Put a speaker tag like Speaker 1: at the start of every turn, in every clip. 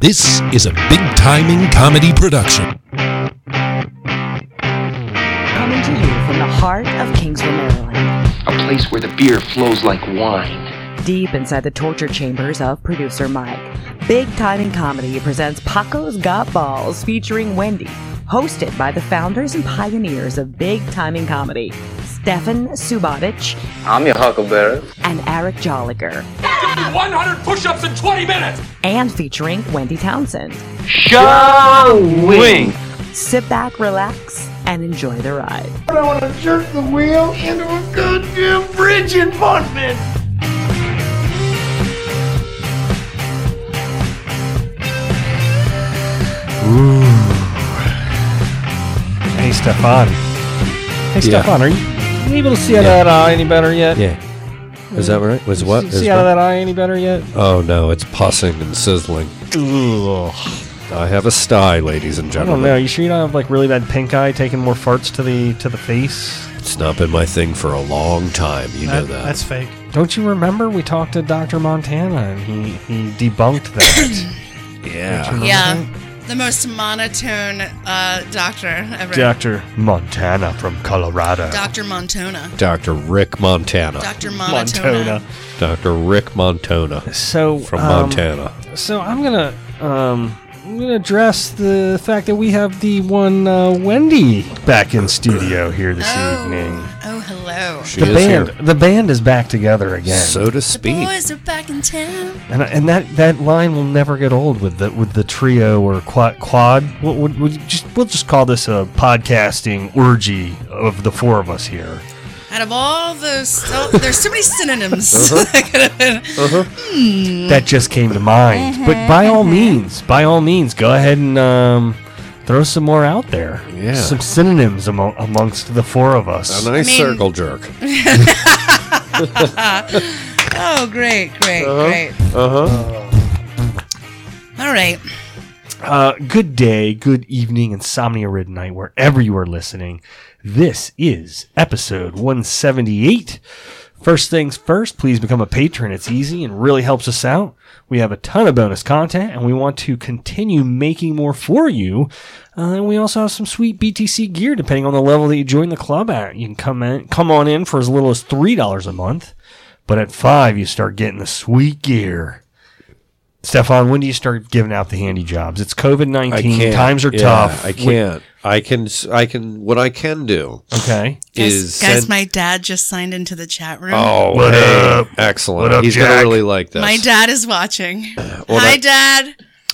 Speaker 1: This is a big timing comedy production.
Speaker 2: Coming to you from the heart of Kingsville, Maryland,
Speaker 3: a place where the beer flows like wine.
Speaker 2: deep inside the torture chambers of producer Mike. Big Time in Comedy presents Paco's Got Balls featuring Wendy, hosted by the founders and pioneers of Big Time in Comedy, Stefan Subotic
Speaker 4: I'm your huckleberry.
Speaker 2: and Eric Jolliger,
Speaker 5: 100 push-ups in 20 minutes.
Speaker 2: and featuring Wendy Townsend.
Speaker 4: Wing.
Speaker 2: Sit back, relax, and enjoy the ride.
Speaker 6: Hey, Stefan. Hey, Stefan, are you you able to see out
Speaker 7: Yeah.
Speaker 6: of that eye any better yet?
Speaker 7: Yeah. Is that right? Was what?
Speaker 6: See,
Speaker 7: Is
Speaker 6: see out of
Speaker 7: what?
Speaker 6: that eye any better yet?
Speaker 7: Oh no, it's pussing and sizzling. I have a sty, ladies and
Speaker 6: I don't know.
Speaker 7: gentlemen.
Speaker 6: You sure you don't have like really bad pink eye, taking more farts to the to the face?
Speaker 7: It's not been my thing for a long time. You know
Speaker 8: That-
Speaker 7: that.
Speaker 8: That's fake.
Speaker 6: Don't you remember we talked to Doctor Montana and he he debunked that?
Speaker 7: yeah.
Speaker 9: Yeah.
Speaker 6: Uh-huh.
Speaker 9: The most monotone uh, doctor ever.
Speaker 6: Doctor Montana from Colorado.
Speaker 9: Dr. Montona.
Speaker 7: Dr. Rick Montana.
Speaker 9: Dr. Monotona.
Speaker 7: Dr. Rick Montana
Speaker 6: so
Speaker 7: from
Speaker 6: um,
Speaker 7: Montana.
Speaker 6: So I'm gonna um I'm gonna address the fact that we have the one uh, Wendy back in studio here this evening.
Speaker 9: Oh, oh, hello.
Speaker 7: She
Speaker 6: The
Speaker 7: is
Speaker 6: band,
Speaker 7: here,
Speaker 6: the band is back together again.
Speaker 7: so to
Speaker 9: The
Speaker 7: speak.
Speaker 9: boys are back in town.
Speaker 6: And, and that, that line will never get old with the with the trio or quad. quad what would would you just we'll just call this a podcasting orgy of the four of us here.
Speaker 9: Out of all those, oh, there's so many synonyms.
Speaker 6: Uh-huh.
Speaker 9: that could have been.
Speaker 6: That just came to mind. But by all means, by all means, go ahead and um, throw some more out there.
Speaker 7: Yeah.
Speaker 6: Some synonyms amo- amongst the four of us.
Speaker 7: A nice
Speaker 9: I mean-
Speaker 7: circle jerk.
Speaker 9: Oh, great, great, great.
Speaker 6: Uh-huh.
Speaker 9: Uh-huh. All right.
Speaker 6: Uh, good day, good evening, insomnia ridden night, wherever you are listening. This is episode 178. First things first, please become a patron. It's easy and really helps us out. We have a ton of bonus content and we want to continue making more for you. Uh, and we also have some sweet BTC gear depending on the level that you join the club at. You can come, in, come on in for as little as $3 a month, but at 5 you start getting the sweet gear. Stefan, when do you start giving out the handy jobs? It's COVID
Speaker 7: I
Speaker 6: nineteen.
Speaker 7: can't.
Speaker 6: Times are
Speaker 7: yeah,
Speaker 6: tough.
Speaker 7: I can't. I can. s- I can. What I can do
Speaker 6: Okay.
Speaker 9: Guys,
Speaker 7: is
Speaker 9: guys
Speaker 7: send-
Speaker 9: my dad just signed into the chat room.
Speaker 7: Oh, what up? Excellent.
Speaker 6: What up,
Speaker 7: He's
Speaker 6: Jack?
Speaker 7: gonna really like this.
Speaker 9: My dad is watching.
Speaker 7: Well,
Speaker 9: Hi,
Speaker 7: that-
Speaker 9: Dad.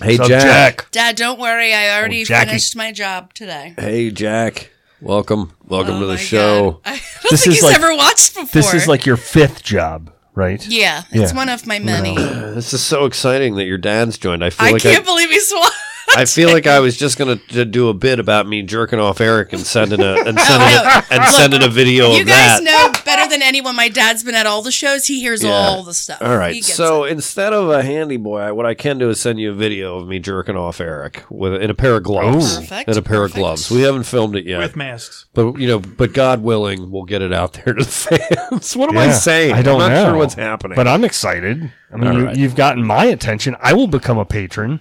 Speaker 7: Hey,
Speaker 6: What's up,
Speaker 7: Jack.
Speaker 9: Dad, don't worry. I already
Speaker 6: Oh, Jackie.
Speaker 9: finished my job today.
Speaker 7: Hey, Jack. Welcome. Welcome
Speaker 9: Oh
Speaker 7: to
Speaker 9: my
Speaker 7: the show.
Speaker 9: God. I don't
Speaker 6: This
Speaker 9: think
Speaker 6: is
Speaker 9: he's
Speaker 6: like-
Speaker 9: ever watched before.
Speaker 6: This is like your fifth job, right?
Speaker 9: Yeah, it's
Speaker 6: Yeah.
Speaker 9: one of my many.
Speaker 7: This is so exciting that your dad's joined. I feel
Speaker 9: I
Speaker 7: like
Speaker 9: can't
Speaker 7: I,
Speaker 9: believe he's watching.
Speaker 7: I feel like I was just gonna d- do a bit about me jerking off Eric and sending a and sending a, and sending a video
Speaker 9: You
Speaker 7: of
Speaker 9: guys
Speaker 7: that.
Speaker 9: know better than anyone. My dad's been at all the shows. He hears
Speaker 7: Yeah.
Speaker 9: all the stuff.
Speaker 7: All right.
Speaker 9: He gets
Speaker 7: So
Speaker 9: it.
Speaker 7: instead of a handy boy, I- what I can do is send you a video of me jerking off Eric with in a pair of gloves.
Speaker 9: Ooh. Perfect,
Speaker 7: In a pair of
Speaker 9: perfect.
Speaker 7: gloves. We haven't filmed it yet.
Speaker 8: With masks.
Speaker 7: But you know, but God willing, we'll get it out there to the fans. what am I
Speaker 6: Yeah.
Speaker 7: saying?
Speaker 6: I don't
Speaker 7: am not
Speaker 6: know
Speaker 7: sure what's happening.
Speaker 6: but I'm excited. I mean,
Speaker 7: All
Speaker 6: you,
Speaker 7: right.
Speaker 6: you've gotten my attention. I will become a patron.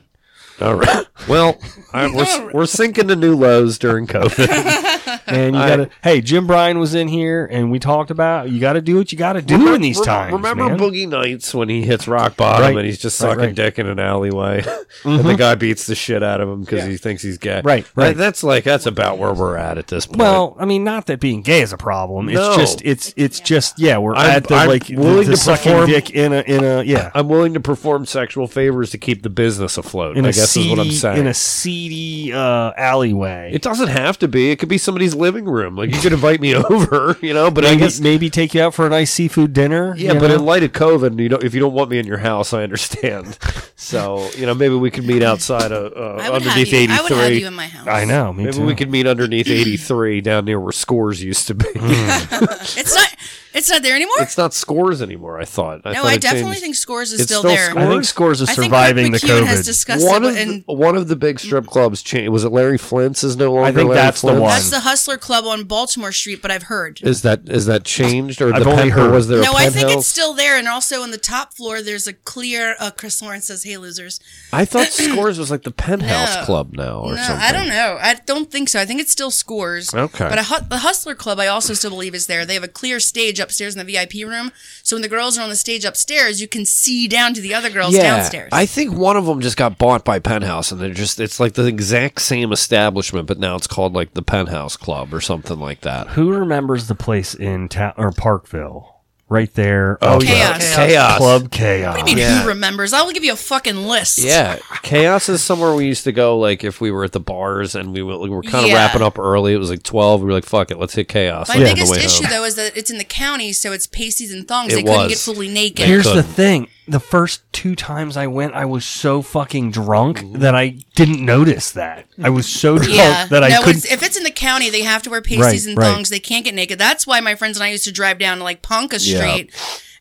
Speaker 7: all right. Well, I, we're we're sinking to new lows during COVID.
Speaker 6: And you
Speaker 7: I-
Speaker 6: got to. Hey, Jim Bryan was in here, and we talked about you got to do what you got to do in these
Speaker 7: Re-
Speaker 6: times.
Speaker 7: remember
Speaker 6: man.
Speaker 7: Boogie Nights when he hits rock bottom
Speaker 6: Right.
Speaker 7: and he's just
Speaker 6: Right,
Speaker 7: sucking
Speaker 6: right. Mm-hmm.
Speaker 7: dick in an alleyway, and the guy beats the shit out of him because he thinks he's gay.
Speaker 6: Right,
Speaker 7: That-
Speaker 6: right.
Speaker 7: that's like that's about where we're at at this point.
Speaker 6: Well, I mean, not that being gay is a problem. It's
Speaker 7: No.
Speaker 6: just, it's, it's just, yeah, we're
Speaker 7: I'm-
Speaker 6: at the
Speaker 7: I'm
Speaker 6: like the-
Speaker 7: willing
Speaker 6: the
Speaker 7: to
Speaker 6: sucking
Speaker 7: perform-
Speaker 6: dick in a, in a, yeah,
Speaker 7: I'm willing to perform sexual favors to keep the business afloat.
Speaker 6: in
Speaker 7: I
Speaker 6: a
Speaker 7: guess
Speaker 6: seedy,
Speaker 7: is what I'm saying.
Speaker 6: in a seedy uh, alleyway.
Speaker 7: It doesn't have to be. It could be somebody's living room. Like you could invite me over, you know. But I
Speaker 6: maybe,
Speaker 7: guess
Speaker 6: maybe take you out for a nice seafood dinner.
Speaker 7: yeah.
Speaker 6: you
Speaker 7: But
Speaker 6: know?
Speaker 7: in light of COVID, you don't, if you don't want me in your house, I understand. so you know, maybe we could meet outside of uh,
Speaker 9: I would, have
Speaker 7: underneath
Speaker 9: you, I would have
Speaker 7: eighty
Speaker 9: you
Speaker 7: three.
Speaker 9: in my house.
Speaker 6: I know. Me
Speaker 7: Maybe
Speaker 6: too.
Speaker 7: Hmm. we could meet underneath eighty three down near where scores used to be.
Speaker 9: It's not. It's not there anymore.
Speaker 7: It's not scores anymore. I thought. I
Speaker 9: no,
Speaker 7: thought
Speaker 9: I
Speaker 7: it
Speaker 9: definitely
Speaker 7: changed.
Speaker 9: think Scores is
Speaker 7: It's
Speaker 9: still,
Speaker 7: still
Speaker 9: there.
Speaker 7: Scores?
Speaker 6: I think Scores is
Speaker 9: I think
Speaker 6: surviving the
Speaker 9: Rick McCune has
Speaker 6: COVID.
Speaker 9: discussed
Speaker 7: one
Speaker 9: it,
Speaker 7: of
Speaker 9: and Mm.
Speaker 7: the, one of the big strip clubs changed. Was it Larry Flint's? Is no longer.
Speaker 6: I think
Speaker 7: Larry
Speaker 6: that's the
Speaker 7: Flint's?
Speaker 6: one.
Speaker 9: that's the Hustler Club on Baltimore Street. But I've heard.
Speaker 7: Is that is that changed or
Speaker 6: I've
Speaker 7: the
Speaker 6: only
Speaker 7: pen- or
Speaker 6: heard.
Speaker 7: was there a
Speaker 9: no, I think it's
Speaker 7: penthouse?
Speaker 9: still there, and also on the top floor, there's a clear. Uh, Chris Lawrence says, "Hey, losers."
Speaker 7: I thought Scores was like the penthouse
Speaker 9: No.
Speaker 7: club now or
Speaker 9: no,
Speaker 7: something.
Speaker 9: I don't know. I don't think so. I think it still scores.
Speaker 7: Okay.
Speaker 9: But a, hu- the Hustler Club, I also still believe, is there. They have a clear stage upstairs in the VIP room. So when the girls are on the stage upstairs, you can see down to the other girls downstairs.
Speaker 7: I think one of them just got bought by Penthouse, and they're just it's like the exact same establishment, but now it's called like the Penthouse Club or something like that.
Speaker 6: Who remembers the place in town or Parkville? Right there.
Speaker 7: Oh,
Speaker 9: Chaos.
Speaker 7: yeah. Chaos.
Speaker 6: Club Chaos.
Speaker 9: I mean,
Speaker 7: Yeah.
Speaker 9: who remembers? I will give you a fucking list.
Speaker 7: Yeah, chaos is somewhere we used to go. Like if we were at the bars and we were, we were kind of
Speaker 9: Yeah.
Speaker 7: wrapping up early, it was like twelve. We were like, "Fuck it, let's hit chaos."
Speaker 9: My
Speaker 7: on the
Speaker 9: biggest
Speaker 7: way
Speaker 9: issue,
Speaker 7: home.
Speaker 9: though, is that it's in the county, so it's pasties and thongs.
Speaker 7: It
Speaker 9: they couldn't
Speaker 7: was.
Speaker 9: get fully naked.
Speaker 6: Here's the
Speaker 7: couldn't.
Speaker 6: thing. The first two times I went, I was so fucking drunk that I didn't notice that. I was so drunk
Speaker 9: yeah,
Speaker 6: that I
Speaker 9: no,
Speaker 6: couldn't.
Speaker 9: it's, if it's in the county, they have to wear pasties
Speaker 6: Right,
Speaker 9: and
Speaker 6: right.
Speaker 9: thongs. They can't get naked. That's why my friends and I used to drive down to like Ponca Street,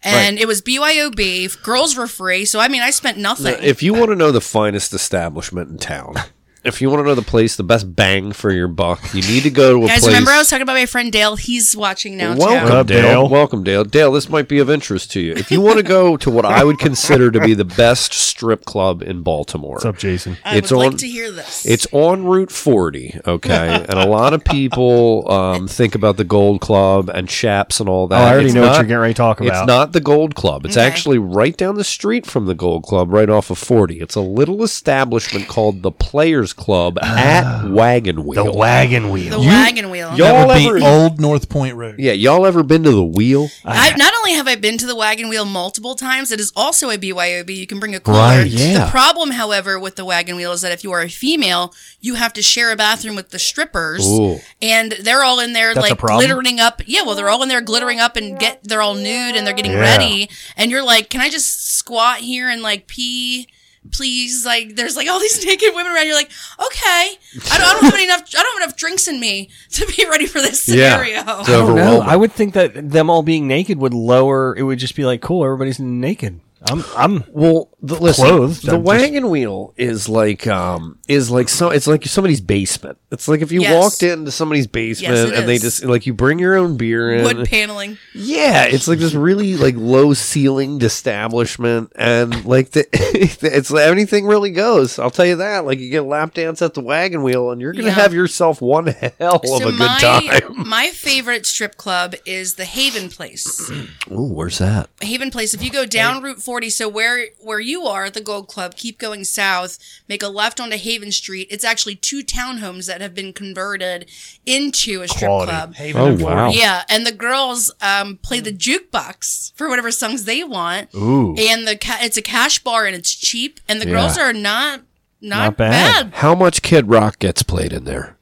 Speaker 9: and it was BYOB. Girls were free, so I mean, I spent nothing.
Speaker 7: If you want to know the finest establishment in town, if you want to know the place, the best bang for your buck, you need to go to a
Speaker 9: Guys,
Speaker 7: place.
Speaker 9: remember I was talking about my friend Dale? He's watching now.
Speaker 7: Welcome,
Speaker 9: too.
Speaker 6: Uh,
Speaker 7: Dale.
Speaker 6: Dale.
Speaker 7: Welcome, Dale. Dale, this might be of interest to you. If you want to go to what I would consider to be the best strip club in Baltimore,
Speaker 6: What's up, Jason?
Speaker 9: I
Speaker 7: it's
Speaker 9: would
Speaker 7: on-
Speaker 9: like to hear this.
Speaker 7: it's on Route 40, okay? and a lot of people um, think about the Gold Club and Chaps and all that.
Speaker 6: Oh, I already
Speaker 7: It's
Speaker 6: know what
Speaker 7: not-
Speaker 6: you're getting ready to talk about.
Speaker 7: It's not the Gold Club. It's
Speaker 9: Okay.
Speaker 7: actually right down the street from the Gold Club, right off of 40. It's a little establishment called the Players Club at Wagon Wheel.
Speaker 6: Ah. the wagon
Speaker 9: the
Speaker 6: wheel.
Speaker 9: wagon wheel.
Speaker 7: y'all
Speaker 4: That
Speaker 7: ever?
Speaker 4: would be Old North Point Road.
Speaker 7: yeah, y'all ever been to the Wheel?
Speaker 9: I, not only have I been to the wagon wheel multiple times, it is also a BYOB. You can bring a cooler.
Speaker 7: Right, yeah.
Speaker 9: The problem, however, with the wagon wheel is that if you are a female, you have to share a bathroom with the strippers,
Speaker 7: Ooh.
Speaker 9: and they're all in there
Speaker 6: That's a
Speaker 9: like
Speaker 6: problem?
Speaker 9: glittering up. Yeah, well, they're all in there glittering up and get they're all nude and they're getting
Speaker 6: Yeah.
Speaker 9: ready, and you're like, can I just squat here and like pee? Please, like, there's like all these naked women around. You're like, okay, I don't, I don't have enough. I don't have enough drinks in me to be ready for this
Speaker 7: Yeah.
Speaker 9: scenario.
Speaker 7: It's overwhelming.
Speaker 6: Oh, I would think that them all being naked would lower. It would just be like, cool, everybody's naked. I'm, I'm.
Speaker 7: Well, the, listen,
Speaker 6: Clothes,
Speaker 7: the
Speaker 6: I'm just-
Speaker 7: wagon wheel is like um is like so it's like somebody's basement. It's like if you
Speaker 9: Yes.
Speaker 7: walked into somebody's basement
Speaker 9: Yes, it
Speaker 7: and they
Speaker 9: is.
Speaker 7: just like you bring your own beer in.
Speaker 9: Wood paneling.
Speaker 7: yeah, it's like this really like low ceilinged establishment and like the it's like, anything really goes. I'll tell you that. Like you get a lap dance at the wagon wheel and you're gonna
Speaker 9: Yeah.
Speaker 7: have yourself one hell of a good
Speaker 9: my,
Speaker 7: time.
Speaker 9: my favorite strip club is the Haven Place.
Speaker 7: Ooh, where's that?
Speaker 9: Haven Place. If you go down Route 40, so where where you are at the Gold Club, keep going south, make a left onto Haven Street. It's actually two townhomes that have been converted into a strip
Speaker 6: Quality.
Speaker 9: club.
Speaker 7: Oh wow.
Speaker 9: Yeah, and the girls um, play the jukebox for whatever songs they want.
Speaker 6: Ooh.
Speaker 9: And the ca- it's a cash bar and it's cheap, and the
Speaker 7: Yeah.
Speaker 9: girls are not not,
Speaker 6: Not bad.
Speaker 9: bad.
Speaker 7: How much Kid Rock gets played in there?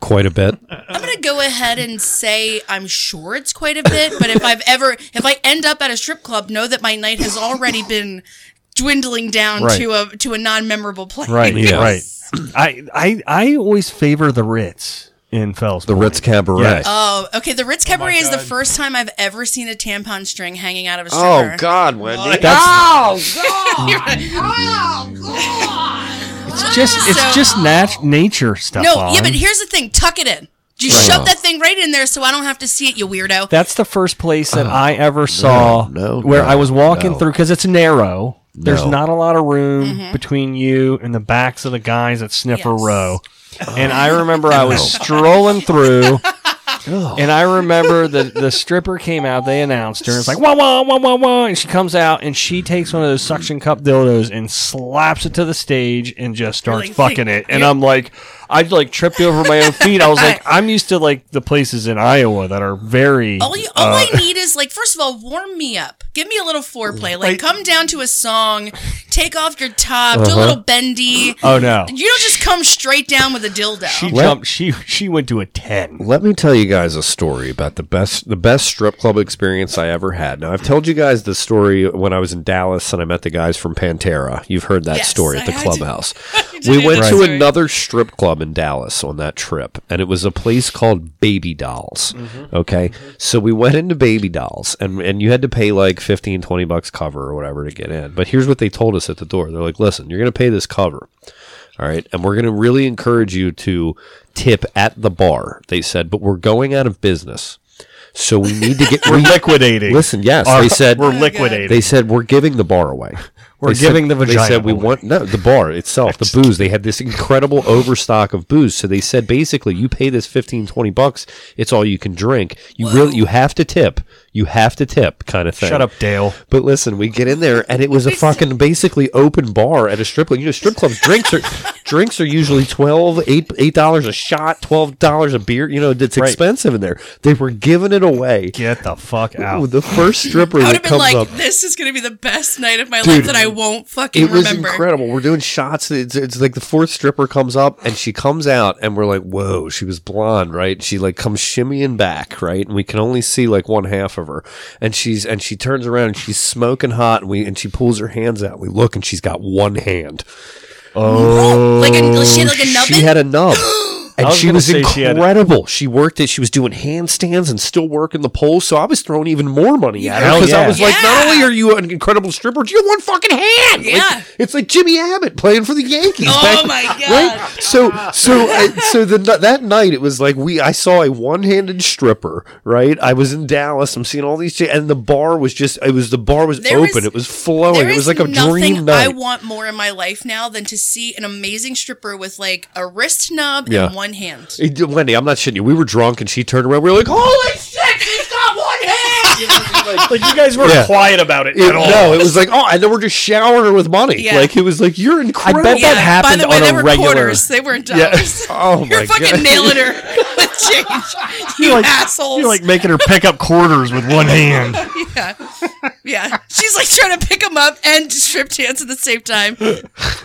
Speaker 7: Quite a bit.
Speaker 9: I'm gonna go ahead and say I'm sure it's quite a bit, but if I've ever, if I end up at a strip club, know that my night has already been dwindling down
Speaker 6: Right.
Speaker 9: to a to a non-memorable place.
Speaker 6: Right.
Speaker 7: Yeah.
Speaker 6: Right. I, I, I always favor the Ritz in Fells.
Speaker 7: The
Speaker 6: Point.
Speaker 7: Ritz Cabaret.
Speaker 6: Yes.
Speaker 9: Oh, okay. The Ritz Cabaret is the first time I've ever seen a tampon string hanging out of a stripper.
Speaker 7: Oh God, Wendy!
Speaker 6: That's-
Speaker 9: Oh, It's
Speaker 6: just it's just nat- nature stuff.
Speaker 9: no.
Speaker 6: on.
Speaker 9: Yeah, but here's the thing: tuck it in. You shove that thing right in there, so I don't have to see it, you weirdo.
Speaker 6: that's the first place that I ever saw
Speaker 7: Uh, no,
Speaker 6: where
Speaker 7: no,
Speaker 6: I was walking
Speaker 7: no.
Speaker 6: through because it's narrow. There's
Speaker 7: No.
Speaker 6: not a lot of room between you and the backs of the guys at Sniffer
Speaker 9: Yes.
Speaker 6: Row.
Speaker 7: Oh,
Speaker 6: And I remember I was strolling through. And I remember the, the stripper came out. They announced her. It's like wah wah wah wah wah, and she comes out and she takes one of those suction cup dildos and slaps it to the stage and just starts
Speaker 9: Really?
Speaker 6: fucking it. And I'm like, I like tripped over my own feet. I was like, I'm used to like the places in Iowa that are very
Speaker 9: All you, all I
Speaker 6: Uh.
Speaker 9: need is like, first of all, warm me up. Give me a little foreplay. Like, come down to a song, take off your top, do
Speaker 6: Uh-huh.
Speaker 9: a little bendy.
Speaker 6: Oh no.
Speaker 9: You don't just come straight down with a dildo.
Speaker 6: She
Speaker 7: Let-
Speaker 6: jumped she she went to a ten.
Speaker 7: Let me tell you guys a story about the best the best strip club experience I ever had. Now I've told you guys the story when I was in Dallas and I met the guys from Pantera. You've heard that
Speaker 9: Yes,
Speaker 7: story at the
Speaker 9: I- I do.
Speaker 7: clubhouse. We
Speaker 9: Continue
Speaker 7: went
Speaker 9: the
Speaker 7: to
Speaker 9: story.
Speaker 7: another strip club in Dallas on that trip, and it was a place called Baby Dolls. Okay. So we went into Baby Dolls, and, and you had to pay like 15, 20 bucks cover or whatever to get in. But here's what they told us at the door they're like, listen, you're going to pay this cover. All right. And we're going to really encourage you to tip at the bar, they said, but we're going out of business. So we need to get.
Speaker 6: We're liquidating.
Speaker 7: Listen, yes,
Speaker 6: Our-
Speaker 7: they said-
Speaker 6: we're liquidating.
Speaker 7: They said we're giving the bar away.
Speaker 6: We're
Speaker 7: They
Speaker 6: giving the
Speaker 7: said,
Speaker 6: vagina
Speaker 7: They said we
Speaker 6: away.
Speaker 7: want no the bar itself, the booze. They had this incredible overstock of booze, so they said basically you pay this 15, 20 bucks, it's all you can drink. You really you have to tip. You have to tip, kind of thing.
Speaker 6: Shut up, Dale.
Speaker 7: But listen, we get in there and it was a fucking basically open bar at a strip club. You know, strip clubs drinks are drinks are usually 12 eight eight dollars a shot, twelve dollars a beer. You know, it's
Speaker 6: Right.
Speaker 7: expensive in there. They were giving it away.
Speaker 6: Get the fuck
Speaker 7: Ooh,
Speaker 6: out.
Speaker 7: The first stripper
Speaker 9: I would
Speaker 7: that
Speaker 9: have been
Speaker 7: comes
Speaker 9: like,
Speaker 7: up,
Speaker 9: "This is going to be the best night of my life that I won't fucking
Speaker 7: it was
Speaker 9: remember."
Speaker 7: incredible. We're doing shots. It's, it's like the fourth stripper comes up and she comes out, and we're like, "Whoa!" She was blonde, right? She like comes shimmying back, right? And we can only see like one half of her, and she's and she turns around and she's smoking hot, and we and she pulls her hands out. We look, and she's got one hand.
Speaker 9: Oh, like a, she had like a nubbin.
Speaker 7: She had a nub. And
Speaker 6: was
Speaker 7: she
Speaker 6: gonna
Speaker 7: was
Speaker 6: say she had a-
Speaker 7: incredible. She, worked it. She was doing handstands and still working the poles. So I was throwing even more money at her
Speaker 6: Hell
Speaker 7: because
Speaker 6: yeah.
Speaker 7: I was like, not
Speaker 9: Yeah.
Speaker 7: only are you an incredible stripper, you have one fucking hand. Like,
Speaker 9: Yeah.
Speaker 7: it's like Jimmy Abbott playing for the Yankees.
Speaker 9: Oh
Speaker 7: back-
Speaker 9: my God.
Speaker 7: Right? So so I, so the n- that night it was like we I saw a one handed stripper. Right? I was in Dallas. I'm seeing all these ch- and the bar was just it was the bar was
Speaker 9: There
Speaker 7: open.
Speaker 9: is-
Speaker 7: it was flowing.
Speaker 9: There
Speaker 7: It was
Speaker 9: is
Speaker 7: like a
Speaker 9: nothing
Speaker 7: dream night.
Speaker 9: I want more in my life now than to see an amazing stripper with like a wrist nub
Speaker 7: Yeah.
Speaker 9: and one hand.
Speaker 7: Hey, d- Wendy, I'm not shitting you. We were drunk and she turned around. We were like, holy shit, she's got one hand.
Speaker 6: Like you guys were
Speaker 7: Yeah.
Speaker 6: quiet about it
Speaker 7: It-
Speaker 6: at all.
Speaker 7: no, it was like, oh, and then we're just showering her with money.
Speaker 9: Yeah.
Speaker 7: Like, it was like, you're incredible.
Speaker 6: bet that happened
Speaker 9: By the way,
Speaker 6: on
Speaker 9: they
Speaker 6: a
Speaker 9: were
Speaker 6: regular-
Speaker 9: quarters. They weren't dollars.
Speaker 7: Oh,
Speaker 9: You're
Speaker 7: my
Speaker 9: fucking
Speaker 7: God.
Speaker 9: nailing her with change. You
Speaker 6: You're like-
Speaker 9: assholes.
Speaker 6: You're like making her pick up quarters with one hand.
Speaker 9: yeah. yeah. She's like trying to pick him up and strip dance at the same time.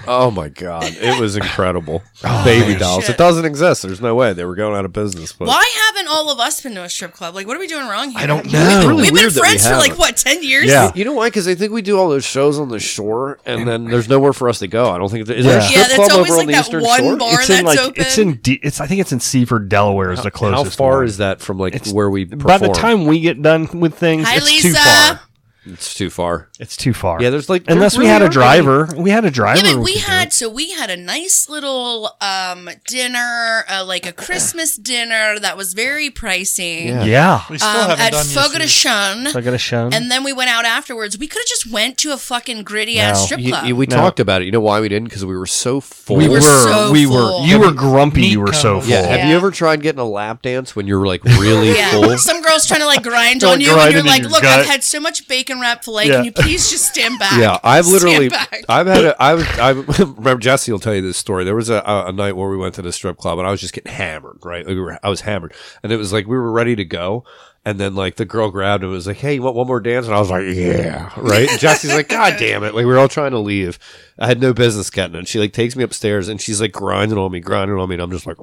Speaker 7: Oh, my God. It was incredible. Baby dolls.
Speaker 9: shit.
Speaker 7: It doesn't exist. There's no way. They were going out of business. But
Speaker 9: Why haven't all of us been to a strip club? Like, what are we doing wrong here?
Speaker 6: I don't know.
Speaker 7: really
Speaker 9: We've been
Speaker 7: weird that we
Speaker 9: friends for like,
Speaker 7: haven't.
Speaker 9: what, 10 years?
Speaker 6: Yeah.
Speaker 7: You know why? Because I think we do all those shows on the shore, and then there's nowhere for us to go. I don't think there, is there
Speaker 6: Yeah.
Speaker 7: a
Speaker 9: Yeah,
Speaker 7: strip
Speaker 9: that's
Speaker 7: club
Speaker 9: always
Speaker 7: over on
Speaker 9: like
Speaker 7: the
Speaker 9: that
Speaker 7: eastern
Speaker 9: one
Speaker 7: shore.
Speaker 9: bar
Speaker 6: It's
Speaker 9: that's
Speaker 6: in like
Speaker 9: open.
Speaker 6: it's in D- it's I think it's in Seaford, Delaware is the
Speaker 7: How
Speaker 6: closest.
Speaker 7: far
Speaker 6: one.
Speaker 7: is that from like
Speaker 6: It's-
Speaker 7: where we? Perform?
Speaker 6: By the time we get done with things,
Speaker 9: Hi,
Speaker 6: it's too
Speaker 9: Lisa.
Speaker 6: far.
Speaker 7: it's too far.
Speaker 6: It's too far.
Speaker 7: Yeah, there's like
Speaker 6: unless
Speaker 7: there
Speaker 6: we
Speaker 7: really
Speaker 6: had a
Speaker 7: aren't any-
Speaker 6: driver. We had a driver.
Speaker 9: Yeah, but
Speaker 6: could
Speaker 9: we
Speaker 6: do
Speaker 9: had
Speaker 6: it.
Speaker 9: so we had a nice little um dinner, uh, like a Christmas dinner that was very pricey
Speaker 7: Yeah.
Speaker 6: Yeah,
Speaker 4: We still
Speaker 9: um,
Speaker 4: haven't
Speaker 9: at
Speaker 4: done your
Speaker 9: Fogo de
Speaker 4: series.
Speaker 9: Chão,
Speaker 6: so I got a show.
Speaker 9: and then we went out afterwards. We could have just went to a fucking gritty
Speaker 6: No.
Speaker 9: ass strip
Speaker 7: You-
Speaker 9: club.
Speaker 7: you- we
Speaker 6: No.
Speaker 7: talked about it. You know why we didn't? Because we were so full.
Speaker 9: We were so
Speaker 6: we
Speaker 9: full.
Speaker 6: were. You were grumpy. You were so full.
Speaker 4: Yeah.
Speaker 7: Yeah. Have you
Speaker 9: Yeah.
Speaker 7: ever tried getting a lap dance when you're like really
Speaker 9: yeah,
Speaker 7: full?
Speaker 9: some girls trying to like grind
Speaker 6: Like
Speaker 9: on you, and
Speaker 6: grinding
Speaker 9: you're
Speaker 6: in
Speaker 9: like,
Speaker 6: your
Speaker 9: "Look,
Speaker 6: gut."
Speaker 9: I've had so much bacon wrap filet.
Speaker 6: Yeah.
Speaker 9: Can you please just stand back?"
Speaker 7: Yeah, I've
Speaker 9: Stand
Speaker 7: literally,
Speaker 9: back.
Speaker 7: I've had a, I was, I remember Jesse will tell you this story. There was a, a, a night where we went to the strip club and I was just getting hammered, right? Like we were, I was hammered, and it was like we were ready to go, and then like the girl grabbed him and was like, "Hey, you want one more dance?" And I was like, "Yeah, right." And Jesse's like, "God damn it!" Like we were all trying to leave. I had no business getting it. And she like takes me upstairs and she's like grinding on me, grinding on me, and I'm just like.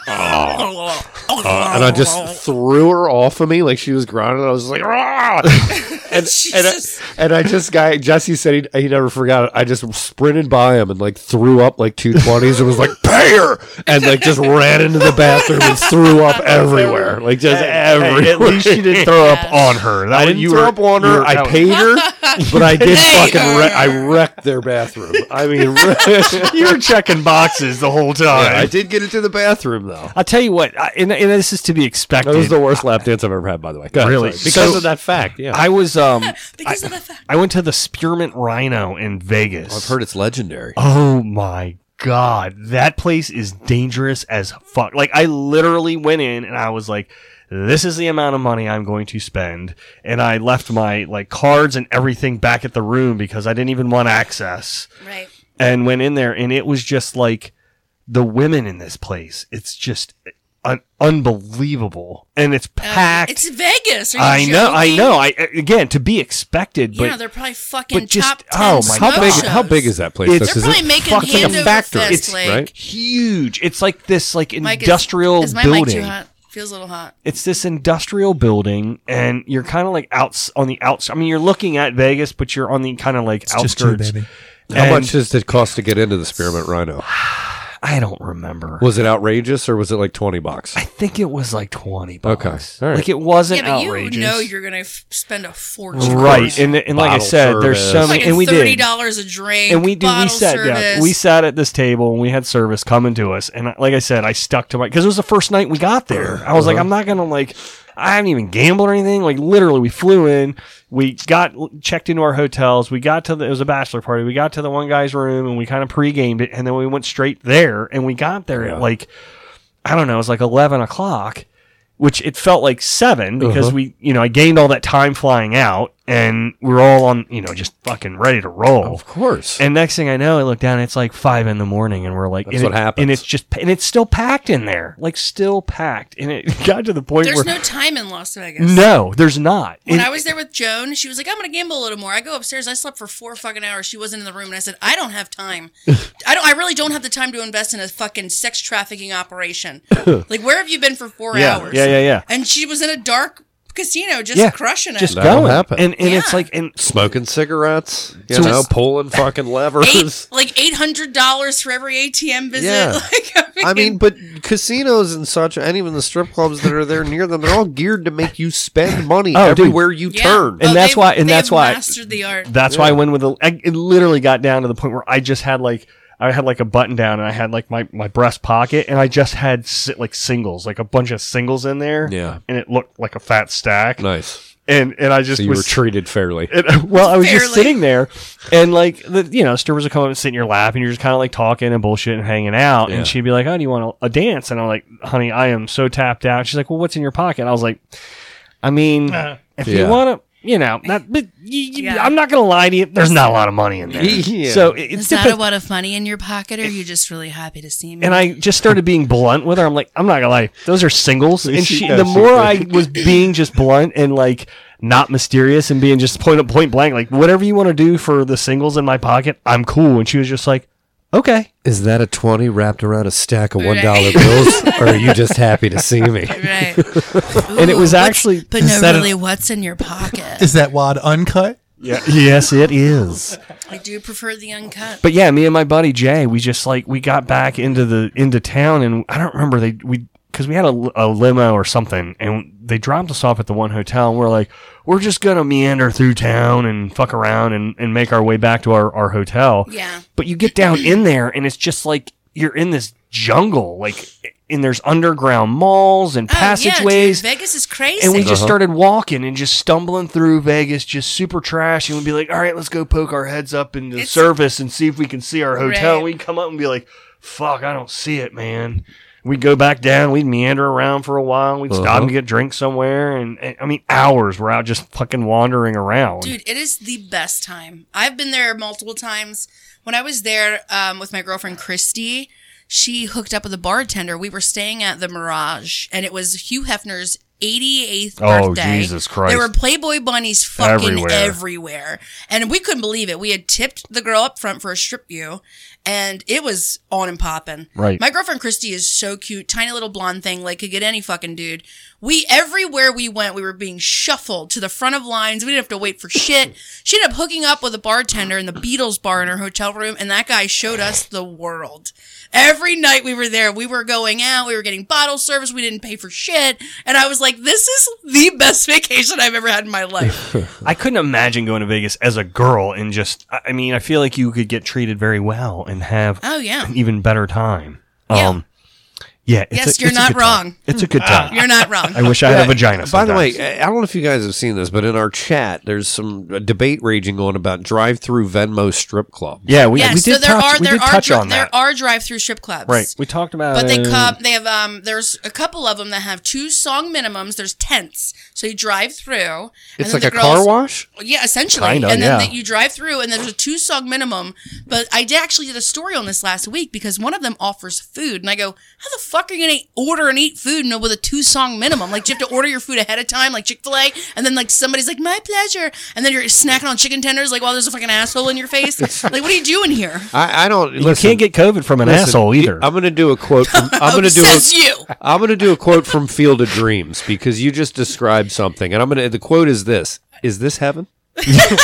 Speaker 7: and I just threw her off of me like she was grinding. I was like, "Rah!" and and I,
Speaker 9: Jesus.
Speaker 7: and I just guy Jesse said he, he never forgot it. I just sprinted by him and like threw up like two twenties and was like, "Pay her!" and like just ran into the bathroom and threw up everywhere, like just everywhere.
Speaker 6: Hey, at least you didn't throw up on her. That
Speaker 7: I
Speaker 6: was-
Speaker 7: didn't
Speaker 6: you
Speaker 7: throw
Speaker 6: were-
Speaker 7: up on
Speaker 6: you
Speaker 7: her.
Speaker 6: were
Speaker 7: I
Speaker 6: out.
Speaker 7: paid her, but I did
Speaker 9: Pay
Speaker 7: fucking. Wreck,
Speaker 9: her.
Speaker 7: I wrecked their bathroom. I mean, yeah,
Speaker 6: You were checking boxes the whole time.
Speaker 7: I did get into the bathroom though.
Speaker 6: I'll tell you what, I, and, and this is to be expected.
Speaker 7: That was the worst lap dance I've ever had, by the way. Go ahead,
Speaker 6: Really?
Speaker 7: sorry. because
Speaker 6: So-
Speaker 7: of that fact. Yeah,
Speaker 6: I was um
Speaker 9: because
Speaker 6: I-
Speaker 9: of the fact.
Speaker 6: I went to the Spearmint Rhino in Vegas.
Speaker 7: I've heard it's legendary.
Speaker 6: Oh my god, that place is dangerous as fuck. Like I literally went in and I was like this is the amount of money I'm going to spend and I left my like cards and everything back at the room because I didn't even want access
Speaker 9: Right.
Speaker 6: and went in there and it was just like the women in this place. It's just un- unbelievable and it's packed.
Speaker 9: It's Vegas. Are you
Speaker 6: I know, I
Speaker 9: joking?
Speaker 6: know. I again to be expected, but
Speaker 9: yeah, they're probably fucking
Speaker 6: but just-
Speaker 9: top ten.
Speaker 6: oh my
Speaker 9: smoke
Speaker 6: God.
Speaker 7: How big?
Speaker 9: shows.
Speaker 7: How big is that place?
Speaker 6: It's-
Speaker 7: though? 'Cause
Speaker 9: They're probably
Speaker 7: it-
Speaker 9: making
Speaker 6: fucking
Speaker 9: hand
Speaker 6: a
Speaker 9: over
Speaker 6: factory.
Speaker 9: fist,
Speaker 6: It's-
Speaker 9: like,
Speaker 7: right?
Speaker 6: huge. It's like this like
Speaker 9: Mike, is-
Speaker 6: industrial
Speaker 9: is my mic too
Speaker 6: building.
Speaker 9: hot? Feels a little hot.
Speaker 6: it's this industrial building and you're kind of like outs on the outs. I mean, you're looking at Vegas, but you're on the kind of like
Speaker 4: It's just you,
Speaker 6: outskirts.
Speaker 4: baby.
Speaker 7: How
Speaker 6: And
Speaker 7: much does it cost to get into the Spearmint Rhino?
Speaker 6: I don't remember.
Speaker 7: Was it outrageous or was it like 20 bucks?
Speaker 6: I think it was like 20 bucks.
Speaker 7: Okay, all right.
Speaker 6: Like it wasn't
Speaker 9: yeah, but
Speaker 6: outrageous.
Speaker 9: you know you're gonna f- spend a fortune.
Speaker 6: right. And, and like I
Speaker 7: Bottle
Speaker 6: said, there's so
Speaker 7: service.
Speaker 6: many
Speaker 9: Fucking
Speaker 6: and we
Speaker 9: thirty
Speaker 6: did.
Speaker 9: dollars a drink.
Speaker 6: And we do we
Speaker 9: bottle
Speaker 6: sat
Speaker 9: service.
Speaker 6: down. We sat at this table and we had service coming to us. And I- like I said, I stuck to my cuz it was the first night we got there. I was like I'm not going to like I haven't even gambled or anything. Like literally we flew in, we got checked into our hotels, we got to the it was a bachelor party. We got to the one guy's room and we kind of pre-gamed it and then we went straight there and we got there at like I don't know, it was like 11 o'clock, which it felt like seven because we, you know, I gained all that time flying out and we we're all on, you know, just fucking ready to roll.
Speaker 7: Of course.
Speaker 6: And next thing I know, I look down, it's like five in the morning, and we're like,
Speaker 7: That's
Speaker 6: and
Speaker 7: what
Speaker 6: it-
Speaker 7: happens.
Speaker 6: And it's just, and it's still packed in there, like still packed. And it got to the point
Speaker 9: There's
Speaker 6: where
Speaker 9: no time in Las Vegas.
Speaker 6: no, there's not.
Speaker 9: When
Speaker 6: It-
Speaker 9: I was there with Joan, she was like, "I'm gonna gamble a little more." I go upstairs. I slept for four fucking hours. She wasn't in the room, and I said, "I don't have time. I don't. I really don't have the time to invest in a fucking sex trafficking operation. like, where have you been for four
Speaker 6: Yeah,
Speaker 9: hours?
Speaker 6: yeah, yeah, yeah.
Speaker 9: And she was in a dark casino, just
Speaker 6: Yeah,
Speaker 9: crushing it.
Speaker 6: just
Speaker 7: That'll
Speaker 6: going,
Speaker 7: happen.
Speaker 6: and and it's like, and
Speaker 7: Smoking cigarettes, you
Speaker 6: So
Speaker 7: know,
Speaker 6: it's-
Speaker 7: pulling fucking
Speaker 9: Eight,
Speaker 7: levers.
Speaker 9: like eight hundred dollars for every ATM visit.
Speaker 7: Yeah.
Speaker 9: Like, I mean,
Speaker 7: I mean, but casinos and such, and even the strip clubs that are there near them, they're all geared to make you spend money
Speaker 6: Oh, dude.
Speaker 7: everywhere you
Speaker 9: yeah. Oh,
Speaker 7: turn.
Speaker 6: And that's
Speaker 9: they've-
Speaker 6: why- and
Speaker 9: they
Speaker 6: that's
Speaker 9: have
Speaker 6: why-
Speaker 9: mastered the art.
Speaker 6: That's why I went with a. I, it literally got down to the point where I just had like I had like a button down and I had like my my breast pocket and I just had si- like singles, like a bunch of singles in there.
Speaker 7: Yeah.
Speaker 6: and it looked like a fat stack.
Speaker 7: Nice.
Speaker 6: And and I just
Speaker 7: So you were
Speaker 6: was.
Speaker 7: treated fairly.
Speaker 6: and- uh, well, I was just
Speaker 9: Fairly.
Speaker 6: sitting there, and like the you know strippers would come up and sit in your lap, and you're just kind of like talking and bullshit and hanging out.
Speaker 7: Yeah.
Speaker 6: And she'd be like, "Oh, do you want a, a dance?" And I'm like, "Honey, I am so tapped out." She's like, "Well, what's in your pocket?" I was like, "I mean, if you
Speaker 7: Yeah.
Speaker 6: want to." You know, not, but y- y-
Speaker 9: Uh-huh. Yeah.
Speaker 6: I'm not gonna lie to you. There's not a lot of money in there,
Speaker 7: Yeah.
Speaker 6: so it, it's
Speaker 9: Is that a
Speaker 6: different.
Speaker 9: wad of money in your pocket, or are you just really happy to see me?
Speaker 6: And I just started being blunt with her. I'm like, I'm not gonna lie, those are singles. And she,
Speaker 7: Yeah,
Speaker 6: the
Speaker 7: she
Speaker 6: more
Speaker 7: did.
Speaker 6: I was being just blunt and like not mysterious and being just point point blank, like whatever you want to do for the singles in my pocket, I'm cool. And she was just like, okay.
Speaker 7: Is that a 20 wrapped around a stack of
Speaker 9: Right.
Speaker 7: $1 bills, or are you just happy to see me?
Speaker 9: right.
Speaker 6: And it
Speaker 9: Ooh,
Speaker 6: was
Speaker 9: what's-
Speaker 6: actually-
Speaker 9: but
Speaker 4: Is
Speaker 9: no,
Speaker 4: that an-
Speaker 9: really, what's in your pocket?
Speaker 4: Is that wad uncut?
Speaker 6: Yeah. Yes, it is.
Speaker 9: I do prefer the uncut.
Speaker 6: But yeah, me and my buddy Jay, we just like we got back into the into town, and I don't remember they we because we had a, a limo or something, and they dropped us off at the one hotel, and we're like, we're just gonna meander through town and fuck around and, and make our way back to our our hotel.
Speaker 9: Yeah.
Speaker 6: But you get down in there, and it's just like you're in this jungle, like and there's underground malls and
Speaker 9: Oh, yeah, dude,
Speaker 6: passageways.
Speaker 9: Vegas is crazy.
Speaker 6: And we just started walking and just stumbling through Vegas, just super trash. And we'd be like, all right, let's go poke our heads up into the
Speaker 9: It's-
Speaker 6: service and see if we can see our hotel.
Speaker 9: Right.
Speaker 6: We'd come up and be like, fuck, I don't see it, man. We'd go back down. We'd meander around for a while. We'd stop
Speaker 7: Uh-huh.
Speaker 6: and get drinks somewhere. And, and I mean, hours we're out just fucking wandering around.
Speaker 9: Dude, it is the best time. I've been there multiple times. When I was there um, with my girlfriend Christy, she hooked up with a bartender. We were staying at the Mirage, and it was Hugh Hefner's 88th
Speaker 6: Oh,
Speaker 9: birthday.
Speaker 6: Jesus Christ.
Speaker 9: There were Playboy bunnies fucking
Speaker 6: Everywhere.
Speaker 9: everywhere. And we couldn't believe it. We had tipped the girl up front for a strip view, and it was on and popping.
Speaker 6: Right.
Speaker 9: My girlfriend Christy is so cute, tiny little blonde thing, like could get any fucking dude. We everywhere we went, we were being shuffled to the front of lines. We didn't have to wait for shit. She ended up hooking up with a bartender in the Beatles bar in her hotel room, and that guy showed us the world. Every night we were there, we were going out, we were getting bottle service, we didn't pay for shit. And I was like, this is the best vacation I've ever had in my life.
Speaker 6: I couldn't imagine going to Vegas as a girl and just, I I mean, I feel like you could get treated very well and have
Speaker 9: Oh, yeah.
Speaker 6: an even better time.
Speaker 9: Yeah.
Speaker 6: Um, yeah. it's
Speaker 9: Yes,
Speaker 6: a-
Speaker 9: you're
Speaker 6: it's a
Speaker 9: not
Speaker 6: good time.
Speaker 9: wrong. Ah.
Speaker 6: It's a good time.
Speaker 9: You're not wrong.
Speaker 6: I wish I had a vagina.
Speaker 7: By the way, eh,
Speaker 6: sometimes.
Speaker 7: I I don't know if you guys have seen this, but in our chat, there's some uh, debate raging on about drive-through Venmo strip club.
Speaker 6: yeah, we,
Speaker 9: yes,
Speaker 6: we did
Speaker 9: so there
Speaker 6: touch,
Speaker 9: are
Speaker 6: we
Speaker 9: there
Speaker 6: did
Speaker 9: are
Speaker 6: touch
Speaker 9: dri-
Speaker 6: on that.
Speaker 9: there are drive-through strip clubs.
Speaker 6: right, we talked about.
Speaker 9: But they
Speaker 7: Uh,
Speaker 6: it.
Speaker 9: come. They have um. There's a couple of them that have two song minimums. There's tents, so you drive through.
Speaker 7: It's
Speaker 9: then
Speaker 7: like
Speaker 9: the
Speaker 7: a car
Speaker 9: girls-
Speaker 7: wash.
Speaker 9: Yeah, essentially.
Speaker 6: Kinda,
Speaker 9: and then
Speaker 6: yeah.
Speaker 9: that you drive through, and then there's a two song minimum. But I did actually did a story on this last week because one of them offers food, and I go, "How the fuck fuck are you gonna order and eat food no, with a two song minimum? Like, do you have to order your food ahead of time, like Chick Fil A, and then like somebody's like, "My pleasure," and then you're snacking on chicken tenders, like while there's a fucking asshole in your face. like, what are you doing here?
Speaker 7: I, I don't.
Speaker 6: You can't get COVID from an asshole either.
Speaker 7: I'm gonna do a quote. From, I'm gonna do.
Speaker 9: Says
Speaker 7: A,
Speaker 9: you.
Speaker 7: I'm gonna do a quote from Field of Dreams because you just described something, and I'm gonna. The quote is this: Is this heaven?
Speaker 9: The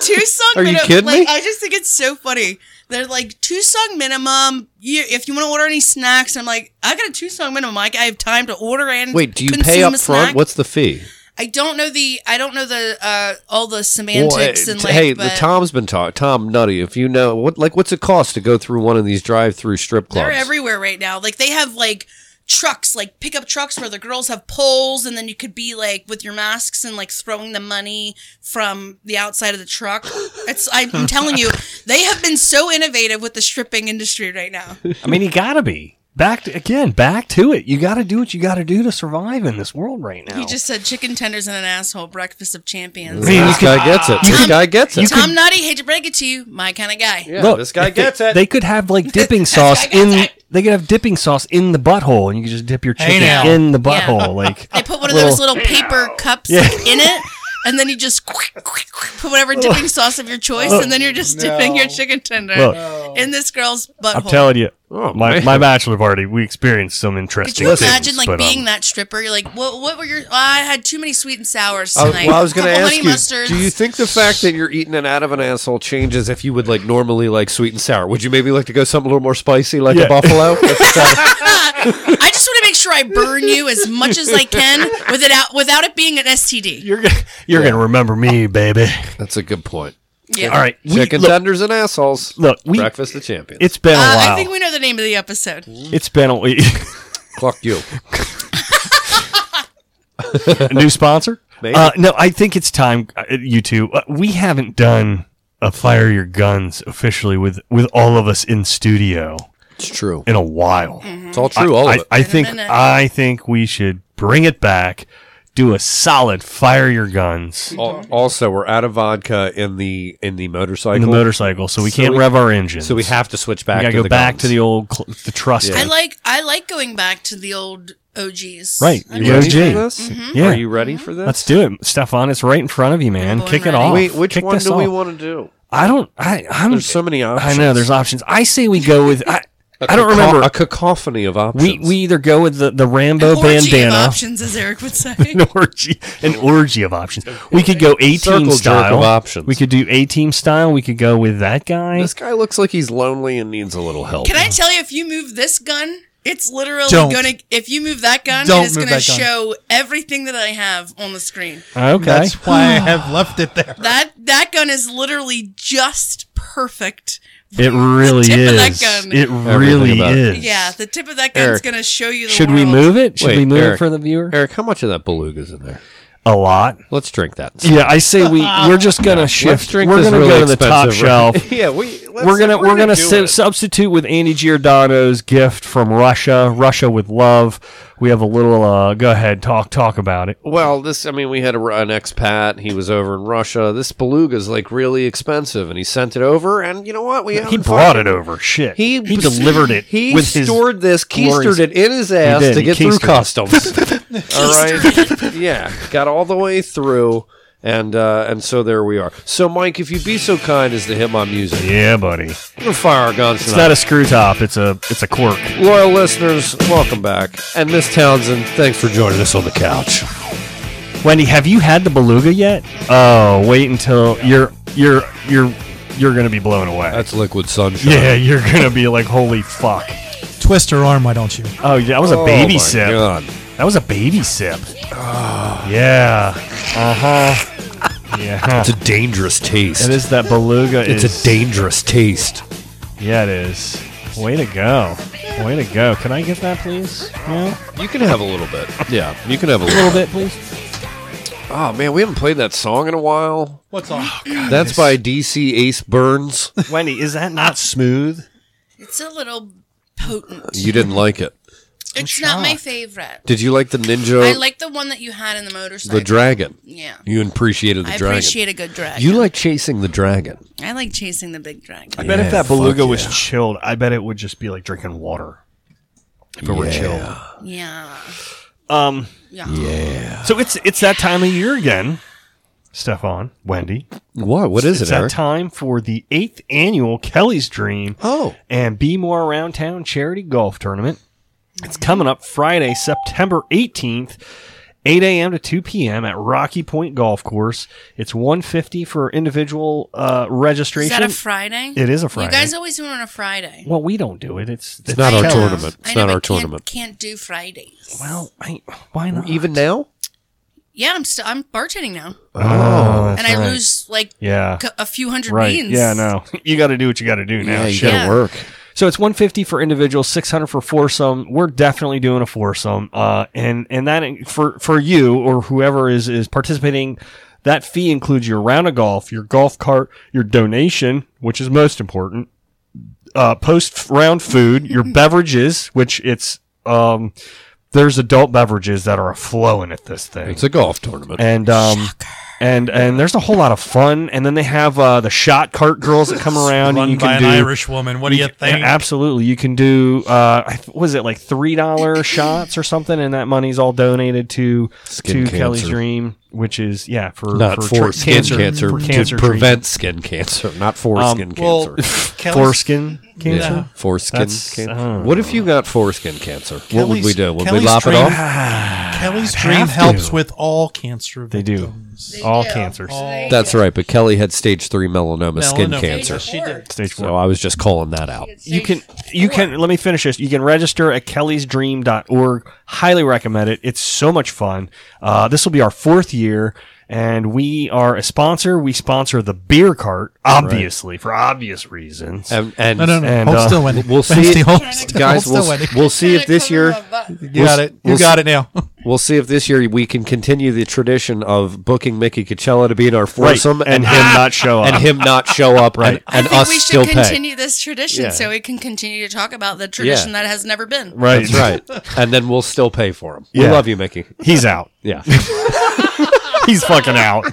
Speaker 9: two song.
Speaker 7: Are you
Speaker 9: minimum,
Speaker 7: kidding
Speaker 9: like,
Speaker 7: me?
Speaker 9: I just think it's so funny. They're like two song minimum. You, if you want to order any snacks, I'm like, I got a two song minimum. Like, I have time to order and
Speaker 7: Wait, do you
Speaker 9: consume
Speaker 7: pay
Speaker 9: a
Speaker 7: up front?
Speaker 9: snack.
Speaker 7: What's the fee?
Speaker 9: I don't know the I don't know the uh, all the
Speaker 7: Well,
Speaker 9: semantics
Speaker 7: eh,
Speaker 9: and
Speaker 7: t-
Speaker 9: like.
Speaker 7: hey,
Speaker 9: but
Speaker 7: Tom's been talking. Tom Nutty, if you know what, like, what's it cost to go through one of these drive-through strip clubs?
Speaker 9: they're everywhere right now. Like they have like trucks, like pickup trucks where the girls have poles, and then you could be like with your masks and like throwing the money from the outside of the truck. It's I'm telling you, they have been so innovative with the stripping industry right now.
Speaker 6: I mean, you gotta be back to, again. Back to it. You gotta do what you gotta do to survive in this world right now.
Speaker 9: He just said chicken tenders and an asshole breakfast of champions.
Speaker 6: mean, you
Speaker 7: this guy gets it. This guy gets it.
Speaker 9: Tom Nutty, hate to break it to you, my kind of guy.
Speaker 7: Yeah, this guy
Speaker 6: if they-
Speaker 7: gets it.
Speaker 6: They could have like dipping sauce in. They could have dipping sauce in the butthole, and you could just dip your chicken
Speaker 4: now.
Speaker 6: in the butthole. Like
Speaker 9: They put one of those little paper cups like, in it, and then you just quick, quick, quick, put whatever dipping sauce of your choice, and then you're just dipping your chicken tender
Speaker 6: Look.
Speaker 9: in this girl's butthole.
Speaker 6: I'm telling you,
Speaker 7: Oh,
Speaker 6: my,
Speaker 7: man.
Speaker 6: my bachelor party, we experienced some
Speaker 9: Could
Speaker 6: interesting.
Speaker 9: you
Speaker 6: things,
Speaker 9: imagine like
Speaker 6: but,
Speaker 9: being
Speaker 6: um,
Speaker 9: that stripper? You're like, what? What were your? I had too many sweet and sours
Speaker 7: I,
Speaker 9: tonight.
Speaker 7: well, I was going to
Speaker 9: Couple
Speaker 7: ask
Speaker 9: honey
Speaker 7: you:
Speaker 9: mustards.
Speaker 7: Do you think the fact that you're eating it out of an asshole changes if you would like normally like sweet and sour? Would you maybe like to go something a little more spicy, like
Speaker 6: Yeah.
Speaker 7: a buffalo? That's kinda-
Speaker 9: I just want to make sure I burn you as much as I can without without it being an STD.
Speaker 6: You're gonna, you're gonna remember me, baby.
Speaker 7: That's a good point.
Speaker 9: Yeah.
Speaker 6: All right, we-
Speaker 7: Chicken
Speaker 6: look,
Speaker 7: tenders and assholes.
Speaker 6: Look, we-
Speaker 7: breakfast of champions.
Speaker 6: it's been a
Speaker 9: Uh,
Speaker 6: while.
Speaker 9: I think we know the name of the episode.
Speaker 6: it's been a.
Speaker 7: Fuck you.
Speaker 6: a new sponsor?
Speaker 7: Maybe.
Speaker 6: Uh, no, I think it's time, uh, you two. Uh, we haven't done a fire your guns officially with with all of us in studio
Speaker 7: It's true.
Speaker 6: in a while.
Speaker 7: It's all true. all
Speaker 6: I,
Speaker 7: of it.
Speaker 6: I think
Speaker 9: Mm-hmm. minute.
Speaker 6: I think we should bring it back. Do a solid fire your guns
Speaker 7: Al- also, we're out of vodka in the in the motorcycle.
Speaker 6: in the motorcycle, so we
Speaker 7: So
Speaker 6: can't
Speaker 7: we-
Speaker 6: rev our engines.
Speaker 7: So we have to switch
Speaker 6: we
Speaker 7: back.
Speaker 6: gotta
Speaker 7: to
Speaker 6: go
Speaker 7: the
Speaker 6: back
Speaker 7: guns.
Speaker 6: to the old cl- the trust.
Speaker 7: Yeah.
Speaker 9: I like I like going back to the old OGs.
Speaker 6: Right.
Speaker 9: I
Speaker 7: You
Speaker 9: mean,
Speaker 6: Yeah.
Speaker 7: ready
Speaker 6: OG.
Speaker 7: for this?
Speaker 6: Mm-hmm. Yeah.
Speaker 7: Are you ready for this?
Speaker 6: Let's do it, Stefan. It's right in front of you, man.
Speaker 9: Born
Speaker 6: Kick it
Speaker 9: ready.
Speaker 6: off.
Speaker 7: Wait, which
Speaker 6: Kick
Speaker 7: one
Speaker 6: this
Speaker 7: do we
Speaker 6: off.
Speaker 7: want to do?
Speaker 6: I don't. I, I'm.
Speaker 7: There's so many
Speaker 6: I
Speaker 7: options.
Speaker 6: know there's options. I say we go with. I, I don't
Speaker 7: Caco-
Speaker 6: remember.
Speaker 7: a cacophony of
Speaker 6: We
Speaker 7: options.
Speaker 6: we either go with the, the
Speaker 9: an
Speaker 6: Rambo
Speaker 9: orgy of
Speaker 6: bandana,
Speaker 9: options, as Eric would say.
Speaker 6: an orgy, an orgy of options. We could go eighteen
Speaker 7: Circle jerk
Speaker 6: style
Speaker 7: of options.
Speaker 6: We could do A team style. We could go with that guy.
Speaker 7: This guy looks like he's lonely and needs a little help.
Speaker 9: Can I tell you if you move this gun, it's literally
Speaker 4: Don't.
Speaker 9: gonna if you move that gun,
Speaker 4: Don't
Speaker 9: it's
Speaker 4: move
Speaker 9: gonna
Speaker 4: that gun.
Speaker 9: show everything that I have on the screen.
Speaker 6: Okay,
Speaker 4: That's why I have left it there.
Speaker 9: That that gun is literally just perfect.
Speaker 6: it really
Speaker 9: Tip of that
Speaker 6: is.
Speaker 9: gun.
Speaker 6: It really
Speaker 7: about it.
Speaker 6: is.
Speaker 9: Yeah, the tip of that gun's
Speaker 7: Eric,
Speaker 9: gonna show you the
Speaker 6: Should we
Speaker 9: world.
Speaker 6: move it? Should
Speaker 7: Wait,
Speaker 6: we move it
Speaker 7: Eric.
Speaker 6: for the viewer?
Speaker 7: Eric, how much of that beluga's in there?
Speaker 6: A lot.
Speaker 7: Let's drink that.
Speaker 6: Yeah, I say we we're just gonna
Speaker 7: Let's
Speaker 6: shift. We're
Speaker 7: drink
Speaker 6: gonna
Speaker 7: this really
Speaker 6: go to the top
Speaker 7: expensive-
Speaker 6: shelf.
Speaker 7: yeah, we let's,
Speaker 6: we're gonna we're, gonna,
Speaker 7: do
Speaker 6: su-
Speaker 7: it.
Speaker 6: substitute with Andy Giordano's gift from Russia. Russia with love. We have a little. Uh, go ahead, talk talk about it.
Speaker 7: Well, this I mean, we had a, an expat. He was over in Russia. This beluga's like really expensive, and he sent it over. And you know what? We
Speaker 6: He
Speaker 7: haven't
Speaker 6: brought
Speaker 7: fucking-
Speaker 6: it over. Shit.
Speaker 7: He,
Speaker 6: he delivered it.
Speaker 7: He
Speaker 6: with his
Speaker 7: stored this,
Speaker 6: glorious-
Speaker 7: keistered it in his ass
Speaker 6: did,
Speaker 7: to
Speaker 6: he
Speaker 7: get through
Speaker 6: keistered
Speaker 7: customs. all right, yeah, got all the way through, and uh, and so there we are. So, Mike, if you'd be so kind as to hit my music,
Speaker 6: Yeah, buddy. It's
Speaker 7: we're gonna fire our guns tonight.
Speaker 6: not a screw top. It's a it's a quirk.
Speaker 7: Loyal listeners, welcome back, and Miss Townsend, thanks for joining us on the couch.
Speaker 6: Wendy, have you had the beluga yet? Oh, wait until you're you're you're you're gonna be blown away.
Speaker 7: That's liquid sunshine.
Speaker 6: yeah, you're gonna be like, holy fuck.
Speaker 4: Twist her arm, why don't you?
Speaker 6: Oh, yeah, that was a baby sip.
Speaker 7: God. Ah.
Speaker 6: That was a baby sip. Yeah. Uh huh. Yeah.
Speaker 7: It's a dangerous taste.
Speaker 6: It is that beluga.
Speaker 7: It's
Speaker 6: is-
Speaker 7: a dangerous taste.
Speaker 6: Yeah, it is. Way to go. Way to go. Can I get that, please? Yeah.
Speaker 7: You can have a little bit. Yeah, you can have a
Speaker 6: A
Speaker 7: little.
Speaker 6: little bit, please.
Speaker 7: Oh man, we haven't played that song in a while.
Speaker 4: What's on?
Speaker 7: That's by DC Ace Burns.
Speaker 6: Wendy, is that not smooth?
Speaker 9: It's a little potent.
Speaker 7: You didn't like it.
Speaker 9: It's not my favorite.
Speaker 7: Did you like the
Speaker 9: I
Speaker 7: Ninja,
Speaker 9: like the one that you had in the motorcycle.
Speaker 7: the Dragon?
Speaker 9: Yeah.
Speaker 7: You appreciated the
Speaker 9: I
Speaker 7: dragon.
Speaker 9: appreciate a good dragon.
Speaker 7: you like chasing the dragon.
Speaker 9: I like chasing the big dragon.
Speaker 6: I bet
Speaker 7: Yeah,
Speaker 6: if that
Speaker 7: fuck
Speaker 6: beluga
Speaker 7: yeah.
Speaker 6: was chilled, I bet it would just be like drinking water.
Speaker 7: if it were chill.
Speaker 9: Yeah.
Speaker 6: Um,
Speaker 9: Yeah.
Speaker 6: so it's it's that time of year again, Stefan, Wendy.
Speaker 7: What? What is
Speaker 6: it's
Speaker 7: it,
Speaker 6: that
Speaker 7: Eric?
Speaker 6: time for the eighth annual Kelly's Dream
Speaker 7: oh,
Speaker 6: and Be More Around Town charity golf tournament. It's coming up Friday, September 18th, 8 a.m. to 2 p.m. at Rocky Point Golf Course. It's 150 for individual uh,
Speaker 9: Is
Speaker 6: registration.
Speaker 9: that a Friday?
Speaker 6: It is a Friday.
Speaker 9: You guys always do it on a Friday.
Speaker 6: well, we don't do it. It's,
Speaker 7: it's not our
Speaker 9: I know.
Speaker 7: tournament.
Speaker 9: I
Speaker 7: It's
Speaker 9: know,
Speaker 7: not
Speaker 9: but
Speaker 7: our
Speaker 9: can't-
Speaker 7: tournament.
Speaker 9: Can't do Fridays.
Speaker 6: Well, I, why not?
Speaker 7: Even now?
Speaker 9: Yeah, I'm still I'm bartending now,
Speaker 6: Oh, that's
Speaker 9: and I
Speaker 6: right.
Speaker 9: lose like
Speaker 6: Yeah.
Speaker 9: c- a few hundred
Speaker 6: Right.
Speaker 9: beans.
Speaker 6: Yeah, no. You got to do what you got to do now.
Speaker 7: Yeah, you
Speaker 6: Shit.
Speaker 7: gotta
Speaker 9: Yeah.
Speaker 7: work.
Speaker 6: So it's 150 for individuals, 600 for foursome. We're definitely doing a foursome, uh, and and that for for you or whoever is is participating. That fee includes your round of golf, your golf cart, your donation, which is most important, uh, post round food, your beverages, which it's um, there's adult beverages that are flowing at this thing
Speaker 7: It's a golf tournament.
Speaker 6: and um and and there's a whole lot of fun and then they have uh the shot cart girls that come around and
Speaker 4: Run
Speaker 6: you
Speaker 4: by
Speaker 6: can
Speaker 4: an
Speaker 6: do
Speaker 4: Irish woman. What do you
Speaker 6: yeah,
Speaker 4: think?
Speaker 6: absolutely you can do uh I th- was it like three dollar shots or something and that money's all donated to
Speaker 7: Skin
Speaker 6: to kelly's
Speaker 7: cancer.
Speaker 6: dream which is yeah for
Speaker 7: not
Speaker 6: for,
Speaker 7: for,
Speaker 6: tr-
Speaker 7: skin cancer,
Speaker 6: for
Speaker 7: to
Speaker 6: cancer
Speaker 7: prevent skin cancer, not for
Speaker 6: Um,
Speaker 7: skin
Speaker 4: Well,
Speaker 7: cancer.
Speaker 6: treatment.
Speaker 4: Kelly's-
Speaker 6: foreskin cancer
Speaker 7: Yeah, foreskin
Speaker 6: That's- I
Speaker 7: cancer.
Speaker 6: don't
Speaker 7: What if you got foreskin cancer? what would we
Speaker 4: Kelly's-
Speaker 7: do? Would we
Speaker 4: Kelly's
Speaker 7: lop it
Speaker 4: dream-
Speaker 7: off?
Speaker 4: Kelly's dream
Speaker 6: have
Speaker 4: helps
Speaker 6: to.
Speaker 4: with all cancer.
Speaker 6: they do
Speaker 4: victims.
Speaker 6: all cancers
Speaker 7: That's right, but Kelly had stage three melanoma, skin
Speaker 4: Melanoma.
Speaker 7: cancer.
Speaker 4: She did.
Speaker 6: stage four
Speaker 7: So I was just calling that out.
Speaker 6: you can you can let me finish this you can register at kellysdream.org highly recommend it it's so much fun uh, this will be our fourth year and we are a sponsor we sponsor the beer cart obviously for obvious reasons
Speaker 7: And, and
Speaker 4: No, no, no.
Speaker 6: And,
Speaker 4: hold
Speaker 6: uh,
Speaker 4: still, Wendy.
Speaker 7: we'll see
Speaker 4: Wendy,
Speaker 7: it-
Speaker 4: hold still,
Speaker 7: guys,
Speaker 4: hold still,
Speaker 7: we'll,
Speaker 4: Wendy.
Speaker 7: we'll see if this year
Speaker 4: You got it.
Speaker 7: we'll
Speaker 4: You got it now.
Speaker 7: we'll see if this year we can continue the tradition of booking Mickey Coachella to be in our
Speaker 6: right.
Speaker 7: foursome
Speaker 6: and him not show up
Speaker 7: and him not show up
Speaker 6: Right.
Speaker 7: and, and
Speaker 9: I think
Speaker 7: us
Speaker 9: we
Speaker 7: still
Speaker 9: should
Speaker 7: pay.
Speaker 9: continue this tradition
Speaker 7: Yeah.
Speaker 9: so we can continue to talk about the tradition that has never been.
Speaker 6: right
Speaker 7: That's right, and then we'll still pay for him. We
Speaker 6: Yeah.
Speaker 7: love you, Mickey.
Speaker 6: he's out
Speaker 7: Yeah,
Speaker 6: he's fucking out.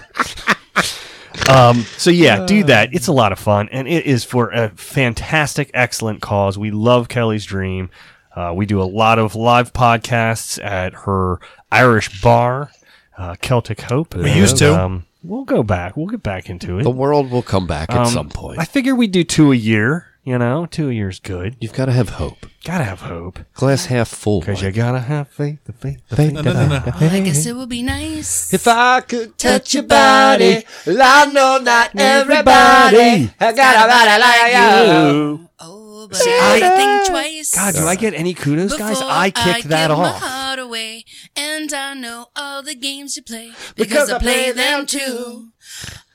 Speaker 6: Um, so yeah, do that. It's a lot of fun, and it is for a fantastic, excellent cause. We love Kelly's Dream. Uh, we do a lot of live podcasts at her Irish bar, uh, Celtic Hope. We
Speaker 4: used to.
Speaker 6: Um, we'll go back. We'll get back into it
Speaker 7: the world will come back at
Speaker 6: Um,
Speaker 7: some point.
Speaker 6: I figure we do two a year. You know, two a year's good. You
Speaker 7: You've got to have hope.
Speaker 6: gotta have hope
Speaker 7: Glass half full.
Speaker 6: because you gotta have faith. The faith. The faith.
Speaker 7: Think about it.
Speaker 9: I guess it would be nice.
Speaker 7: If I could touch your
Speaker 9: body,
Speaker 7: I know not everybody has got a body like you.
Speaker 9: Oh, but I think twice.
Speaker 6: God, do I get any kudos, guys?
Speaker 9: before
Speaker 6: I kicked that
Speaker 9: give my
Speaker 6: off.
Speaker 9: heart away, and I know all the games you play because, I play them too.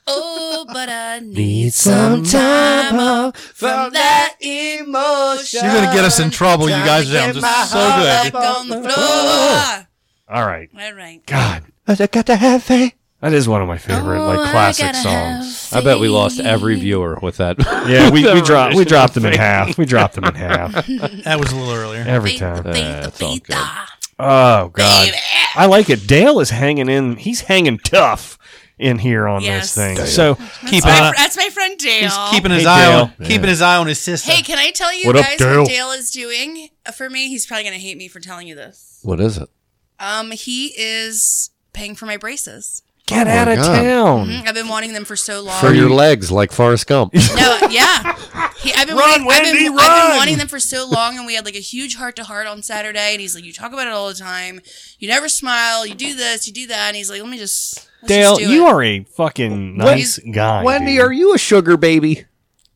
Speaker 9: Oh, but I need some time off from that emotion.
Speaker 4: You're gonna get us in trouble. You guys are
Speaker 9: Get my
Speaker 4: just so
Speaker 9: heart
Speaker 4: good.
Speaker 9: Back on the floor.
Speaker 6: All right.
Speaker 9: All right.
Speaker 6: God,
Speaker 7: I got to have faith.
Speaker 6: that is one of my favorite
Speaker 9: Oh,
Speaker 6: like
Speaker 9: I
Speaker 6: classic
Speaker 9: gotta
Speaker 6: songs.
Speaker 9: have
Speaker 7: I bet we lost
Speaker 9: faith.
Speaker 7: every viewer with that.
Speaker 6: Yeah, we, we dropped we dropped them in half. We dropped them in half
Speaker 4: That was a little earlier.
Speaker 6: every
Speaker 9: Faith,
Speaker 6: time.
Speaker 9: faith,
Speaker 7: it's all
Speaker 9: faith,
Speaker 7: good.
Speaker 9: ah,
Speaker 6: Oh god,
Speaker 9: baby.
Speaker 6: I like it. Dale is hanging in. He's hanging tough in here on this
Speaker 9: Yes.
Speaker 6: thing.
Speaker 9: Dale.
Speaker 6: So
Speaker 9: That's
Speaker 4: Keep it
Speaker 7: Uh,
Speaker 9: my,
Speaker 4: up.
Speaker 9: fr- that's my friend Dale.
Speaker 4: He's keeping his
Speaker 6: Hey,
Speaker 4: eye
Speaker 6: Dale.
Speaker 4: on keeping his eye on his sister.
Speaker 9: Hey, can I tell you
Speaker 7: What up,
Speaker 9: guys
Speaker 7: Dale?
Speaker 9: what Dale is doing for me? He's probably gonna hate me for telling you this.
Speaker 7: what is it?
Speaker 9: Um, he is paying for my braces.
Speaker 6: get
Speaker 7: Oh, my
Speaker 6: out of
Speaker 7: God.
Speaker 6: town.
Speaker 9: Mm, I've been wanting them for so long.
Speaker 7: For your legs, like Forrest Gump.
Speaker 9: no, yeah. He, I've been
Speaker 6: Run,
Speaker 9: wanting, I've,
Speaker 6: Wendy,
Speaker 9: been, I've
Speaker 6: run!
Speaker 9: been wanting them for so long, and we had like a huge heart to heart on Saturday, and he's like, "You talk about it all the time. You never smile. You do this. You do that." And he's like, "Let me just." let's
Speaker 6: Dale,
Speaker 9: just do
Speaker 6: you
Speaker 9: it."
Speaker 6: are a fucking nice guy.
Speaker 7: Wendy,
Speaker 6: dude.
Speaker 7: are you a sugar baby?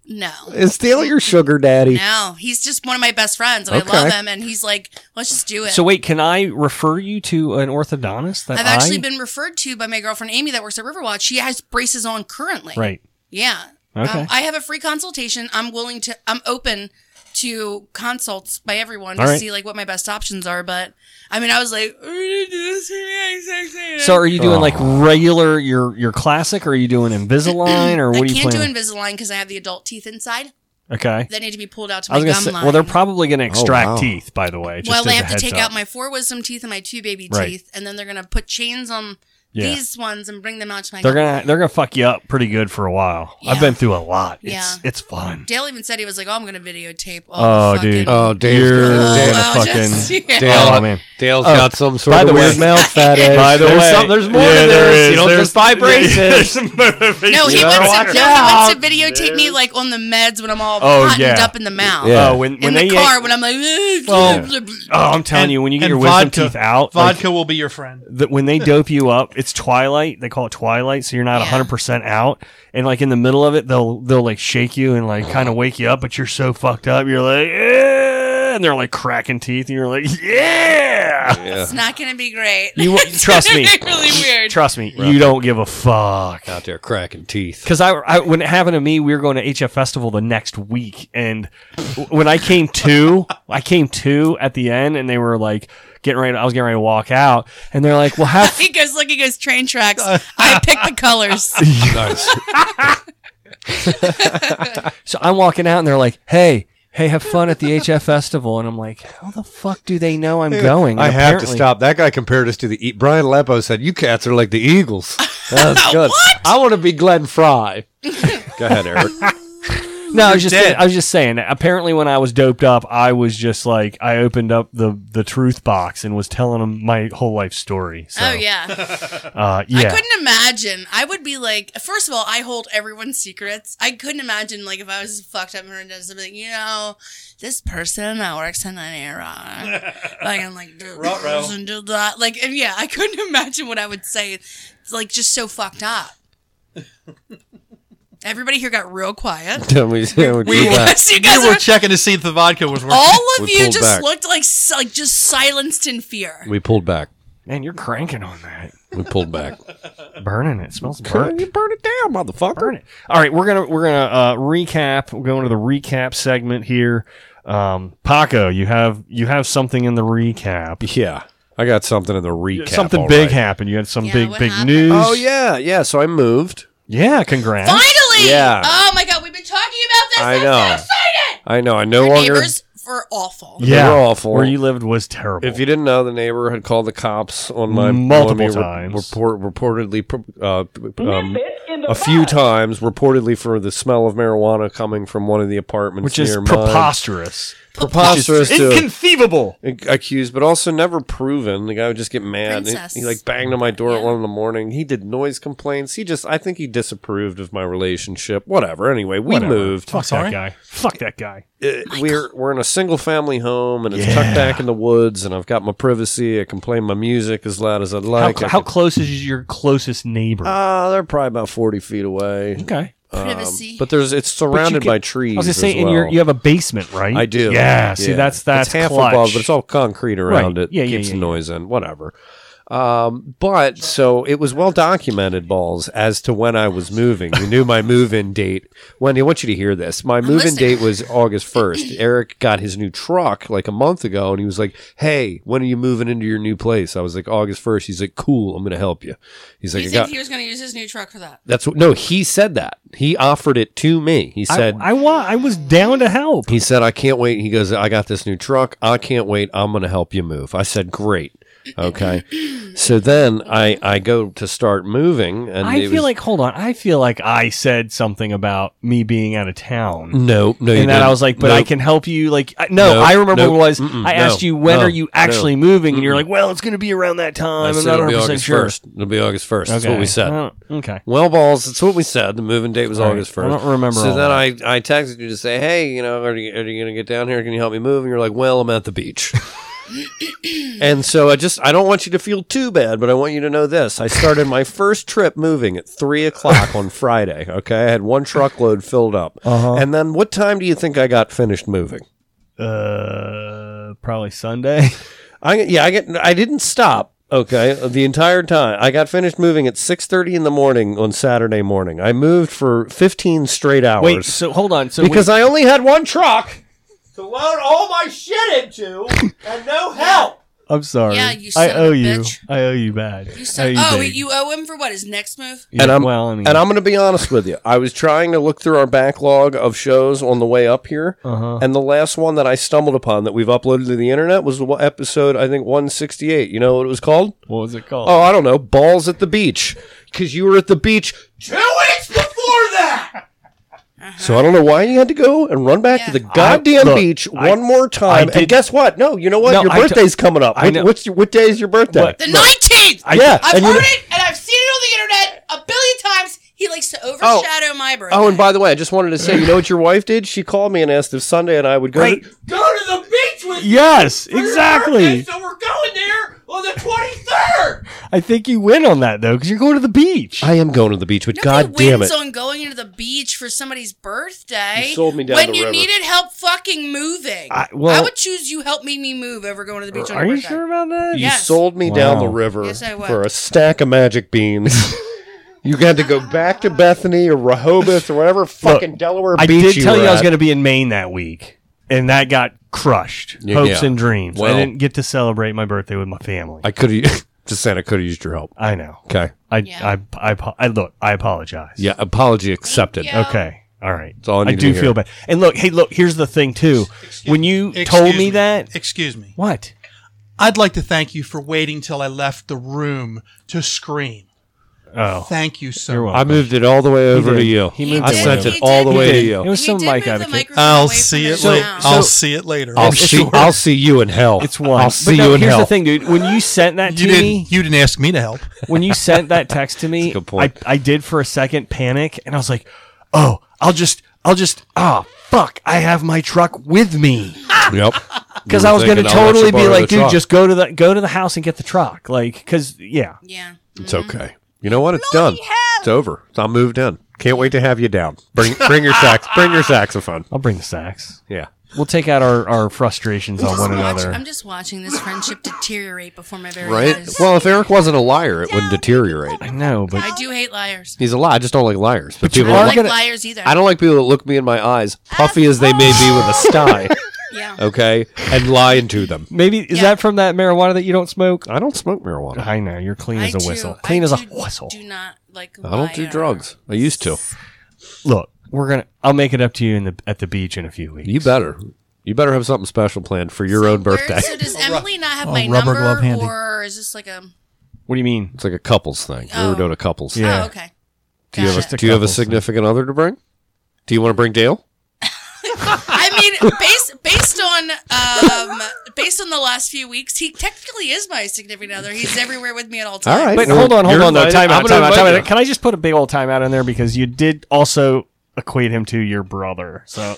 Speaker 9: no.
Speaker 7: Is Dale your sugar daddy?
Speaker 9: No, he's just one of my best friends, and
Speaker 7: Okay.
Speaker 9: I love him. And he's like, "Let's just do it."
Speaker 6: So wait, can I refer you to an orthodontist? That
Speaker 9: I've actually
Speaker 6: I-
Speaker 9: been referred to by my girlfriend Amy that works at Riverwatch. She has braces on currently.
Speaker 6: right.
Speaker 9: Yeah.
Speaker 6: Okay.
Speaker 9: Um, I have a free consultation. I'm willing to. I'm open to consults by everyone
Speaker 6: All
Speaker 9: to
Speaker 6: right.
Speaker 9: see like what my best options are. But I mean, I was like, "We're gonna do this for me, sex, sex,
Speaker 6: So are you doing like
Speaker 7: Oh.
Speaker 6: regular your your classic? Or are you doing Invisalign or
Speaker 9: I
Speaker 6: what are you
Speaker 9: can't do
Speaker 6: planning?
Speaker 9: Invisalign because I have the adult teeth inside
Speaker 6: okay. Oh,
Speaker 9: that need to be pulled out to
Speaker 6: I was
Speaker 9: my
Speaker 6: gonna
Speaker 9: gum
Speaker 6: say,
Speaker 9: line.
Speaker 6: well, they're probably gonna extract
Speaker 7: wow.
Speaker 6: teeth, by the way. Just
Speaker 9: well,
Speaker 6: as
Speaker 9: they
Speaker 6: a
Speaker 9: have to
Speaker 6: heads
Speaker 9: take
Speaker 6: up.
Speaker 9: out my four wisdom teeth and my two baby
Speaker 6: Right.
Speaker 9: teeth, and then they're gonna put chains on
Speaker 6: Yeah.
Speaker 9: these ones and bring them out to my
Speaker 6: They're gonna they're gonna fuck you up pretty good for a while. I've
Speaker 9: Yeah.
Speaker 6: been through a lot. It's
Speaker 9: Yeah.
Speaker 6: it's fun.
Speaker 9: Dale even said he was like, "Oh, I'm gonna videotape." All
Speaker 6: Oh,
Speaker 9: the fucking-
Speaker 6: dude.
Speaker 7: Oh, Dale's
Speaker 6: You're
Speaker 7: gonna- Dale-
Speaker 6: gonna
Speaker 9: I'll
Speaker 6: fucking
Speaker 9: just- yeah.
Speaker 7: Dale,
Speaker 6: Oh, man.
Speaker 7: Uh, Dale's
Speaker 6: Oh,
Speaker 7: got some sort
Speaker 6: by
Speaker 7: of
Speaker 6: the way-
Speaker 7: weird mouth fetish.
Speaker 6: By the
Speaker 7: there's
Speaker 6: way-
Speaker 7: some- there's more
Speaker 6: Yeah,
Speaker 7: to
Speaker 6: there
Speaker 7: this.
Speaker 6: is.
Speaker 7: you know, there's
Speaker 6: There's- there's
Speaker 7: vibrations.
Speaker 6: some motivation.
Speaker 9: No, he
Speaker 7: Yeah.
Speaker 9: wants
Speaker 7: Watch
Speaker 9: to, no, he wants to
Speaker 6: out.
Speaker 9: videotape me like on the meds when I'm all
Speaker 6: Oh,
Speaker 9: cottoned
Speaker 6: yeah.
Speaker 9: up in the mouth.
Speaker 7: Yeah.
Speaker 6: Oh, when when
Speaker 9: in
Speaker 6: they
Speaker 9: the
Speaker 6: yank-
Speaker 9: car when I'm like,
Speaker 6: Oh, I'm telling you, when you get
Speaker 4: and
Speaker 6: your wisdom
Speaker 4: vodka-
Speaker 6: teeth out, like,
Speaker 4: Vodka will be your friend.
Speaker 6: that when they dope you up, it's twilight. They call it twilight, so you're not
Speaker 9: Yeah.
Speaker 6: 100% out. And like in the middle of it, they'll they'll like shake you and like kind of wake you up, but you're so fucked up. You're like, yeah, and they're like cracking teeth, and you're like, yeah.
Speaker 9: it's not gonna be great.
Speaker 6: You won't-
Speaker 9: It's
Speaker 6: trust me.
Speaker 9: gonna be really weird.
Speaker 6: Trust me, you don't give a fuck.
Speaker 7: Out there cracking teeth.
Speaker 6: Because I, I- when it happened to me, we were going to HF Festival the next week, and w- when I came to, I came to at the end, and they were like getting ready. I was getting ready to walk out, and they're like, "Well, have
Speaker 9: he goes, look, he goes, train tracks. I pick the colors.
Speaker 7: Nice.
Speaker 6: So I'm walking out and they're like, "Hey, hey, have fun at the HF festival." And I'm like, "How the fuck do they know I'm going?"
Speaker 7: I
Speaker 6: And
Speaker 7: have to
Speaker 6: apparently-
Speaker 7: stop. That guy compared us to the e- Brian Leppo said, "You cats are like the Eagles." That's good. I want to be Glenn Fry. Go ahead, Eric.
Speaker 6: No, I was just
Speaker 4: dead.
Speaker 6: I was just saying. Apparently, when I was doped up, I was just like, I opened up the the truth box and was telling them my whole life story. So,
Speaker 9: Oh yeah.
Speaker 6: uh,
Speaker 9: I
Speaker 6: yeah.
Speaker 9: couldn't imagine. I would be like, first of all, I hold everyone's secrets. I couldn't imagine like if I was fucked up and horrendous, I'd be like, you know, this person that works in an era. like I'm like, "Dude,
Speaker 4: Ruh-roh.
Speaker 9: this and do that. Like and yeah, I couldn't imagine what I would say. It's like just so fucked up. Everybody here got real quiet.
Speaker 7: Tell me, tell me
Speaker 4: We-
Speaker 7: you got-
Speaker 9: Yes, you guys
Speaker 4: We were
Speaker 9: are,
Speaker 4: checking to see if the vodka was working.
Speaker 9: all of
Speaker 7: We
Speaker 9: you
Speaker 7: pulled
Speaker 9: just
Speaker 7: back.
Speaker 9: looked like s- like just silenced in fear.
Speaker 7: we pulled back.
Speaker 6: Man, you're cranking on that,
Speaker 7: We pulled back.
Speaker 6: burning it. Smells burnt.
Speaker 7: burn it down, motherfucker.
Speaker 6: Burn it. All right, we're gonna we're gonna uh, recap. We're going to the recap segment here. Um, Paco, you have you have something in the recap.
Speaker 7: Yeah, I got something in the recap.
Speaker 6: something
Speaker 7: all
Speaker 6: big
Speaker 7: right.
Speaker 6: happened. You had some
Speaker 9: Yeah,
Speaker 6: big
Speaker 9: what
Speaker 6: big
Speaker 9: happened?
Speaker 6: news.
Speaker 7: Oh yeah, yeah. So I moved.
Speaker 6: yeah, congrats.
Speaker 9: Finally!
Speaker 7: Yeah.
Speaker 9: Oh my god, we've been talking about this.
Speaker 7: I
Speaker 9: I'm
Speaker 7: know.
Speaker 9: so excited.
Speaker 7: I know. I no
Speaker 9: Our
Speaker 7: longer.
Speaker 9: neighbors were awful.
Speaker 6: Yeah,
Speaker 7: They were awful.
Speaker 6: Where you lived was terrible.
Speaker 7: If you didn't know, the neighbor had called the cops on my
Speaker 6: Multiple
Speaker 7: on me re-
Speaker 6: times.
Speaker 7: report, reportedly, uh, um, a few times, reportedly for the smell of marijuana coming from one of the apartments
Speaker 6: which is
Speaker 7: near mine.
Speaker 6: preposterous,
Speaker 7: preposterous to
Speaker 6: inconceivable.
Speaker 7: accused, but also never proven. The guy would just get mad. He,
Speaker 9: Princess.
Speaker 7: he, like banged on my door at one in the morning. He did noise complaints. He just, I think he disapproved of my relationship. Whatever. Anyway, we moved.
Speaker 6: Fuck that guy. Fuck that guy.
Speaker 7: Uh, we're we're in a single family home and it's tucked back in the woods and I've got my privacy. I can play my music as loud as I'd
Speaker 6: How,
Speaker 7: like. I
Speaker 6: how
Speaker 7: can-
Speaker 6: close is your closest neighbor?
Speaker 7: Uh, they're probably about forty feet away.
Speaker 6: okay,
Speaker 9: Privacy.
Speaker 7: Um, But there's it's
Speaker 6: But you
Speaker 7: surrounded
Speaker 6: can-
Speaker 7: by trees.
Speaker 6: I was gonna
Speaker 7: as
Speaker 6: say, and
Speaker 7: well.
Speaker 6: you're, you have a basement, right?
Speaker 7: I do.
Speaker 6: Yeah. See, that's that's
Speaker 7: it's half
Speaker 6: clutch.
Speaker 7: above, but it's all concrete around
Speaker 6: Right.
Speaker 7: it.
Speaker 6: Yeah, yeah,
Speaker 7: keeps
Speaker 6: yeah,
Speaker 7: the
Speaker 6: yeah.
Speaker 7: noise in. Whatever. Um, but so it was well documented, balls, as to when I was moving. We knew my move-in date. Wendy, I want you to hear this. My move-in
Speaker 9: listening.
Speaker 7: date was August first. Eric got his new truck like a month ago, and he was like, "Hey, when are you moving into your new place?" I was like, "August 1st. He's like, "Cool, I'm gonna help you." He's like,
Speaker 9: you
Speaker 7: "I
Speaker 9: think
Speaker 7: got."
Speaker 9: he was going to use his new truck for that?
Speaker 7: That's what. No, he said that. He offered it to me. He
Speaker 6: I,
Speaker 7: said,
Speaker 6: I wa- I was down to help.
Speaker 7: he said, I can't wait. He goes, I got this new truck. I can't wait. I'm going to help you move. I said, great. Okay. so then I, I go to start moving. And
Speaker 6: I
Speaker 7: it
Speaker 6: feel
Speaker 7: was-
Speaker 6: like hold on. I feel like I said something about me being out of town.
Speaker 7: no, no, you
Speaker 6: and then I
Speaker 7: didn't.
Speaker 6: was like, "But I
Speaker 7: Nope.
Speaker 6: can help you." Like, I, no,
Speaker 7: Nope.
Speaker 6: I remember what
Speaker 7: Nope.
Speaker 6: it was.
Speaker 7: Mm-mm.
Speaker 6: I
Speaker 7: No.
Speaker 6: asked you, "When
Speaker 7: No.
Speaker 6: are you actually
Speaker 7: No.
Speaker 6: moving?" And you're like, "Well, it's going to be around that
Speaker 7: I
Speaker 6: time." I'm
Speaker 7: said
Speaker 6: not
Speaker 7: it'll be
Speaker 6: 100 percent
Speaker 7: August
Speaker 6: sure.
Speaker 7: 1st. It'll be August 1st. That's what
Speaker 6: Okay. Oh.
Speaker 7: we said.
Speaker 6: I don't- okay.
Speaker 7: Well, balls. That's what we said. The moving date was
Speaker 6: All right.
Speaker 7: August
Speaker 6: I
Speaker 7: first.
Speaker 6: don't remember
Speaker 7: So
Speaker 6: all
Speaker 7: then
Speaker 6: that.
Speaker 7: I, I texted you to say, hey, you know, are you, are you going to get down here? Can you help me move? And you're like, well, I'm at the beach. and so I just I don't want you to feel too bad, but I want you to know this. I started my first trip moving at three o'clock on Friday. Okay, I had one truckload filled up,
Speaker 6: Uh-huh.
Speaker 7: and then what time do you think I got finished moving?
Speaker 6: Uh, probably Sunday.
Speaker 7: I yeah, I get I didn't stop. Okay, the entire time I got finished moving at six thirty in the morning on Saturday morning. I moved for fifteen straight hours.
Speaker 6: Wait. So hold on. So
Speaker 7: because I only had one truck.
Speaker 8: to load all my shit into and no help.
Speaker 6: I'm sorry.
Speaker 9: Yeah, you
Speaker 6: I
Speaker 9: son of a
Speaker 6: owe you.
Speaker 9: bitch.
Speaker 6: I owe you bad.
Speaker 9: You
Speaker 6: I owe
Speaker 9: said, oh,
Speaker 6: big.
Speaker 9: you owe him for what? His next move?
Speaker 6: Yeah,
Speaker 7: and I'm
Speaker 6: well, I mean,
Speaker 7: and I'm going to be honest with you. I was trying to look through our backlog of shows on the way up here,
Speaker 6: Uh-huh.
Speaker 7: and the last one that I stumbled upon that we've uploaded to the internet was the one- episode I think 168. You know what it was called?
Speaker 6: what was it called?
Speaker 7: Oh, I don't know. Balls at the beach because you were at the beach two weeks before that. So I don't know why you had to go and run back to the
Speaker 9: Yeah.
Speaker 7: goddamn
Speaker 6: I- look,
Speaker 7: beach
Speaker 6: I-
Speaker 7: one more time.
Speaker 6: did-
Speaker 7: and guess what? No, you know what?
Speaker 6: No,
Speaker 7: your
Speaker 6: I t-
Speaker 7: birthday's coming up.
Speaker 6: I
Speaker 7: What,
Speaker 6: know.
Speaker 7: what's your, what day is your birthday?
Speaker 6: What?
Speaker 9: The 19th!
Speaker 6: I-
Speaker 7: yeah,
Speaker 9: I've
Speaker 7: and you
Speaker 9: heard
Speaker 7: know-
Speaker 9: it and I've seen it on the internet a billion times. He likes to overshadow my birthday.
Speaker 7: Oh, and by the way, I just wanted to say, you know what your wife did? She called me and asked if Sunday and I would go.
Speaker 6: Right.
Speaker 7: to-
Speaker 5: Go to the beach with you.
Speaker 6: yes,
Speaker 5: for your
Speaker 6: exactly.
Speaker 5: birthday, so we're going there on the 23rd.
Speaker 6: I think you win on that though, because you're going to the beach.
Speaker 7: I am going to the beach, but
Speaker 9: Nobody
Speaker 7: god damn
Speaker 9: wins
Speaker 7: it.
Speaker 9: on going to the beach for somebody's birthday.
Speaker 7: You sold me down
Speaker 9: when
Speaker 7: the
Speaker 9: you
Speaker 7: river.
Speaker 9: needed help fucking moving.
Speaker 6: I- well-
Speaker 9: I would choose you help me me move over going to the beach on
Speaker 6: Are
Speaker 9: your
Speaker 6: you
Speaker 9: birthday.
Speaker 6: sure about that?
Speaker 7: you
Speaker 9: Yes.
Speaker 7: sold me down
Speaker 6: Wow.
Speaker 7: the river
Speaker 9: Yes, I was.
Speaker 7: for a stack of magic beans. you had to go back to Bethany or Rehoboth or whatever fucking Delaware
Speaker 6: I
Speaker 7: beach
Speaker 6: did tell you
Speaker 7: were
Speaker 6: I was
Speaker 7: at.
Speaker 6: going to be in Maine that week, and that got crushed.
Speaker 7: Yeah,
Speaker 6: Hopes
Speaker 7: yeah.
Speaker 6: and dreams.
Speaker 7: Well-
Speaker 6: I didn't get to celebrate my birthday with my family.
Speaker 7: I could have. Just saying, I could have used your help.
Speaker 6: I, know.
Speaker 7: Okay.
Speaker 6: I,
Speaker 9: Yeah.
Speaker 6: I, I, apo- I look. I apologize.
Speaker 7: Yeah. Apology accepted.
Speaker 9: you.
Speaker 6: Okay. All right.
Speaker 7: all I
Speaker 6: I
Speaker 7: needed
Speaker 6: do
Speaker 7: to
Speaker 6: feel
Speaker 7: hear.
Speaker 6: bad. And look, hey, look. Here's the thing too. when you
Speaker 4: Excuse
Speaker 6: told me, that,
Speaker 4: Excuse me.
Speaker 6: what?
Speaker 4: I'd like to thank you for waiting till I left the room to scream.
Speaker 6: Oh,
Speaker 4: Thank you so
Speaker 6: You're
Speaker 4: much.
Speaker 6: welcome.
Speaker 7: I moved it all the way over
Speaker 6: did.
Speaker 7: to you.
Speaker 6: He
Speaker 9: moved
Speaker 7: I
Speaker 9: it.
Speaker 7: sent
Speaker 9: He
Speaker 7: it
Speaker 9: did.
Speaker 7: all the
Speaker 9: He
Speaker 7: way
Speaker 6: did.
Speaker 7: to you.
Speaker 6: It was
Speaker 9: He
Speaker 6: some
Speaker 9: did
Speaker 6: mic
Speaker 9: move the
Speaker 6: advocate.
Speaker 9: microphone
Speaker 4: I'll
Speaker 9: away
Speaker 4: see
Speaker 9: from
Speaker 4: it
Speaker 9: his
Speaker 4: later.
Speaker 9: mouth.
Speaker 4: I'll
Speaker 6: So-
Speaker 4: see it later.
Speaker 7: I'll
Speaker 6: It's
Speaker 7: see.
Speaker 6: one.
Speaker 7: I'll see you in hell.
Speaker 6: It's one.
Speaker 7: I'll
Speaker 6: But
Speaker 7: see
Speaker 6: no,
Speaker 7: you in
Speaker 6: here's
Speaker 7: hell.
Speaker 6: the thing, dude. When you sent that to
Speaker 4: you
Speaker 6: me,
Speaker 4: didn't. You didn't ask me to help.
Speaker 6: when you sent that text to me,
Speaker 7: That's a good point.
Speaker 6: I, I did for a second panic and I was like, oh, I'll just, I'll just, ah, fuck, I have my truck with me.
Speaker 7: Yep.
Speaker 6: Because I was going to totally be like, dude, just go to the, go to the house and get the truck. Like, because, yeah.
Speaker 9: Yeah.
Speaker 7: It's okay. You know what? It's done. It's over. I moved in. Can't wait to have you down. Bring bring your sax. Bring your saxophone.
Speaker 6: I'll bring the sacks.
Speaker 7: Yeah.
Speaker 6: We'll take out our, our frustrations on one
Speaker 9: Watch-
Speaker 6: another.
Speaker 9: I'm just watching this friendship deteriorate before my very
Speaker 7: Right.
Speaker 9: eyes.
Speaker 7: Well, if Eric wasn't a liar, it wouldn't deteriorate.
Speaker 6: I know, but
Speaker 9: I do hate liars.
Speaker 7: He's a liar. I just don't like liars. But,
Speaker 9: I
Speaker 7: people.
Speaker 9: don't
Speaker 6: are
Speaker 9: like
Speaker 6: gonna-
Speaker 9: liars either.
Speaker 7: I don't like people that look me in my eyes, puffy as they may be with a sty.
Speaker 9: Yeah.
Speaker 7: Okay, and lying to them.
Speaker 6: maybe, is
Speaker 9: Yeah.
Speaker 6: that from that marijuana that you don't smoke?
Speaker 7: I don't smoke marijuana.
Speaker 6: I know, you're clean
Speaker 9: I
Speaker 6: as a
Speaker 9: do-
Speaker 6: whistle.
Speaker 9: I
Speaker 6: Clean as a
Speaker 9: do-
Speaker 6: whistle.
Speaker 9: Do not like.
Speaker 7: I don't do
Speaker 9: liar.
Speaker 7: drugs. I used to.
Speaker 6: Look, we're going to, I'll make it up to you in the, at the beach in a few weeks.
Speaker 7: You better. You better have something special planned for your own
Speaker 9: Where-
Speaker 7: birthday.
Speaker 9: So does Emily not have
Speaker 4: Oh,
Speaker 9: my
Speaker 4: rubber
Speaker 9: number,
Speaker 4: glove handy.
Speaker 9: or is this like a?
Speaker 6: What do you mean?
Speaker 7: It's like a couples thing. We
Speaker 9: Oh.
Speaker 7: were doing a couples. thing.
Speaker 6: Yeah.
Speaker 9: Oh, okay.
Speaker 7: Do you have
Speaker 9: Gotcha.
Speaker 7: a, do you have a
Speaker 6: couples thing.
Speaker 7: significant other to bring? Do you want to bring Dale?
Speaker 9: I mean, based based on um, based on the last few weeks, he technically is my significant other. He's everywhere with me at all times.
Speaker 7: All right.
Speaker 6: But
Speaker 7: Well,
Speaker 6: hold on, hold
Speaker 7: you're
Speaker 6: on though.
Speaker 7: invited.
Speaker 6: Time
Speaker 7: I'm
Speaker 6: out,
Speaker 7: gonna
Speaker 6: time out,
Speaker 7: invite
Speaker 6: time
Speaker 7: you.
Speaker 6: out. Can I just put a big old time out in there because you did also equate him to your brother. So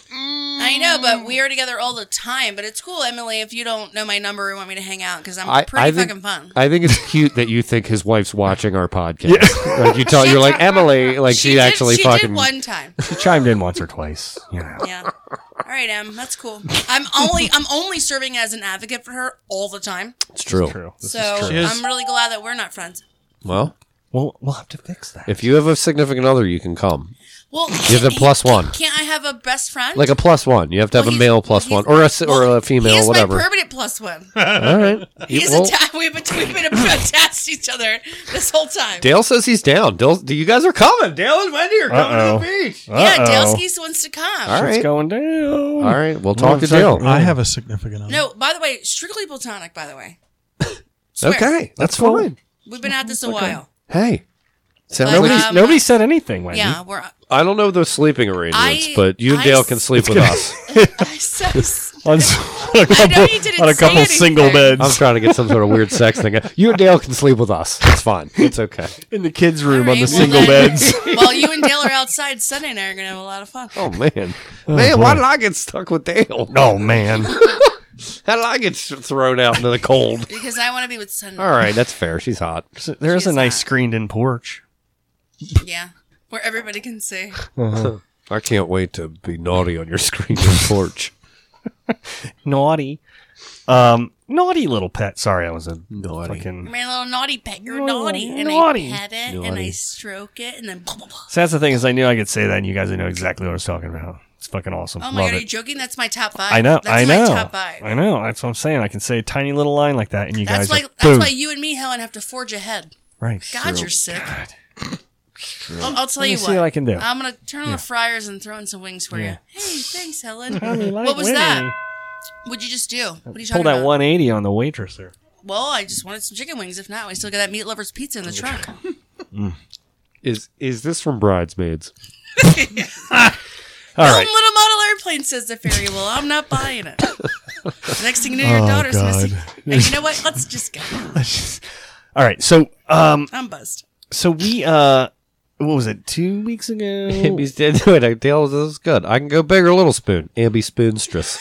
Speaker 9: I know, but we are together all the time. But it's cool, Emily, if you don't know my number and want me to hang out because I'm pretty
Speaker 7: think,
Speaker 9: fucking fun.
Speaker 7: I think it's cute that you think his wife's watching our podcast. like you tell you're like Emily, like she,
Speaker 9: did-
Speaker 7: actually
Speaker 9: she
Speaker 7: fucking
Speaker 9: did one time.
Speaker 6: she chimed in once or twice. You know.
Speaker 9: Yeah. All right, Em, that's cool. I'm only I'm only serving as an advocate for her all the time.
Speaker 7: It's true.
Speaker 6: True. This
Speaker 9: so
Speaker 6: is true.
Speaker 4: She is-
Speaker 9: I'm really glad that we're not friends.
Speaker 7: Well,
Speaker 6: We'll, we'll have to fix that.
Speaker 7: if you have a significant other, you can come.
Speaker 9: Well,
Speaker 7: You're the plus one.
Speaker 9: Can't I have a best friend?
Speaker 7: Like a plus one. You have to have
Speaker 9: Well,
Speaker 7: a
Speaker 9: he's-
Speaker 7: male plus one
Speaker 9: he's-
Speaker 7: or a s- or
Speaker 9: well,
Speaker 7: a female
Speaker 9: he's
Speaker 7: whatever.
Speaker 9: my permanent plus one.
Speaker 7: All right. You-
Speaker 9: He's
Speaker 7: well,
Speaker 9: Ita- we've been we've been attached to each other this whole time.
Speaker 7: Dale says he's down. Dale, do you guys are coming. Dale and Wendy are coming to the beach.
Speaker 9: yeah, Dale
Speaker 6: Uh-oh.
Speaker 9: Skis wants to come.
Speaker 7: All
Speaker 6: It's
Speaker 7: right.
Speaker 6: going down.
Speaker 7: All right. We'll
Speaker 6: Hmm. Well,
Speaker 7: talk to
Speaker 6: it's like-
Speaker 7: Dale.
Speaker 4: I have a significant other.
Speaker 9: No, by the way, strictly platonic. By the way, Swear.
Speaker 7: Okay. That's fine.
Speaker 9: we've been at this a while.
Speaker 7: Hey. Sounds
Speaker 9: Like,
Speaker 7: good.
Speaker 6: Nobody,
Speaker 9: Um,
Speaker 6: nobody said anything, Wendy.
Speaker 9: Yeah, we're.
Speaker 7: I don't know the sleeping arrangements,
Speaker 9: I-
Speaker 7: but you and
Speaker 9: I
Speaker 7: Dale
Speaker 9: s-
Speaker 7: can sleep with us.
Speaker 9: I'm so s-
Speaker 6: On, s- on a
Speaker 9: I
Speaker 6: couple,
Speaker 9: know you didn't
Speaker 6: on a
Speaker 9: say
Speaker 6: couple
Speaker 9: anything.
Speaker 6: single beds
Speaker 7: I'm trying to get some sort of weird sex thing. You and Dale can sleep with us. It's fine. It's okay.
Speaker 6: in the kids' room
Speaker 9: All
Speaker 6: on the
Speaker 9: right,
Speaker 6: single
Speaker 9: well then,
Speaker 6: beds.
Speaker 9: While you and Dale are outside, Sunday and I are gonna have a lot of fun.
Speaker 7: Oh man, man, why did I get stuck with Dale?
Speaker 6: Oh man,
Speaker 7: How did I get s- thrown out into the cold?
Speaker 9: Because I want to be with Sunday.
Speaker 7: All right, that's fair. She's hot.
Speaker 6: So there is a
Speaker 9: She's
Speaker 6: nice
Speaker 9: hot.
Speaker 6: screened-in porch.
Speaker 9: Yeah, where everybody can see.
Speaker 7: I can't wait to be naughty on your screen and porch.
Speaker 6: Naughty, um, naughty little pet. Sorry, I was a
Speaker 7: Naughty.
Speaker 6: fucking
Speaker 9: My little naughty pet, you're
Speaker 6: Naughty,
Speaker 9: naughty, and
Speaker 6: naughty.
Speaker 9: I pet it, and I
Speaker 7: Naughty.
Speaker 9: stroke it, and then blah blah blah.
Speaker 6: So that's the thing is, I knew I could say that, and you guys would know exactly what I was talking about. It's fucking awesome.
Speaker 9: Oh my
Speaker 6: Love
Speaker 9: god, are
Speaker 6: it.
Speaker 9: you joking? That's my top five.
Speaker 6: I know.
Speaker 9: That's
Speaker 6: I
Speaker 9: my
Speaker 6: know.
Speaker 9: top five.
Speaker 6: I know. That's what I'm saying. I can say a tiny little line like that, and you
Speaker 9: That's
Speaker 6: guys
Speaker 9: why.
Speaker 6: are
Speaker 9: That's
Speaker 6: boom.
Speaker 9: why you and me, Helen, have to forge ahead.
Speaker 6: right.
Speaker 9: God, you're sick. I'll, I'll tell
Speaker 6: Let me
Speaker 9: you
Speaker 6: see
Speaker 9: what.
Speaker 6: what I can do.
Speaker 9: I'm gonna turn on the fryers and throw in some wings for
Speaker 6: Yeah.
Speaker 9: you. Hey, thanks, Helen.
Speaker 6: You like
Speaker 9: what was
Speaker 6: winning.
Speaker 9: that? What'd you just do? What are you talking
Speaker 6: Pull that
Speaker 9: about?
Speaker 6: 180 on the waitress there.
Speaker 9: Well, I just wanted some chicken wings. If not, I still got that meat lovers pizza in the truck.
Speaker 7: Is is this from Bridesmaids?
Speaker 9: All right. little model airplane says the fairy. Well, I'm not buying it. Next thing you know, your daughter's missing. And you know what? Let's just go.
Speaker 6: All right. So, um,
Speaker 9: I'm buzzed.
Speaker 6: so we, uh, what was it? Two weeks ago.
Speaker 7: Amy's did do it. I tell this is good. I can go big or little spoon. Ambi spoonstress.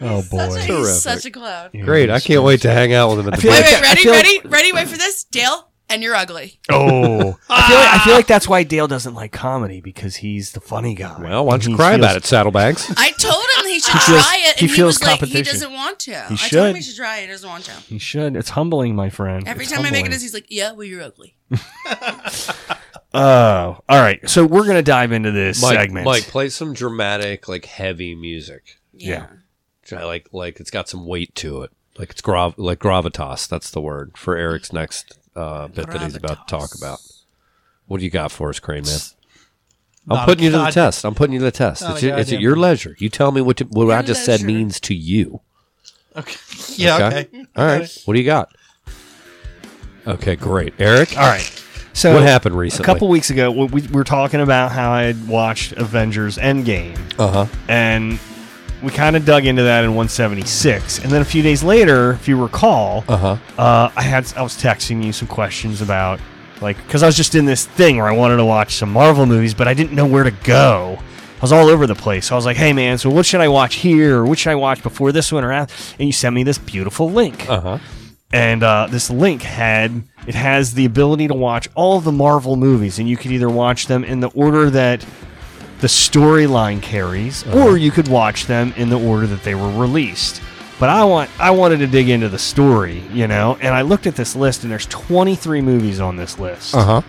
Speaker 6: oh
Speaker 9: Such
Speaker 6: boy.
Speaker 9: a,
Speaker 7: Terrific.
Speaker 9: he's such a clown.
Speaker 7: Great. I can't wait to hang out with him at the
Speaker 6: feel
Speaker 9: Wait,
Speaker 7: bar.
Speaker 9: wait,
Speaker 6: Yeah, I
Speaker 9: ready,
Speaker 6: feel-
Speaker 9: ready, ready? Wait for this, Dale. And you're ugly.
Speaker 6: Oh. I feel, like, I feel like that's why Dale doesn't like comedy because he's the funny guy.
Speaker 7: Well, why don't you
Speaker 6: He
Speaker 7: cry
Speaker 6: feels-
Speaker 7: about it, Saddlebags?
Speaker 9: I told him he should try it, and
Speaker 6: he
Speaker 9: he,
Speaker 6: feels
Speaker 9: was like, he
Speaker 6: competition.
Speaker 9: doesn't want to. I told
Speaker 6: should.
Speaker 9: him he should try it. He doesn't want to.
Speaker 6: You should. It's humbling, my friend.
Speaker 9: Every
Speaker 6: It's
Speaker 9: time I make it,
Speaker 6: humbling.
Speaker 9: this, he's like, "Yeah, well, you're ugly."
Speaker 6: Oh, all right. So we're gonna dive into this segment.
Speaker 7: Mike, play some dramatic, like heavy music.
Speaker 9: Yeah.
Speaker 7: Try- Like, like it's got some weight to it. Like it's grav, like gravitas. That's the word for Eric's next uh, bit that he's about to talk about. What do you got for us, Crane Man? I'm
Speaker 4: Not a
Speaker 7: putting you to the
Speaker 4: god-
Speaker 7: test. I'm putting you to the test.
Speaker 4: Not
Speaker 7: It's,
Speaker 4: a
Speaker 7: your, it's at
Speaker 4: goddamn-
Speaker 7: your leisure. You tell me what you, what I just said
Speaker 9: leisure.
Speaker 7: means to you.
Speaker 4: Okay. Yeah, okay.
Speaker 7: All right. What do you got? Okay, great, Eric.
Speaker 6: All right. So
Speaker 7: What happened recently?
Speaker 6: A couple weeks ago, we, we were talking about how I had watched Avengers Endgame,
Speaker 7: Uh huh.
Speaker 6: and we kind of dug into that in 176. And then a few days later, if you recall,
Speaker 7: Uh huh.
Speaker 6: uh, I had I was texting you some questions about like because I was just in this thing where I wanted to watch some Marvel movies, but I didn't know where to go. I was all over the place. So I was like, "Hey man, so what should I watch here? Or what should I watch before this one or after?" And you sent me this beautiful link,
Speaker 7: Uh huh.
Speaker 6: and uh, this link had it has the ability to watch all of the Marvel movies, and you could either watch them in the order that the storyline carries,
Speaker 7: Uh-huh.
Speaker 6: or you could watch them in the order that they were released. But I want I wanted to dig into the story, you know, and I looked at this list, and there's 23 movies on this list
Speaker 7: Uh huh.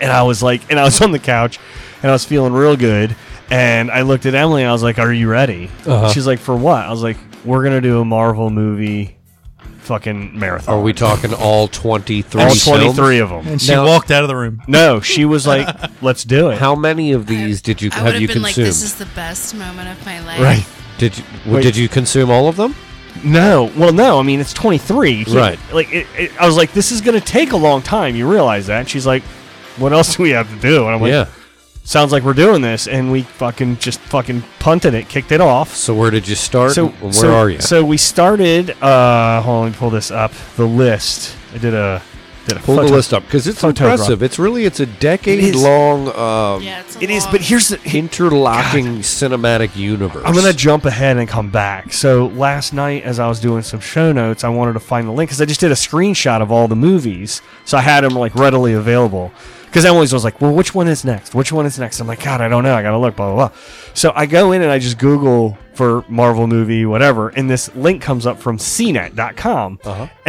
Speaker 6: and I was like, and I was on the couch, and I was feeling real good. And I looked at Emily, and I was like, "Are you ready?"
Speaker 7: Uh-huh.
Speaker 6: She's like, "For what?" I was like, "We're gonna do a Marvel movie, fucking marathon."
Speaker 7: Are we talking all twenty three?
Speaker 6: all twenty three of them?
Speaker 4: And she
Speaker 7: Now-
Speaker 4: walked out of the room.
Speaker 6: No, she was like, "Let's do it."
Speaker 7: How many of these did you
Speaker 9: I
Speaker 7: have
Speaker 9: would have
Speaker 7: you
Speaker 9: been like,
Speaker 7: consumed?
Speaker 9: "This is the best moment of my life."
Speaker 6: right?
Speaker 7: did you well,
Speaker 6: Wait.
Speaker 7: did you consume all of them?
Speaker 6: No, well, no. I mean, it's twenty three, You can't-
Speaker 7: Right.
Speaker 6: Like, it, it, I was like, "This is gonna take a long time." You realize that? And she's like, "What else do we have to do?" And I'm like,
Speaker 7: yeah.
Speaker 6: "Sounds like we're doing this," and we fucking just fucking punted it, kicked it off.
Speaker 7: So where did you start?
Speaker 6: So
Speaker 7: and where
Speaker 6: so-
Speaker 7: are you?
Speaker 6: So we started. Uh, hold on, let me pull this up. The list. I did a did a
Speaker 7: Pull
Speaker 6: photo-
Speaker 7: the list up because it's
Speaker 6: photograph.
Speaker 7: impressive. It's really it's a decade
Speaker 6: It is.
Speaker 7: long um,
Speaker 9: Yeah, it's a
Speaker 6: It is,
Speaker 9: long-
Speaker 6: but here's the.
Speaker 7: interlocking cinematic universe.
Speaker 6: I'm gonna jump ahead and come back. So last night, as I was doing some show notes, I wanted to find the link because I just did a screenshot of all the movies, so I had them like readily available. Because Emily was like, "Well, which one is next? Which one is next?" I'm like, "God, I don't know. I gotta look." Blah blah blah. So I go in and I just Google for Marvel movie, whatever, and this link comes up from CNET.com,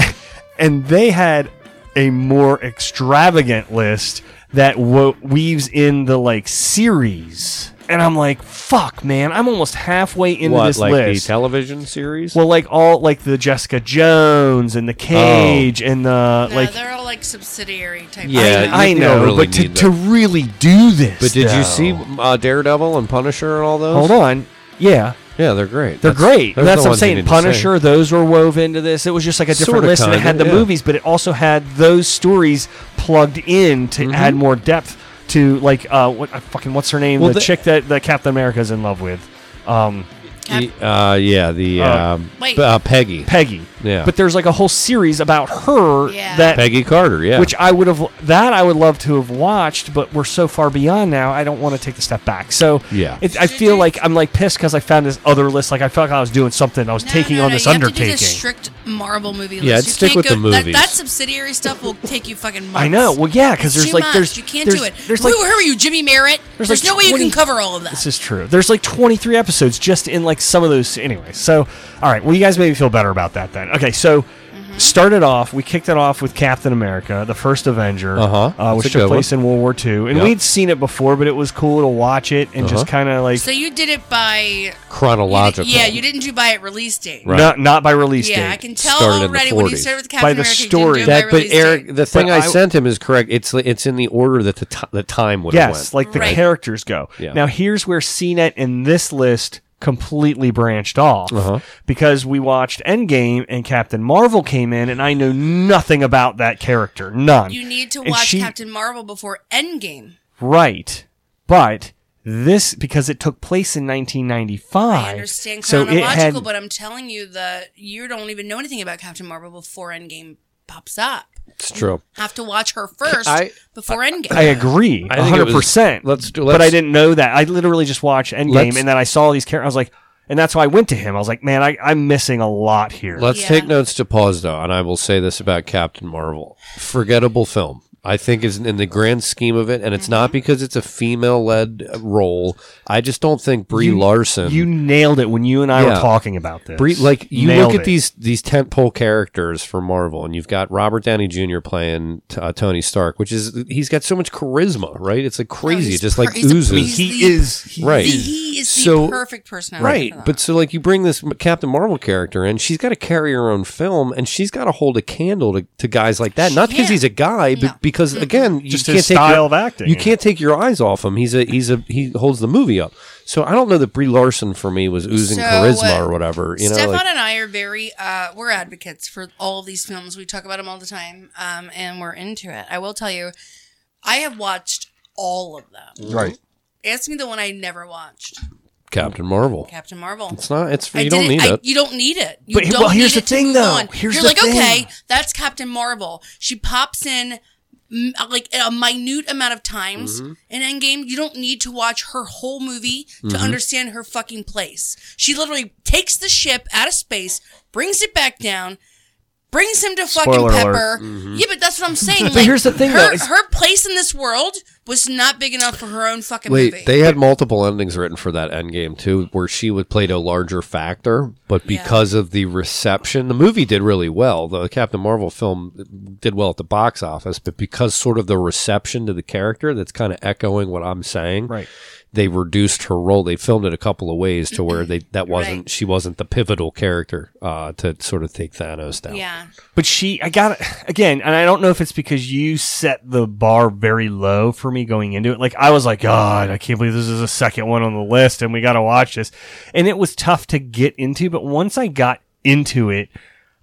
Speaker 6: and they had a more extravagant list that wo- weaves in the like series. And I'm like, fuck, man, I'm almost halfway into
Speaker 7: what
Speaker 6: this
Speaker 7: like
Speaker 6: list.
Speaker 7: the television series?
Speaker 6: well, like all like the Jessica Jones
Speaker 7: Oh.
Speaker 6: and the Cage and the
Speaker 9: No,
Speaker 6: like.
Speaker 9: they're all like subsidiary type.
Speaker 7: Yeah,
Speaker 9: things.
Speaker 7: you-
Speaker 6: I
Speaker 7: you don't
Speaker 6: know,
Speaker 7: really
Speaker 6: but to,
Speaker 7: need that.
Speaker 6: to really do this,
Speaker 7: but did
Speaker 6: though-
Speaker 7: you see uh, Daredevil and Punisher and all those?
Speaker 6: Hold on, yeah,
Speaker 7: Yeah, they're great.
Speaker 6: They're
Speaker 7: That's-
Speaker 6: great.
Speaker 7: those are
Speaker 6: That's
Speaker 7: the
Speaker 6: what I'm
Speaker 7: ones you
Speaker 6: saying.
Speaker 7: need to say.
Speaker 6: Punisher, those were wove into this. It was just like a different
Speaker 7: Sorta,
Speaker 6: list, and it had
Speaker 7: kinda,
Speaker 6: the
Speaker 7: yeah.
Speaker 6: movies, but it also had those stories plugged in to
Speaker 7: Mm-hmm.
Speaker 6: add more depth to like uh, what uh, fucking what's her name?
Speaker 7: Well,
Speaker 6: the,
Speaker 7: the-
Speaker 6: chick that, that Captain America's in love with, um,
Speaker 9: Cap-
Speaker 7: The- uh, yeah, the
Speaker 6: Uh,
Speaker 7: um,
Speaker 9: wait.
Speaker 7: uh, Peggy,
Speaker 6: Peggy.
Speaker 7: Yeah.
Speaker 6: But there's like a whole series about her
Speaker 9: Yeah.
Speaker 6: that.
Speaker 7: Peggy Carter. Yeah,
Speaker 6: Which I would have that I would love to have watched, but we're so far beyond now. I don't want to take the step back. So
Speaker 7: Yeah.
Speaker 6: it, I feel like I'm like pissed because I found this other list. Like I felt like I was doing something. I was
Speaker 9: No,
Speaker 6: taking
Speaker 9: no,
Speaker 6: on
Speaker 9: no,
Speaker 6: this
Speaker 9: you
Speaker 6: undertaking.
Speaker 9: Have to do this strict Marvel movie list.
Speaker 7: Yeah,
Speaker 9: You
Speaker 7: I'd stick
Speaker 9: can't
Speaker 7: with
Speaker 9: go-
Speaker 7: the
Speaker 9: that-
Speaker 7: movies.
Speaker 9: That, subsidiary stuff will take you fucking months.
Speaker 6: I know. Well, yeah, because there's
Speaker 9: Too
Speaker 6: like
Speaker 9: much.
Speaker 6: there's
Speaker 9: you can't
Speaker 6: there's,
Speaker 9: do it.
Speaker 6: There's
Speaker 9: who,
Speaker 6: like
Speaker 9: who are you, Jimmy Merritt?
Speaker 6: There's
Speaker 9: There's,
Speaker 6: like
Speaker 9: no way you
Speaker 6: 20
Speaker 9: can cover all of that.
Speaker 6: this is true. There's like 23 episodes just in like some of those. Anyway, so all right. Well, you guys made me feel better about that then. Okay, so
Speaker 9: Mm-hmm.
Speaker 6: Started off, we kicked it off with Captain America, the first Avenger,
Speaker 7: Uh-huh.
Speaker 6: uh,
Speaker 7: That's a
Speaker 6: which
Speaker 7: good
Speaker 6: took place in World War II. And
Speaker 7: Yep. Uh-huh.
Speaker 6: we'd seen it before, but it was cool to watch it and just kind of like.
Speaker 9: So you did it by
Speaker 7: Chronological.
Speaker 9: You did- yeah, you didn't do by it release date.
Speaker 7: Right.
Speaker 6: Not, not by release
Speaker 9: Yeah,
Speaker 6: date.
Speaker 9: I can tell
Speaker 7: Started in the
Speaker 9: already when you
Speaker 7: 40s.
Speaker 9: started with Captain
Speaker 6: By the
Speaker 9: America. you
Speaker 6: story.
Speaker 9: didn't do it
Speaker 7: That,
Speaker 9: by
Speaker 7: but
Speaker 9: release
Speaker 7: Eric,
Speaker 9: date.
Speaker 7: the thing I,
Speaker 6: I-
Speaker 7: sent him is correct. It's it's in the order that the ti the time would have
Speaker 6: Yes,
Speaker 7: went.
Speaker 6: like the
Speaker 9: Right.
Speaker 6: characters go.
Speaker 7: Yeah.
Speaker 6: Now here's where CNET and this list completely branched off
Speaker 7: Uh-huh.
Speaker 6: because we watched Endgame and Captain Marvel came in, and I know nothing about that character, none.
Speaker 9: you need to
Speaker 6: And
Speaker 9: watch
Speaker 6: she-
Speaker 9: Captain Marvel before Endgame.
Speaker 6: Right, but this because it took place in 1995.
Speaker 9: I understand
Speaker 6: so it
Speaker 9: chronological,
Speaker 6: had
Speaker 9: but I'm telling you that you don't even know anything about Captain Marvel before Endgame pops up.
Speaker 7: It's true.
Speaker 9: Have to watch her first
Speaker 7: I-
Speaker 9: before Endgame.
Speaker 6: I agree,
Speaker 7: I think it
Speaker 6: 100.
Speaker 7: was-
Speaker 6: percent
Speaker 7: let's do-
Speaker 6: But
Speaker 7: let's-
Speaker 6: I didn't know that. I literally just watched Endgame,
Speaker 7: Let's-
Speaker 6: and then I saw these characters. I was like, and that's why I went to him. I was like, man, I, I'm missing a lot here.
Speaker 7: Let's
Speaker 9: Yeah.
Speaker 7: take notes to pause though, and I will say this about Captain Marvel: forgettable film. I think is in the grand scheme of it, and it's
Speaker 9: Mm-hmm.
Speaker 7: not because it's a female-led role. I just don't think Brie Larson.
Speaker 6: You nailed it when you and I
Speaker 7: Yeah.
Speaker 6: were talking about this.
Speaker 7: Brie, like you
Speaker 6: Nailed
Speaker 7: look at
Speaker 6: it.
Speaker 7: these these tentpole characters for Marvel, and you've got Robert Downey Jr. playing t- uh, Tony Stark, which is he's got so much charisma, right? It's like crazy,
Speaker 9: he's
Speaker 7: it just
Speaker 9: per-
Speaker 7: like
Speaker 9: he's a
Speaker 7: oozes.
Speaker 9: beast.
Speaker 6: He is he
Speaker 7: Right.
Speaker 9: The he is
Speaker 7: So-
Speaker 9: the perfect personality.
Speaker 7: Right,
Speaker 9: for that.
Speaker 7: but so like you bring this M- Captain Marvel character in, she's got to carry her own film, and she's got to hold a candle to, to guys like that. Not because
Speaker 9: can.
Speaker 7: he's a guy, but
Speaker 9: No.
Speaker 7: because again, you
Speaker 6: Just
Speaker 7: can't
Speaker 6: his
Speaker 7: take
Speaker 6: style
Speaker 7: your,
Speaker 6: of acting.
Speaker 7: You can't take your eyes off him. He's a he's a he holds the movie up. So I don't know that Brie Larson for me was oozing
Speaker 9: So,
Speaker 7: charisma
Speaker 9: uh,
Speaker 7: or whatever. You know,
Speaker 9: Stefan
Speaker 7: like,
Speaker 9: and I are very uh, we're advocates for all of these films. We talk about them all the time, um, and we're into it. I will tell you, I have watched all of them.
Speaker 7: right,
Speaker 9: Ask me the one I never watched,
Speaker 7: Captain Marvel.
Speaker 9: Captain Marvel.
Speaker 7: It's not. It's
Speaker 9: I
Speaker 7: you don't
Speaker 9: didn't-
Speaker 7: need
Speaker 9: I-
Speaker 7: it.
Speaker 9: You don't need it. You
Speaker 6: But he-
Speaker 9: don't
Speaker 6: well, here's
Speaker 9: need
Speaker 6: the
Speaker 9: it to
Speaker 6: thing,
Speaker 9: move
Speaker 6: though.
Speaker 9: on.
Speaker 6: Here's
Speaker 9: You're
Speaker 6: the
Speaker 9: like,
Speaker 6: thing.
Speaker 9: okay, that's Captain Marvel. She pops in mm, like a minute amount of times
Speaker 6: Mm-hmm.
Speaker 9: in Endgame. You don't need to watch her whole movie to
Speaker 6: Mm-hmm.
Speaker 9: understand her fucking place. She literally takes the ship out of space, brings it back down. Brings him to fucking
Speaker 6: Spoiler alert. Mm-hmm.
Speaker 9: Pepper. Yeah, but that's what I'm saying.
Speaker 6: But here's the thing, though,
Speaker 9: her,
Speaker 6: it's-
Speaker 9: her place in this world was not big enough for her own fucking
Speaker 7: Wait,
Speaker 9: movie.
Speaker 7: they had multiple endings written for that Endgame too, where she would played a larger factor, but because of the reception, the movie did really well. The Captain Marvel film did well at the box office, but because sort of the reception to the character, that's kind of echoing what I'm saying.
Speaker 6: Right.
Speaker 7: They reduced her role. They filmed it a couple of ways to where they that wasn't
Speaker 9: Right.
Speaker 7: she wasn't the pivotal character uh, to sort of take Thanos down.
Speaker 9: yeah.
Speaker 6: But she, I got it again, and I don't know if it's because you set the bar very low for me going into it. Like I was like, God, I can't believe this is the second one on the list, and we got to watch this. And it was tough to get into, but once I got into it,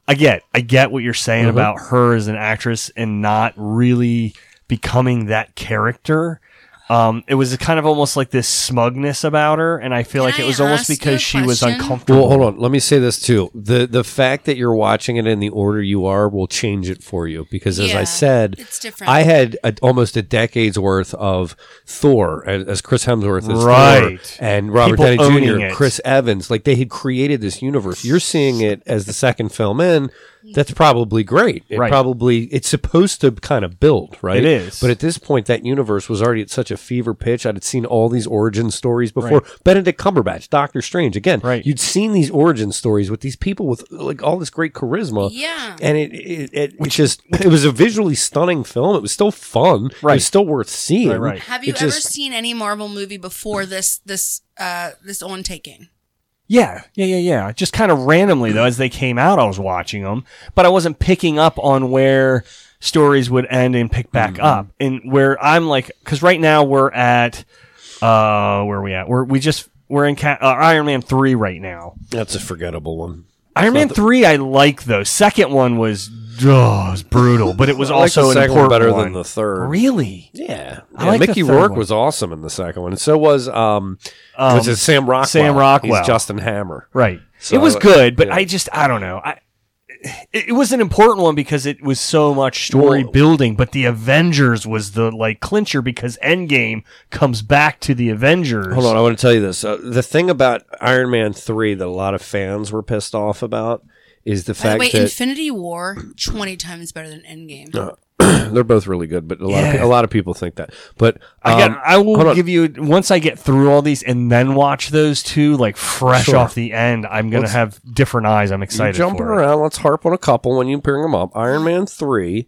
Speaker 6: I get, I get what you're saying
Speaker 7: Mm-hmm.
Speaker 6: about her as an actress and not really becoming that character. Um, it was kind of almost like this smugness about her, and I feel
Speaker 9: Can
Speaker 6: like it
Speaker 9: I
Speaker 6: was almost
Speaker 9: ask you a
Speaker 6: because she was
Speaker 9: question?
Speaker 6: uncomfortable.
Speaker 7: Well, hold on. Let me say this too. The the fact that you're watching it in the order you are will change it for you because as I
Speaker 9: Yeah,
Speaker 7: said,
Speaker 9: it's different.
Speaker 7: I had a, almost a decade's worth of Thor as, as Chris Hemsworth is
Speaker 6: Right.
Speaker 7: Thor and Robert
Speaker 6: People
Speaker 7: Downey Jr.,
Speaker 6: owning it.
Speaker 7: Chris Evans. Like they had created this universe. You're seeing it as the second film in. That's probably great. It
Speaker 6: Right.
Speaker 7: probably it's supposed to kind of build, right?
Speaker 6: It is.
Speaker 7: But at this point, that universe was already at such a fever pitch. I'd seen all these origin stories before. Benedict Cumberbatch, Doctor Strange. Again,
Speaker 6: Right.
Speaker 7: you'd seen these origin stories with these people with like all this great charisma.
Speaker 9: Yeah.
Speaker 7: And it it, it, it just it was a visually stunning film. It was still fun. It
Speaker 6: Right.
Speaker 7: was still worth seeing.
Speaker 6: Right, right.
Speaker 9: Have you
Speaker 7: It
Speaker 9: ever
Speaker 7: just-
Speaker 9: seen any Marvel movie before this this uh this on taking?
Speaker 6: Yeah, yeah, yeah, yeah. Just kind of randomly though, as they came out, I was watching them, but I wasn't picking up on where stories would end and pick back
Speaker 7: Mm-hmm.
Speaker 6: up, and where I'm like, because right now we're at, uh, where are we at? We're we just we're in Ca- uh, Iron Man three right now.
Speaker 7: That's a forgettable one.
Speaker 6: Iron Man three, I like though. Second one was, oh, it was brutal, but it was
Speaker 7: I like
Speaker 6: also
Speaker 7: the
Speaker 6: an
Speaker 7: second one
Speaker 6: important
Speaker 7: better
Speaker 6: one.
Speaker 7: than the third.
Speaker 6: Really,
Speaker 7: Yeah,
Speaker 6: I
Speaker 7: Yeah,
Speaker 6: like the
Speaker 7: Mickey
Speaker 6: third
Speaker 7: Rourke
Speaker 6: one.
Speaker 7: was awesome in the second one, and so was um,
Speaker 6: Um,
Speaker 7: which is Sam Rockwell.
Speaker 6: Sam Rockwell.
Speaker 7: He's Justin Hammer.
Speaker 6: Right.
Speaker 7: So
Speaker 6: it was
Speaker 7: I-
Speaker 6: good, but
Speaker 7: yeah.
Speaker 6: I just I don't know. I it, it was an important one because it was so much story
Speaker 7: Well-
Speaker 6: building, but the Avengers was the like clincher because Endgame comes back to the Avengers.
Speaker 7: Hold on, I want to tell you this. Uh, the thing about Iron Man three that a lot of fans were pissed off about is the
Speaker 9: By the
Speaker 7: fact
Speaker 9: way,
Speaker 7: that Uh,
Speaker 9: Infinity War twenty times better than Endgame.
Speaker 7: They're both really good, but a lot of
Speaker 6: Yeah.
Speaker 7: pe- a lot of people think that. But um,
Speaker 6: I, got, I
Speaker 7: hold
Speaker 6: will
Speaker 7: on.
Speaker 6: give you once I get through all these and then watch those two like fresh
Speaker 7: Sure.
Speaker 6: off the end. I'm gonna
Speaker 7: Let's-
Speaker 6: have different eyes. I'm
Speaker 7: You're
Speaker 6: excited.
Speaker 7: jumping
Speaker 6: for it.
Speaker 7: around. Let's harp on a couple when you bring them up. Iron Man three.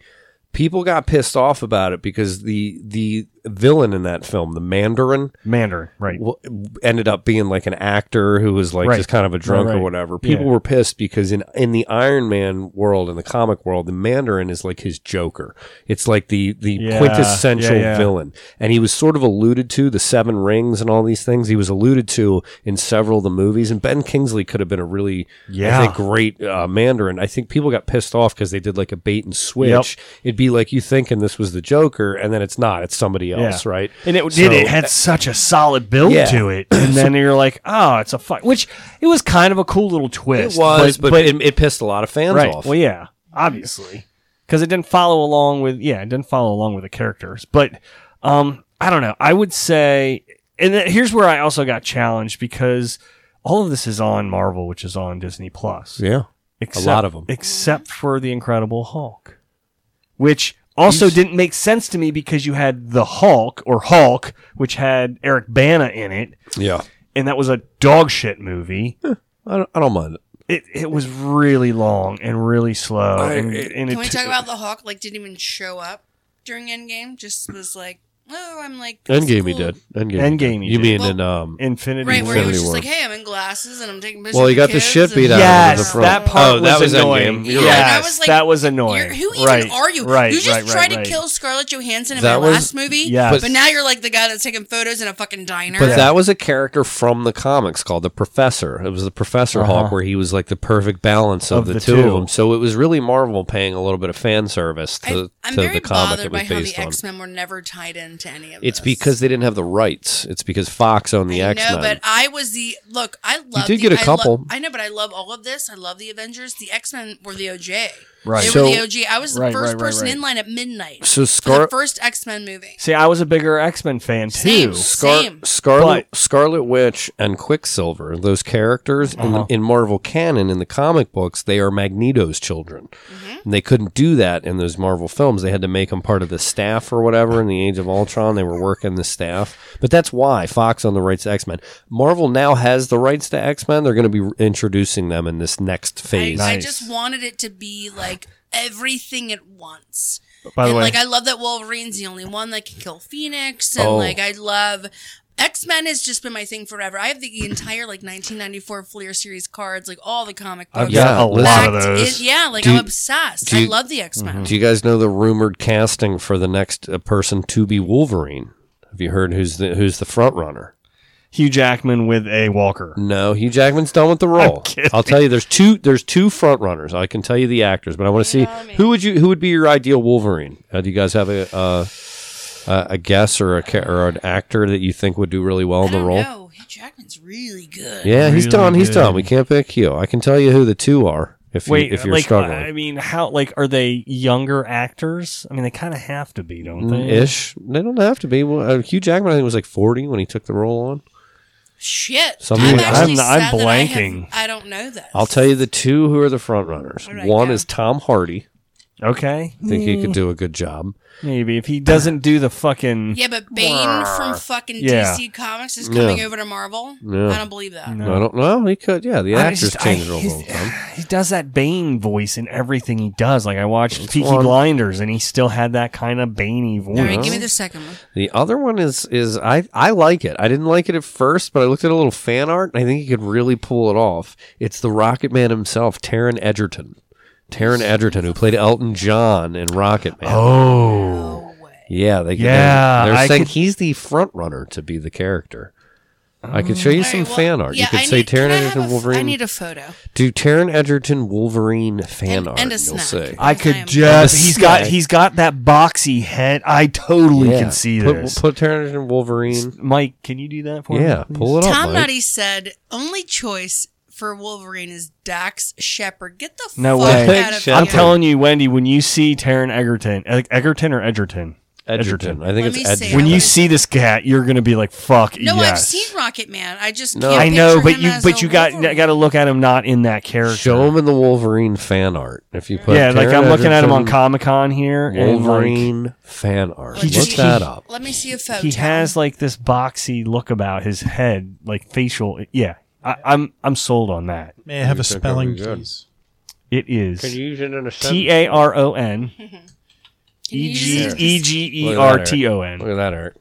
Speaker 7: People got pissed off about it because the the villain in that film, the Mandarin,
Speaker 6: Mandarin, right?
Speaker 7: w- ended up being like an actor who was like
Speaker 6: Right.
Speaker 7: just kind of a drunk
Speaker 6: Right,
Speaker 7: or
Speaker 6: right.
Speaker 7: whatever. People
Speaker 6: Yeah.
Speaker 7: were pissed because in in the Iron Man world, in the comic world, the Mandarin is like his Joker. It's like the the
Speaker 6: Yeah,
Speaker 7: quintessential
Speaker 6: yeah, yeah.
Speaker 7: villain, and he was sort of alluded to the Seven Rings and all these things. He was alluded to in several of the movies, and Ben Kingsley could have been a really
Speaker 6: Yeah.
Speaker 7: I think, great uh, Mandarin. I think people got pissed off because they did like a bait and switch. It'd be like you thinking this was the Joker, and then it's not. It's somebody else, right?
Speaker 6: And it did. It
Speaker 7: So-
Speaker 6: had such a solid build
Speaker 7: Yeah.
Speaker 6: to it, and then you're like, oh, it's a fuck. Which it was kind of a cool little twist.
Speaker 7: It was, but, it, it pissed a lot of fans
Speaker 6: right.
Speaker 7: off.
Speaker 6: Well, yeah, obviously, because it didn't follow along with yeah, it didn't follow along with the characters. But um, I don't know. I would say, and th- here's where I also got challenged because all of this is on Marvel, which is on Disney Plus.
Speaker 7: yeah.
Speaker 6: Except,
Speaker 7: lot of 'em.
Speaker 6: except for the Incredible Hulk, which also didn't make sense to me because you had the Hulk or Hulk, which had Eric Bana in it,
Speaker 7: Yeah.
Speaker 6: and that was a dog shit movie.
Speaker 7: I don't, I don't mind it.
Speaker 6: It, it was really long and really slow.
Speaker 7: I-
Speaker 6: and,
Speaker 7: it-
Speaker 6: and it
Speaker 9: Can we
Speaker 6: t-
Speaker 9: talk about the Hawk? Like, didn't even show up during Endgame. Just was like, oh, I'm like that's
Speaker 7: Endgame he
Speaker 9: cool.
Speaker 7: did. Endgame.
Speaker 6: Endgame he
Speaker 7: You
Speaker 6: did.
Speaker 7: mean in um?
Speaker 6: Infinity?
Speaker 9: Right, where he was
Speaker 7: Infinity
Speaker 9: just
Speaker 7: War.
Speaker 9: like, hey, I'm in glasses and I'm taking pictures.
Speaker 7: Well, he
Speaker 9: with
Speaker 7: got the
Speaker 9: kids
Speaker 7: shit
Speaker 9: and-
Speaker 7: beat out of him in the
Speaker 6: Yes,
Speaker 7: front.
Speaker 6: that part
Speaker 7: Oh, that
Speaker 6: was,
Speaker 7: was
Speaker 6: annoying.
Speaker 7: Endgame. You're
Speaker 9: right.
Speaker 6: yes,
Speaker 9: And I was like,
Speaker 6: that was
Speaker 9: You're,
Speaker 6: annoying.
Speaker 9: who even
Speaker 6: right,
Speaker 9: are you?
Speaker 6: Right,
Speaker 9: you just
Speaker 6: right,
Speaker 9: tried
Speaker 6: right.
Speaker 9: to kill Scarlett Johansson in
Speaker 7: That
Speaker 9: my
Speaker 7: was-
Speaker 9: last movie,
Speaker 6: Yes.
Speaker 9: but now you're like the guy that's taking photos in a fucking diner.
Speaker 7: But that was a character from the comics called the Professor. It was the Professor Hawk, where he was like the perfect balance Uh-huh.
Speaker 6: Of
Speaker 7: of, the,
Speaker 6: the
Speaker 7: two,
Speaker 6: two.
Speaker 7: of them. So it was really Marvel paying a little bit of fan service
Speaker 9: I,
Speaker 7: to,
Speaker 9: I'm
Speaker 7: to
Speaker 9: very
Speaker 7: the comic
Speaker 9: bothered
Speaker 7: it
Speaker 9: by
Speaker 7: was
Speaker 9: how the
Speaker 7: based on.
Speaker 9: X Men were never tied into any of
Speaker 7: It's
Speaker 9: this.
Speaker 7: because they didn't have the rights. It's because Fox owned the
Speaker 9: I
Speaker 7: X
Speaker 9: know, but
Speaker 7: Men.
Speaker 9: I was the look. I love.
Speaker 7: did
Speaker 9: the,
Speaker 7: get a
Speaker 9: I lo-
Speaker 7: couple.
Speaker 9: I know, but I love all of this. I love the Avengers. The X Men were the OJ.
Speaker 6: Right.
Speaker 9: They
Speaker 7: So-
Speaker 9: were the OG. I was the
Speaker 6: Right,
Speaker 9: first
Speaker 6: right, right,
Speaker 9: person
Speaker 6: right.
Speaker 9: in line at midnight.
Speaker 7: So
Speaker 9: for the
Speaker 7: Scar-
Speaker 9: first X Men movie.
Speaker 6: See, I was a bigger X Men fan too.
Speaker 9: Same.
Speaker 7: Scar-
Speaker 9: Same.
Speaker 7: Scarlet Scarlet Witch and Quicksilver, those characters in, in Marvel canon in the comic books, they are Magneto's children.
Speaker 9: Mm-hmm.
Speaker 7: And they couldn't do that in those Marvel films. They had to make them part of the staff or whatever. In the Age of Ultron, they were working the staff. But that's why Fox on the rights to X Men. Marvel now has the rights to X Men. They're going to be introducing them in this next
Speaker 9: I,
Speaker 7: phase.
Speaker 9: I
Speaker 6: Nice.
Speaker 9: just wanted it to be like everything at once.
Speaker 6: By the
Speaker 9: and
Speaker 6: way,
Speaker 9: like I love that Wolverine's the only one that can kill Phoenix, and
Speaker 7: Oh.
Speaker 9: like I love X Men has just been my thing forever. I have the entire like 1994 Fleer series cards, like all the comic books.
Speaker 6: I've got
Speaker 7: Yeah,
Speaker 6: a lot of
Speaker 9: Fact
Speaker 6: those.
Speaker 9: is- yeah, like
Speaker 7: Do
Speaker 9: I'm
Speaker 7: you-
Speaker 9: obsessed.
Speaker 7: do you- Mm-hmm.
Speaker 9: I love the X Men.
Speaker 7: Do you guys know the rumored casting for the next uh, person to be Wolverine? Have you heard who's the who's the front runner?
Speaker 6: Hugh Jackman with a walker.
Speaker 7: No, Hugh Jackman's done with the role.
Speaker 6: kidding.
Speaker 7: I'll tell you, there's two there's two front runners. I can tell you the actors, but I want to see who would you who would be your ideal Wolverine. Uh, do you guys have a uh, uh, a guess or a ca- or an actor that you think would do really well
Speaker 9: I
Speaker 7: in the
Speaker 9: don't
Speaker 7: role?
Speaker 9: know. Hugh Jackman's really good.
Speaker 7: Yeah, he's
Speaker 6: Really
Speaker 7: done. He's done.
Speaker 6: good.
Speaker 7: We can't pick Hugh. I can tell you who the two are. If
Speaker 6: Wait,
Speaker 7: you, if you're
Speaker 6: like
Speaker 7: struggling,
Speaker 6: I mean, how like are they younger actors? I mean, they kind of have to be, don't they?
Speaker 7: Mm, ish. They don't have to be. Well, uh, Hugh Jackman, I think, was like 40 when he took the role on.
Speaker 9: Shit.
Speaker 7: Some-
Speaker 9: I'm,
Speaker 7: Dude,
Speaker 9: actually
Speaker 6: I'm-
Speaker 9: sad
Speaker 6: I'm
Speaker 9: that I have-
Speaker 6: blanking.
Speaker 9: I, don't know this.
Speaker 7: I'll tell you the two who are the front runners.
Speaker 9: All right,
Speaker 7: One
Speaker 9: go. Hmm.
Speaker 7: is Tom Hardy.
Speaker 6: Okay,
Speaker 7: I think he could do a good job.
Speaker 6: maybe if he doesn't do the fucking
Speaker 9: Yeah, but Bane from fucking
Speaker 6: Yeah.
Speaker 9: DC Comics is
Speaker 7: Yeah.
Speaker 9: coming over to Marvel.
Speaker 7: Yeah.
Speaker 9: I don't believe that.
Speaker 7: I don't know. He could. Yeah, the
Speaker 6: I
Speaker 7: actors
Speaker 6: just-
Speaker 7: change
Speaker 6: I-
Speaker 7: roles all the
Speaker 6: he's-
Speaker 7: time.
Speaker 6: He does that Bane voice in everything he does. Like I watched Peaky
Speaker 7: one.
Speaker 6: Blinders, and he still had that kind of Baney voice.
Speaker 9: All right, give me the second one.
Speaker 7: The other one is is I I like it. I didn't like it at first, but I looked at a little fan art and I think he could really pull it off. It's the Rocket Man himself, Taron Egerton. Taron Egerton, who played Elton John in Rocket Man.
Speaker 6: Oh,
Speaker 7: Yeah, they,
Speaker 6: Yeah,
Speaker 7: They're, they're
Speaker 6: I
Speaker 7: saying
Speaker 6: could-
Speaker 7: he's the front runner to be the character. I could show you some
Speaker 9: Oh. All right, well,
Speaker 7: fan art.
Speaker 9: yeah,
Speaker 7: you could
Speaker 9: I
Speaker 7: say
Speaker 9: need-
Speaker 7: Taron
Speaker 9: can I have a
Speaker 7: Egerton
Speaker 9: f-
Speaker 7: Wolverine.
Speaker 9: I need a photo.
Speaker 7: Do Taron Egerton Wolverine fan
Speaker 9: And-
Speaker 7: art?
Speaker 9: and a
Speaker 7: you'll
Speaker 9: snack.
Speaker 7: see.
Speaker 6: I
Speaker 9: I
Speaker 6: could
Speaker 9: am-
Speaker 6: just.
Speaker 7: Yes.
Speaker 6: He's got
Speaker 7: Yeah.
Speaker 6: he's got that boxy head. I totally
Speaker 7: Yeah.
Speaker 6: can see
Speaker 7: put,
Speaker 6: this.
Speaker 7: Put Taron Egerton Wolverine.
Speaker 6: Mike, can you do that for me?
Speaker 7: Yeah,
Speaker 6: please?
Speaker 7: pull it
Speaker 9: Tom
Speaker 7: up. Mike.
Speaker 9: Nutty said, "Only choice for Wolverine is Dax Shepard. Get the
Speaker 6: No
Speaker 9: fuck
Speaker 6: way.
Speaker 9: out of
Speaker 7: Shepard.
Speaker 9: here!
Speaker 6: I'm telling you, Wendy, when you see Taron Egerton, E- Egerton or Edgerton?
Speaker 7: Edgerton. I think
Speaker 9: Let
Speaker 7: it's
Speaker 9: me see.
Speaker 7: Edgerton.
Speaker 6: When
Speaker 9: I
Speaker 6: you
Speaker 9: would-
Speaker 6: see this cat, you're gonna be like, "Fuck
Speaker 9: No,
Speaker 6: yes."
Speaker 9: I've seen Rocket Man. I just
Speaker 7: No.
Speaker 9: can't
Speaker 6: I know,
Speaker 9: picture
Speaker 6: but
Speaker 9: him
Speaker 6: you
Speaker 9: as
Speaker 6: but
Speaker 9: a
Speaker 6: you got
Speaker 9: Wolverine.
Speaker 6: got to look at him not in that character.
Speaker 7: Show him in the Wolverine fan art. If you put
Speaker 6: yeah, like
Speaker 7: Taron
Speaker 6: I'm looking at him on
Speaker 7: Egerton,
Speaker 6: Comic Con here, and
Speaker 7: Wolverine fan art.
Speaker 9: Let
Speaker 6: He
Speaker 9: me
Speaker 7: Look
Speaker 6: just-
Speaker 9: see-
Speaker 7: that up.
Speaker 9: Let me see a photo.
Speaker 6: like, he has like this boxy look about his head, like facial. Yeah, I, I'm I'm sold on that.
Speaker 4: May I have a
Speaker 7: think that
Speaker 4: spelling,
Speaker 7: would be good.
Speaker 4: please?
Speaker 6: It is
Speaker 7: use it in a
Speaker 6: T A R O N
Speaker 9: Can you
Speaker 6: E
Speaker 9: use
Speaker 6: G
Speaker 9: this?
Speaker 6: E G E
Speaker 7: Look
Speaker 6: R
Speaker 7: at that, Eric.
Speaker 6: T O
Speaker 7: Look
Speaker 6: N.
Speaker 7: at that art.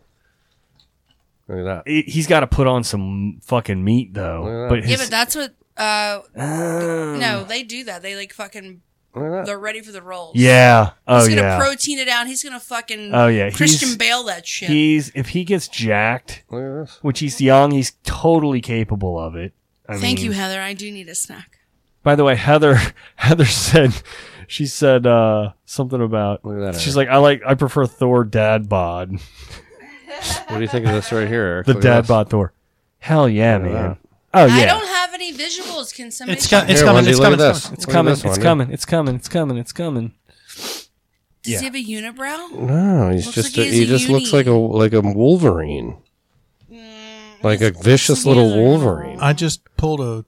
Speaker 7: Look at that.
Speaker 6: He- He's got to put on some fucking meat though.
Speaker 7: Look
Speaker 6: But
Speaker 7: at
Speaker 9: Yeah,
Speaker 6: his,
Speaker 9: but that's what. Uh,
Speaker 6: Ah.
Speaker 9: no, they do that. They like fucking.
Speaker 7: Look at that.
Speaker 9: They're ready for the roles.
Speaker 6: yeah. Oh
Speaker 9: He's gonna
Speaker 6: yeah.
Speaker 9: protein it out. He's gonna fucking.
Speaker 6: Oh, yeah,
Speaker 9: Christian
Speaker 6: he's-
Speaker 9: Bale that shit.
Speaker 6: He's if he gets jacked,
Speaker 7: Look at this.
Speaker 6: which he's young, he's totally capable of it. I
Speaker 9: Thank
Speaker 6: mean,
Speaker 9: you, Heather. I do need a snack.
Speaker 6: By the way, Heather Heather said she said uh, something about
Speaker 7: Look at that,
Speaker 6: she's
Speaker 7: Eric.
Speaker 6: like I like I prefer Thor dad bod
Speaker 7: What do you think of this right here? Eric?
Speaker 6: the
Speaker 7: Look at
Speaker 6: dad
Speaker 7: this.
Speaker 6: bod Thor. Hell yeah, man!
Speaker 7: that.
Speaker 6: Oh
Speaker 9: I
Speaker 6: yeah,
Speaker 9: don't have any visuals. Can somebody?
Speaker 4: It's got-
Speaker 9: Does
Speaker 4: it's
Speaker 7: Here,
Speaker 4: coming.
Speaker 7: Wendy,
Speaker 4: It's
Speaker 7: look at
Speaker 4: coming. It's
Speaker 7: this.
Speaker 4: coming.
Speaker 6: it's coming, it's
Speaker 7: Look at this one.
Speaker 6: coming, it's coming, it's coming, it's coming.
Speaker 9: he have a unibrow?
Speaker 7: No, he's
Speaker 9: Looks
Speaker 7: just
Speaker 9: like
Speaker 7: a,
Speaker 9: he has
Speaker 7: he
Speaker 9: a
Speaker 7: just looks
Speaker 9: uni.
Speaker 7: like a like a Wolverine, like a vicious
Speaker 9: looks like he
Speaker 7: little
Speaker 9: has Mm, a-
Speaker 7: Wolverine.
Speaker 4: I just pulled a.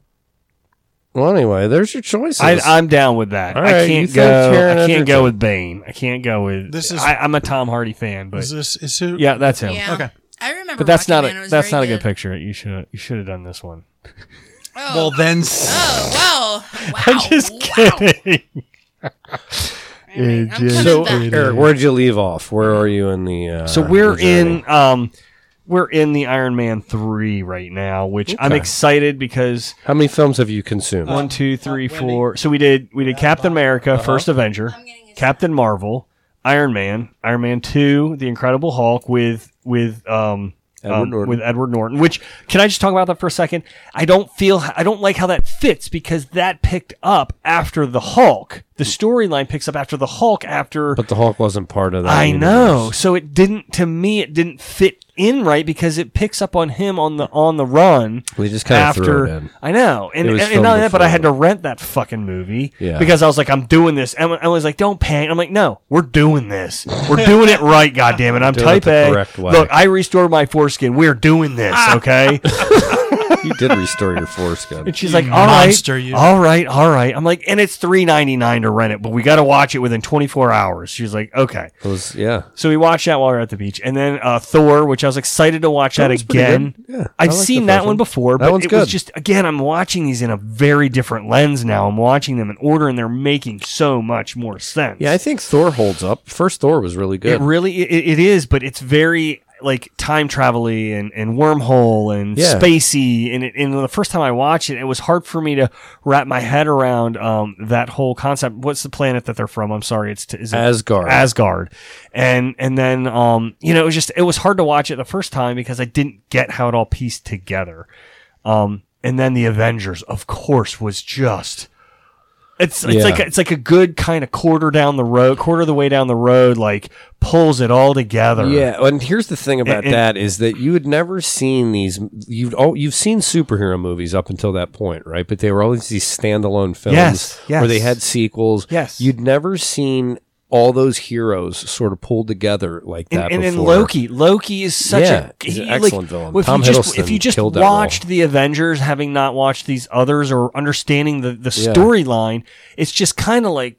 Speaker 7: Well, anyway, there's your choices.
Speaker 6: I, I'm down with that.
Speaker 7: All
Speaker 6: I
Speaker 7: right, you
Speaker 6: can't
Speaker 7: think
Speaker 6: go. I
Speaker 7: Taron
Speaker 6: can't
Speaker 7: Egerton.
Speaker 6: go with Bane. I can't go with. This
Speaker 4: This is-
Speaker 6: is. I, I'm a Tom Hardy fan, but
Speaker 4: Is this? Is who?
Speaker 6: yeah, that's him.
Speaker 9: Yeah.
Speaker 4: Okay.
Speaker 9: I remember.
Speaker 6: But that's
Speaker 9: Rocket
Speaker 6: not
Speaker 9: Man. It
Speaker 6: a
Speaker 9: was
Speaker 6: that's
Speaker 9: very
Speaker 6: not a good picture. You should you should have done this one.
Speaker 9: Oh.
Speaker 4: Well, then. s-
Speaker 9: Oh wow! Wow!
Speaker 6: I'm just
Speaker 9: wow.
Speaker 6: kidding.
Speaker 9: I'm
Speaker 6: just-
Speaker 9: coming back.
Speaker 7: Eric, where'd you leave off? Where are you in the? Uh,
Speaker 6: So we're
Speaker 7: the journey?
Speaker 6: in um we're in the Iron Man three right now, which I'm
Speaker 7: Okay.
Speaker 6: excited because
Speaker 7: How many films have you consumed?
Speaker 6: one, two, three, four. So we did we did Captain America, First Avenger, Captain Marvel, Iron Man, Iron Man two, The Incredible Hulk with with um.
Speaker 7: Edward
Speaker 6: um,
Speaker 7: Norton.
Speaker 6: with Edward Norton, which can I just talk about that for a second? I don't feel I don't like how that fits because that picked up after the Hulk. The storyline picks up after the Hulk after
Speaker 7: But the Hulk wasn't part of that.
Speaker 6: I know.
Speaker 7: universe.
Speaker 6: So it didn't to me it didn't fit in right because it picks up on him on the on the run.
Speaker 7: We just kinda
Speaker 6: after
Speaker 7: threw it in.
Speaker 6: I know. And,
Speaker 7: It
Speaker 6: and,
Speaker 7: was
Speaker 6: and not
Speaker 7: filmed
Speaker 6: that, but I had to
Speaker 7: before.
Speaker 6: rent that fucking movie
Speaker 7: Yeah.
Speaker 6: because I was like, I'm doing this. And I was like, don't panic. I'm like, no, we're doing this. We're doing it right, goddammit. I'm
Speaker 7: Doing it
Speaker 6: type
Speaker 7: the
Speaker 6: A.
Speaker 7: correct way.
Speaker 6: Look, I restored my foreskin. We're doing this,
Speaker 4: Ah.
Speaker 6: okay?
Speaker 7: You did restore your foreskin.
Speaker 6: And she's like, all right,
Speaker 4: monster, you."
Speaker 6: all right, all right. I'm like, and it's three ninety nine to rent it, but we got to watch it within 24 hours. She's like, okay.
Speaker 7: It was yeah.
Speaker 6: So we watched that while we were at the beach, and then uh, Thor, which I was excited to watch that,
Speaker 7: That was pretty
Speaker 6: again.
Speaker 7: good. Yeah, I
Speaker 6: I've
Speaker 7: liked the
Speaker 6: seen
Speaker 7: first
Speaker 6: that one,
Speaker 7: one.
Speaker 6: before,
Speaker 7: That
Speaker 6: but
Speaker 7: one's
Speaker 6: it was
Speaker 7: good.
Speaker 6: just again. I'm watching these in a very different lens now. I'm watching them in order, and they're making so much more sense.
Speaker 7: Yeah, I think Thor holds up. First Thor was really
Speaker 6: it
Speaker 7: good.
Speaker 6: really it, it is, but it's very like time travel and and wormhole and
Speaker 7: Yeah.
Speaker 6: spacey. And it, and the first time I watched it, it was hard for me to wrap my head around um, that whole concept. What's the planet that they're from? I'm sorry, it's t- is it
Speaker 7: Asgard.
Speaker 6: Asgard. And and then um you know it was just it was hard to watch it the first time because I didn't get how it all pieced together. Um and then the Avengers of course was just it's it's
Speaker 7: Yeah.
Speaker 6: like it's like a good kind of quarter down the road, quarter of the way down the road like pulls it all together.
Speaker 7: Yeah, and here's the thing about
Speaker 6: And- and-
Speaker 7: that is that you had never seen these. You've all you've seen superhero movies up until that point, right? But they were always these standalone films,
Speaker 6: Yes,
Speaker 7: where they
Speaker 6: yes.
Speaker 7: had sequels.
Speaker 6: Yes.
Speaker 7: you'd never seen all those heroes sort of pulled together like
Speaker 6: And,
Speaker 7: that.
Speaker 6: and, and
Speaker 7: before.
Speaker 6: Loki, Loki is such
Speaker 7: Yeah,
Speaker 6: a
Speaker 7: he's an excellent villain.
Speaker 6: If
Speaker 7: Tom
Speaker 6: you just, if
Speaker 7: Hiddleston
Speaker 6: you just
Speaker 7: killed that role.
Speaker 6: watched the Avengers, having not watched these others or understanding the the
Speaker 7: Yeah.
Speaker 6: storyline, it's just kind of like,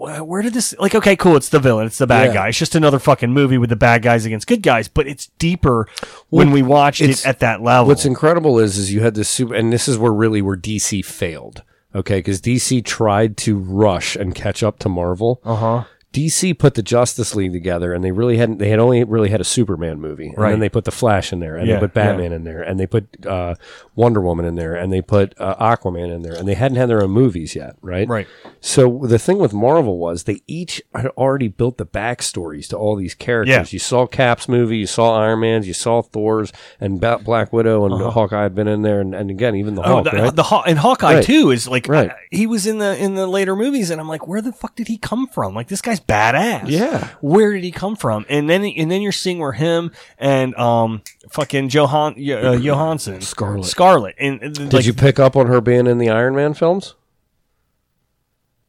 Speaker 6: wh- where did this? Like, okay, cool, it's the villain, it's the bad
Speaker 7: Yeah.
Speaker 6: guy. It's just another fucking movie with the bad guys against good guys, but it's deeper when we watched it
Speaker 7: it's-
Speaker 6: at that level.
Speaker 7: What's incredible is is you had this super, and this is where really where DC failed. Okay, because DC tried to rush and catch up to Marvel. Uh
Speaker 6: Uh-huh.
Speaker 7: huh. DC put the Justice League together, and they really hadn't. They had only really had a Superman movie, and
Speaker 6: Right.
Speaker 7: then they put the Flash in there, and
Speaker 6: Yeah,
Speaker 7: they put Batman in there, and they put uh, Wonder Woman in there, and they put uh, Aquaman in there, and they hadn't had their own movies yet, right?
Speaker 6: Right.
Speaker 7: So the thing with Marvel was they each had already built the backstories to all these characters.
Speaker 6: Yeah.
Speaker 7: You saw Cap's movie, you saw Iron Man's, you saw Thor's, and Ba- Black Widow and Hawkeye had been in there, and, and again even the
Speaker 6: Uh-huh. Oh,
Speaker 7: Hulk.
Speaker 6: the,
Speaker 7: right?
Speaker 6: the Haw- and Hawkeye
Speaker 7: Right.
Speaker 6: too is like
Speaker 7: Right.
Speaker 6: uh, he was in the in the later movies, and I'm like, where the fuck did he come from? Like this guy's badass.
Speaker 7: Yeah.
Speaker 6: where did he come from? And then and then you're seeing where him and um fucking Johan uh, Johansson
Speaker 7: Scarlet.
Speaker 6: Scarlet and, and
Speaker 7: Did
Speaker 6: like,
Speaker 7: you pick up on her being in the Iron Man films?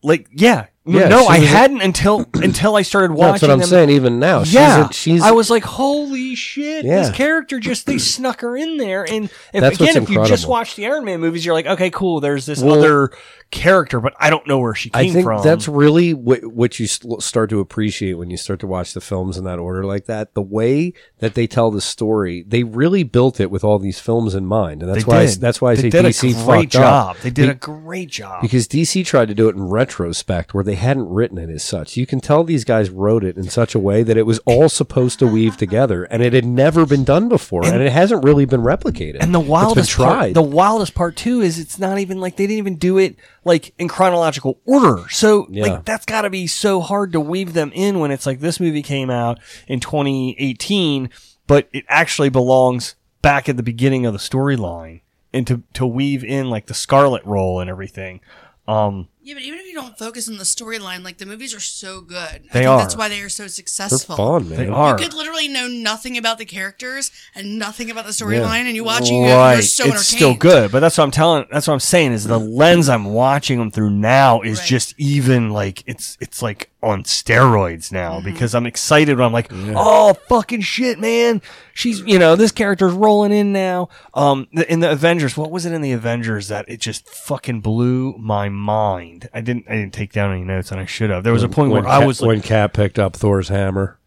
Speaker 6: like yeah
Speaker 7: Yeah,
Speaker 6: no,
Speaker 7: she
Speaker 6: I
Speaker 7: was a-
Speaker 6: hadn't until until I started watching.
Speaker 7: That's what I'm
Speaker 6: them.
Speaker 7: saying. Even now, she's
Speaker 6: yeah,
Speaker 7: a, she's
Speaker 6: I was like, holy shit!
Speaker 7: Yeah.
Speaker 6: This character just they snuck her in there, and if,
Speaker 7: That's what's
Speaker 6: again, if you just
Speaker 7: incredible.
Speaker 6: watch the Iron Man movies, you're like, okay, cool. There's this
Speaker 7: Well-
Speaker 6: other character, but I don't know where she came
Speaker 7: I think
Speaker 6: from.
Speaker 7: that's really what, what you s- start to appreciate when you start to watch the films in that order like that. The way that they tell the story, they really built it with all these films in mind, and that's
Speaker 6: They
Speaker 7: why I,
Speaker 6: did.
Speaker 7: s- that's why I
Speaker 6: they
Speaker 7: say
Speaker 6: did
Speaker 7: DC
Speaker 6: a great
Speaker 7: fucked up.
Speaker 6: job. They did
Speaker 7: Be-
Speaker 6: a great job.
Speaker 7: because DC tried to do it in retrospect where they hadn't written it as such. You can tell these guys wrote it in such a way that it was all supposed to weave together, and it had never been done before, and, it hasn't really been replicated.
Speaker 6: And the
Speaker 7: It's been
Speaker 6: wildest part,
Speaker 7: tried.
Speaker 6: the wildest part too is it's not even like they didn't even do it like in chronological order. So
Speaker 7: Yeah.
Speaker 6: like that's got to be so hard to weave them in when it's like this movie came out in 2018, but it actually belongs back at the beginning of the storyline and to to weave in like the Scarlet role and everything. Um,
Speaker 9: Yeah, but even if you don't focus on the storyline, like the movies are so good. I
Speaker 6: They
Speaker 9: think That's
Speaker 6: are.
Speaker 9: why they are so
Speaker 7: They're
Speaker 9: successful.
Speaker 7: fun, man.
Speaker 6: they are.
Speaker 9: You could literally know nothing about the characters and nothing about the storyline, and you watch it, you're-
Speaker 6: right.
Speaker 9: you're so
Speaker 6: it's still
Speaker 9: entertained. Mm.
Speaker 6: good, but that's what I'm telling. That's what I'm saying is the lens I'm watching them through now is
Speaker 9: Right.
Speaker 6: just even like it's it's like on steroids now
Speaker 9: Mm-hmm.
Speaker 6: because I'm excited. When I'm like, oh fucking shit, man! She's you know this character's rolling in now. Um, th- in the Avengers, what was it in the Avengers that it just fucking blew my mind? I didn't I didn't take down any notes and I should have. There was a point where
Speaker 7: when
Speaker 6: I
Speaker 7: Cap-
Speaker 6: was like,
Speaker 7: when Cap picked up Thor's hammer